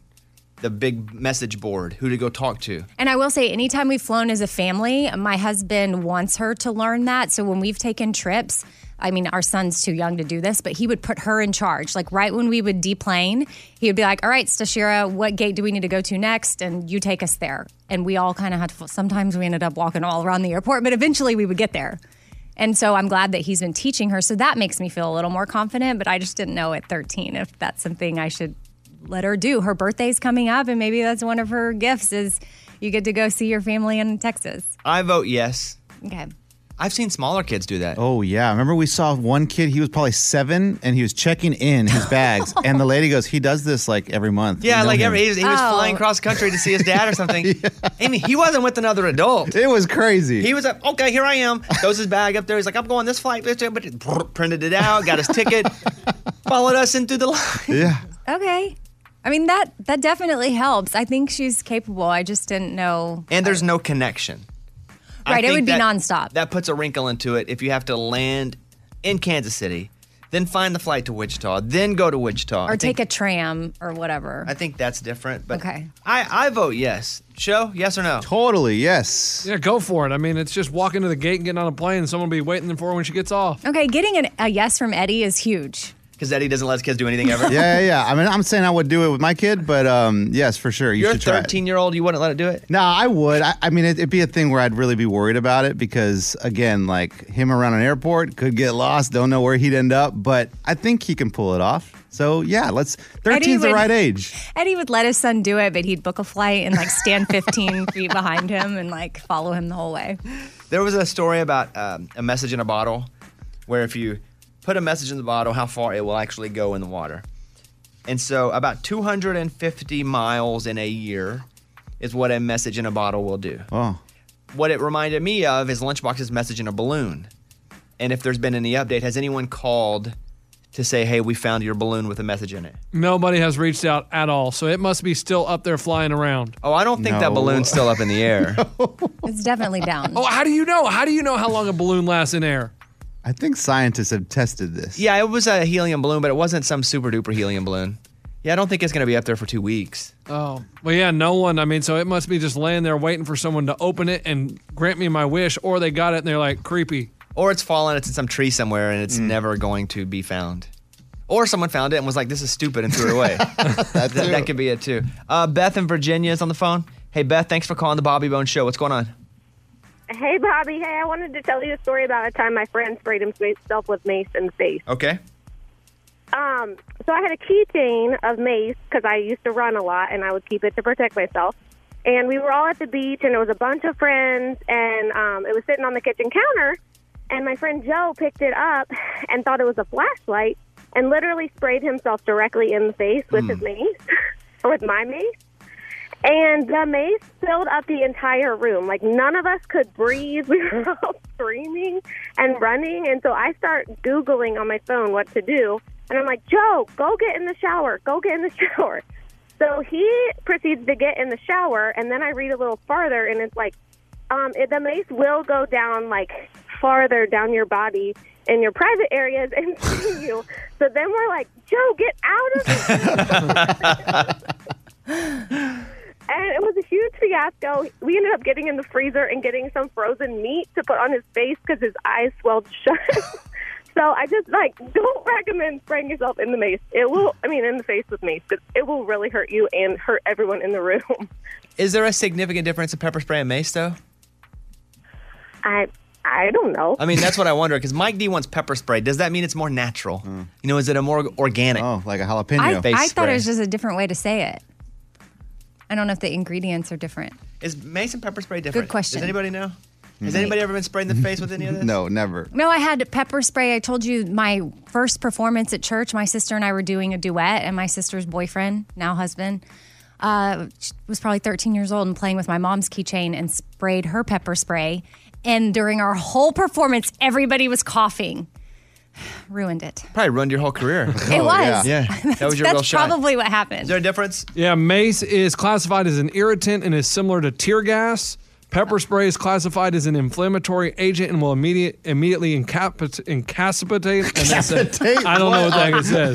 S2: the big message board, who to go talk to.
S5: And I will say, anytime we've flown as a family, my husband wants her to learn that. So when we've taken trips, I mean, our son's too young to do this, but he would put her in charge. Like right when we would deplane, he would be like, "All right, Stashira, what gate do we need to go to next?" And you take us there. And we all kind of had to. Sometimes we ended up walking all around the airport, but eventually we would get there. And so I'm glad that he's been teaching her. So that makes me feel a little more confident. But I just didn't know at 13 if that's something I should let her do. Her birthday's coming up, and maybe that's one of her gifts is you get to go see your family in Texas.
S2: I vote yes.
S5: Okay.
S2: I've seen smaller kids do that.
S3: Oh yeah, remember we saw one kid. He was probably seven, and he was checking in his bags, and the lady goes, "He does this like every month."
S2: Yeah,
S3: We know
S2: like
S3: him."
S2: every, he was, he was
S5: Oh.
S2: flying cross country to see his dad or something. Amy, he wasn't with another adult.
S3: It was crazy.
S2: He was like, okay, here I am. Throws his bag up there. He's like, I'm going this flight. bitch, bitch," brrr, Printed it out, got his ticket, followed us into the line.
S3: Yeah.
S5: Okay. I mean that that definitely helps. I think she's capable. I just didn't know.
S2: And there's no connection. I
S5: Right, it
S2: think
S5: would be
S2: that-
S5: nonstop.
S2: That puts a wrinkle into it if you have to land in Kansas City, then find the flight to Wichita, then go to Wichita.
S5: Or take a tram or whatever.
S2: I think that's different. But
S5: Okay.
S2: I, I vote yes. Show, yes or no?
S3: Totally, yes.
S4: Yeah, go for it. I mean, it's just walking to the gate and getting on a plane, and someone will be waiting for her when she gets off.
S5: Okay, getting an, a yes from Eddie is huge.
S2: Because Eddie doesn't let his kids do anything ever.
S3: yeah, yeah, yeah. I mean, I'm saying I would do it with my kid, but um, yes, for sure, you
S2: You're a
S3: should try. it.
S2: 13 year old, you wouldn't let it do it?
S3: No, I would. I, I mean, it, it'd be a thing where I'd really be worried about it because, again, like him around an airport could get lost. Don't know where he'd end up, but I think he can pull it off. So yeah, let's.
S5: Eddie
S3: Thirteen's the
S5: would-
S3: right age.
S5: Eddie would let his son do it, but he'd book a flight and like stand 15 feet behind him and like follow him the whole way.
S2: There was a story about um, a message in a bottle where if you put a message in the bottle, how far it will actually go in the water. And so, about 250 miles in a year is what a message in a bottle will do.
S3: Oh,
S2: What it reminded me of is Lunchbox's message in a balloon. And if there's been any update, has anyone called to say, hey, we found your balloon with a message in it?
S4: Nobody has reached out at all, so it must be still up there flying around.
S2: Oh, I don't think that balloon's still up in the air.
S5: It's definitely down.
S4: Oh, how do you know? How do you know how long a balloon lasts in air?
S3: I think scientists have tested this.
S2: Yeah, it was a helium balloon, but it wasn't some super duper helium balloon. Yeah, I don't think it's going to be up there for two weeks.
S4: Oh, well, yeah, no one. I mean, so it must be just laying there waiting for someone to open it and grant me my wish, or they got it and they're like, creepy.
S2: Or it's fallen, it's in some tree somewhere, and
S3: Mm.
S2: it's never going to be found. Or someone found it and was like, this is stupid and threw it away. that, that could be it too. Uh, Beth in Virginia is on the phone. Hey, Beth, thanks for calling the Bobby Bone Show. What's going on?
S35: Hey, Bobby. Hey, I wanted to tell you a story about a time my friend sprayed himself with mace in the face.
S2: Okay.
S35: Um, so I had a keychain of mace because I used to run a lot, and I would keep it to protect myself. And we were all at the beach, and there was a bunch of friends, and um, it was sitting on the kitchen counter. And my friend Joe picked it up and thought it was a flashlight, and literally sprayed himself directly in the face with
S2: Hmm.
S35: his mace, or with my mace. And the mace filled up the entire room. Like none of us could breathe. We were all screaming and running. And so I start Googling on my phone what to do. And I'm like, Joe, go get in the shower. Go get in the shower. So he proceeds to get in the shower. And then I read a little farther and it's like, um, it, the mace will go down like farther down your body in your private areas and see you. So then we're like, Joe, get out of And it was a huge fiasco. We ended up getting in the freezer and getting some frozen meat to put on his face because his eyes swelled shut. so I just like don't recommend spraying yourself in the mace. It will, I mean, in the face with mace because it will really hurt you and hurt everyone in the room.
S2: Is there a significant difference in pepper spray and mace, though?
S35: I I don't know.
S2: I mean, that's what I wonder because Mike D wants pepper spray. Does that mean it's more natural? You know, is it a more organic? Oh,
S3: like a
S5: I,
S2: jalapeno.
S5: I thought it was just a different way to say it. I don't know if the ingredients are different.
S2: Is mace and pepper spray different?
S5: question.
S2: Does anybody know?
S3: Mm.
S2: Has anybody ever been sprayed in the face with any of this?
S3: No, never.
S5: No, I had pepper spray. I told you my first performance at church, my sister and I were doing a duet, and my sister's boyfriend, now husband, uh, was probably 13 years old and playing with my mom's keychain and sprayed her pepper spray. And during our whole performance, everybody was coughing. Ruined it.
S2: Probably ruined your whole career.
S5: It was.
S2: that was your
S5: That's
S2: real shot.
S5: probably what happened. Is
S2: there a difference?
S4: Yeah, mace is classified as an irritant and is similar to tear gas. Pepper spray is classified as an inflammatory agent and will immediate, immediately incapit, incapacitate. And that's it.
S3: Incapacitate?
S4: I don't know what
S3: What?
S4: that says.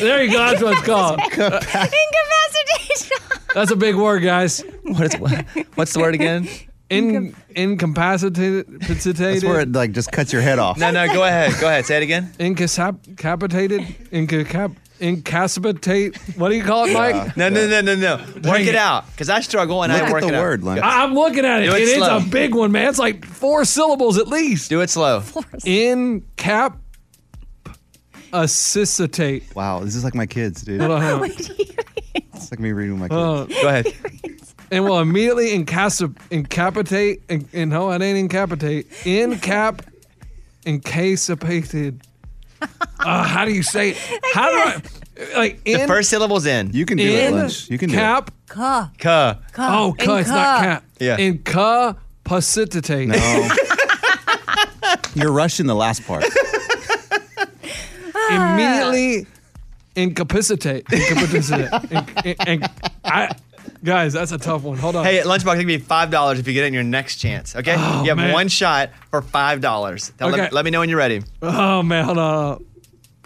S4: there you go. That's what it's called.
S5: Incapacitated.
S4: That's a big word, guys.
S2: What is what, what's the word again?
S4: In incapacitated.
S3: That's where it like just cuts your head off.
S2: No, no, go ahead. Go ahead. Say it again.
S4: Incapacitated. Incap. Incapacitate. What do you call it, Mike?
S2: No, no, no, no, no. Work it out, because I struggle and
S4: Look
S2: I
S4: at
S2: work
S4: the
S2: it out.
S4: word, Lance. I- I'm looking at it.
S2: Do
S4: It is
S2: slow.
S4: a big one, man. It's like four syllables at least.
S2: Do it slow.
S4: In cap. Assistate.
S3: Wow, this is like my kids, dude.
S4: Hold on, hold on.
S3: It's like me reading with my
S2: Oh.
S4: Uh,
S3: kids.
S4: Go ahead. and will immediately incasa- incapacitate. In, in, no, it ain't incapacitate. Incap. Incapacitated. Uh, how do you say it? How do I? Like in,
S2: the first syllable's in.
S3: You
S4: can do it, in Lynch. You can do it. cap-
S5: Cuh.
S2: Ka.
S5: Ca.
S4: Oh, ca,
S5: In
S4: it's not
S5: ca.
S4: cap.
S3: Yeah.
S4: Incapacitate.
S3: No. You're rushing the last part.
S4: immediately incapacitate. Incapacitate. In- in- in- I, guys, that's a tough one. Hold on.
S2: Hey, at Lunchbox, it'll be five dollars if you get it in your next chance. Okay,
S4: Oh,
S2: you have
S4: man.
S2: one shot for five dollars.
S4: Okay.
S2: Let, me know when you're ready.
S4: Oh man, hold on.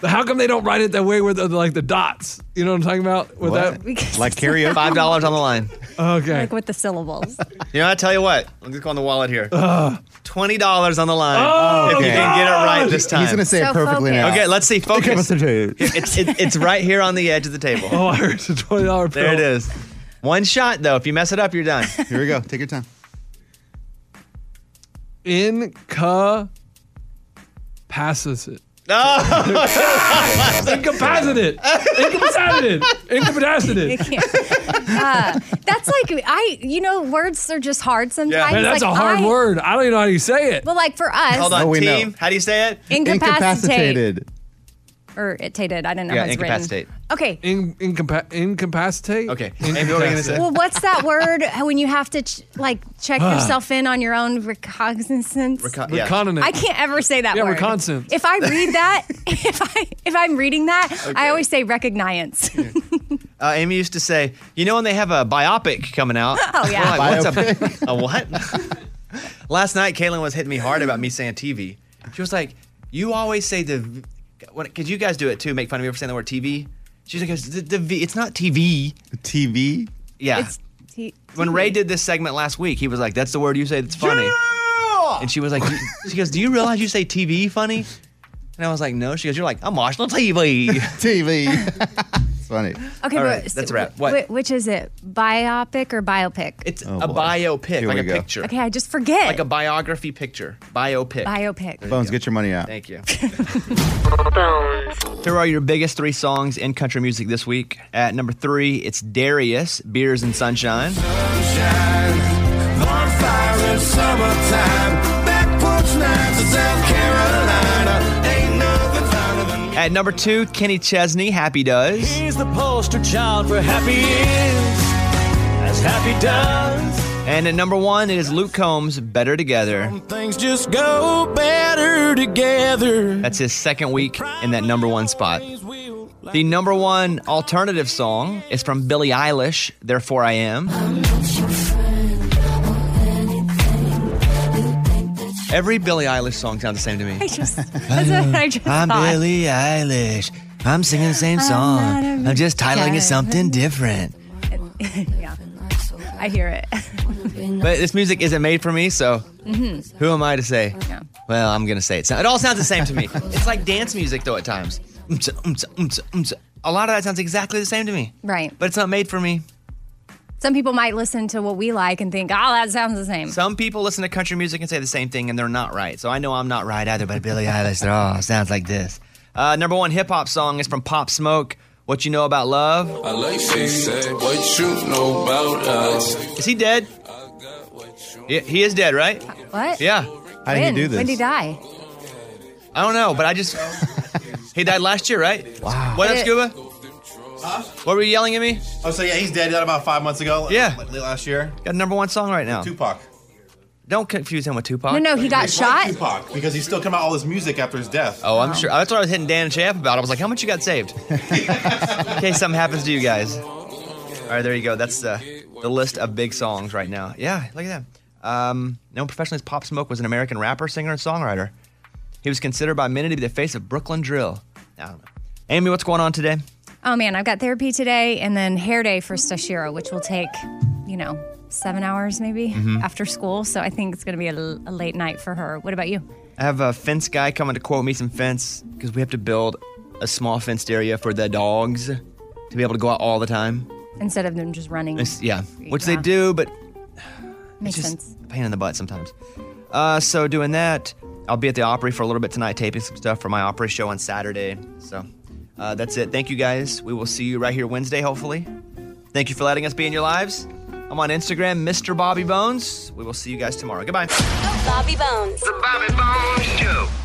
S4: How come they don't write it that way with the, like the dots? You know what I'm talking about? With
S2: What?
S4: that,
S2: Like karaoke? Five dollars on the line.
S4: Okay.
S5: Like with the syllables.
S2: You know, I tell you what. I'm just going on the wallet here.
S4: Ugh.
S2: Twenty dollars on the line.
S4: Oh,
S2: if you can get it right this
S3: He's
S2: time.
S3: gonna say it So perfectly focused. now.
S2: Okay, let's see. Focus.
S3: Incapacitate.
S2: it's it, it's right here on the edge of the table.
S4: Oh, I heard it's a twenty dollar bill.
S2: There it is. One shot though. If you mess it up, you're done.
S3: Here we go. Take your time.
S4: Incapacit. Incapacitate. Incapacitated. Incapacitated.
S5: It can't- Uh, that's like I, you know, words are just hard sometimes.
S4: Man, that's
S5: like
S4: a hard
S5: I-
S4: word. I don't even know how you say it.
S5: Well, like for us,
S2: Hold
S4: Oh,
S2: on, team. How do you say it?
S5: Incapacitate. or it tated. I don't know how it's written. Okay.
S4: In, incapa- incapacitate. Okay. Incapacitate.
S5: Well, what's that word when you have to ch- like check yourself in on your own recognizance?
S4: Reco- yeah. Reconnaissance.
S5: I can't ever say that
S4: Yeah,
S5: word.
S4: reconnaissance.
S5: If I read that, if I if I'm reading that, I always say recogniance.
S2: Uh, Amy used to say, you know, when they have a biopic coming out.
S5: Oh, yeah.
S2: We're like, What's a, a what? Last night, Kaylin was hitting me hard about me saying TV. She was like, you always say the, because you guys do it too, make fun of me for saying the word TV. She's like, "It's the, the V, it's not TV.
S3: TV?
S2: Yeah.
S5: T-
S2: when Ray did this segment last week, he was like, that's the word you say that's funny. And she was like, "You- she goes, do you realize you say TV funny? And I was like, no. She goes, you're like, I'm watching on TV.
S3: TV. it's funny.
S5: Okay,
S2: All
S5: but
S2: right, that's a wrap. What? Oh,
S5: wh- which is it? Biopic or biopic?
S2: It's a biopic,
S3: Oh, Here
S2: like
S3: we
S2: a
S3: go.
S2: picture.
S5: Okay, I just forget.
S2: Like a biography picture. Biopic.
S5: Biopic.
S2: There you
S3: Bones,
S2: go.
S3: get your money out.
S2: Thank you. Here are your biggest three songs in country music this week. At number three, it's Darius, Beers and Sunshine.
S8: Sunshine, bonfire in summertime, back porch nights in South Carolina. Ain't nothing finer than
S2: At number two, Kenny Chesney, Happy Does.
S8: He's the poster child for happy is, as happy does.
S2: And at number one, it is Luke Combs, Better Together.
S8: Things just go better together.
S2: That's his second week in that number one spot. The number one alternative song is from Billie Eilish, Therefore I Am. Every Billie Eilish song sounds the same to me.
S5: I just that's what I just
S2: I'm
S5: thought.
S2: Billie Eilish. I'm singing the same
S5: I'm
S2: song.
S5: not a
S2: I'm, just titling
S5: guy.
S2: it something different.
S5: yeah, I hear it.
S2: But this music isn't made for me, so
S5: hmm
S2: who am I to say?
S5: Yeah.
S2: Well, I'm gonna say it. So- It all sounds the same to me. it's like dance music though at times. Umsa, umsa, umsa, umsa. A lot of that sounds exactly the same to me,
S5: Right.
S2: but it's not made for me.
S5: Some people might listen to what we like and think, oh, that sounds the same.
S2: Some people listen to country music and say the same thing, and they're not right. So I know I'm not right either. But Billie Eilish, it all sounds like this. Uh, number one hip hop song is from Pop Smoke. What you know about love?
S8: I like she said, what you know about us.
S2: Is he dead? Yeah, he is dead, right?
S5: What?
S2: Yeah.
S5: How when? When did he die?
S2: I don't know, but I just. he died last year, right? Wow. What up,
S5: It-
S2: Scuba? What were you yelling at me?
S36: Oh, so yeah, he's dead. Died about five months ago.
S2: Yeah.
S36: like, late last year.
S2: Got a number one song right now.
S36: Tupac.
S2: Don't confuse him with Tupac.
S5: No, no, he got
S36: It's
S5: shot.
S36: like Tupac, because he's still coming out all his music after his death.
S2: Oh, I'm sure. That's what I was hitting Dan and Shay up about. I was like, how much you got saved? In case something happens to you guys. All right, there you go. That's uh, the list of big songs right now. Yeah, look at that. Um, known professionally as Pop Smoke was an American rapper, singer, and songwriter. He was considered by many to be the face of Brooklyn Drill. I don't know. Amy, what's going on today?
S5: oh man, I've got therapy today and then hair day for Stashira, which will take, you know, seven hours maybe
S2: Mhm.
S5: after school. So I think it's going to be a, l- a late night for her. What about you?
S2: I have a fence guy coming to quote me some fence because we have to build a small fenced area for the dogs to be able to go out all the time.
S5: Instead of them just running.
S2: It's- yeah, which
S5: Yeah.
S2: they do, but
S5: Makes
S2: just-
S5: sense.
S2: pain in the butt sometimes. Uh, so doing that, I'll be at the Opry for a little bit tonight, taping some stuff for my Opry show on Saturday. So uh, that's it. Thank you guys. We will see you right here Wednesday, hopefully. Thank you for letting us be in your lives. I'm on Instagram, Mr. Bobby Bones. We will see you guys tomorrow. Goodbye.
S1: Bobby Bones. The Bobby Bones Show.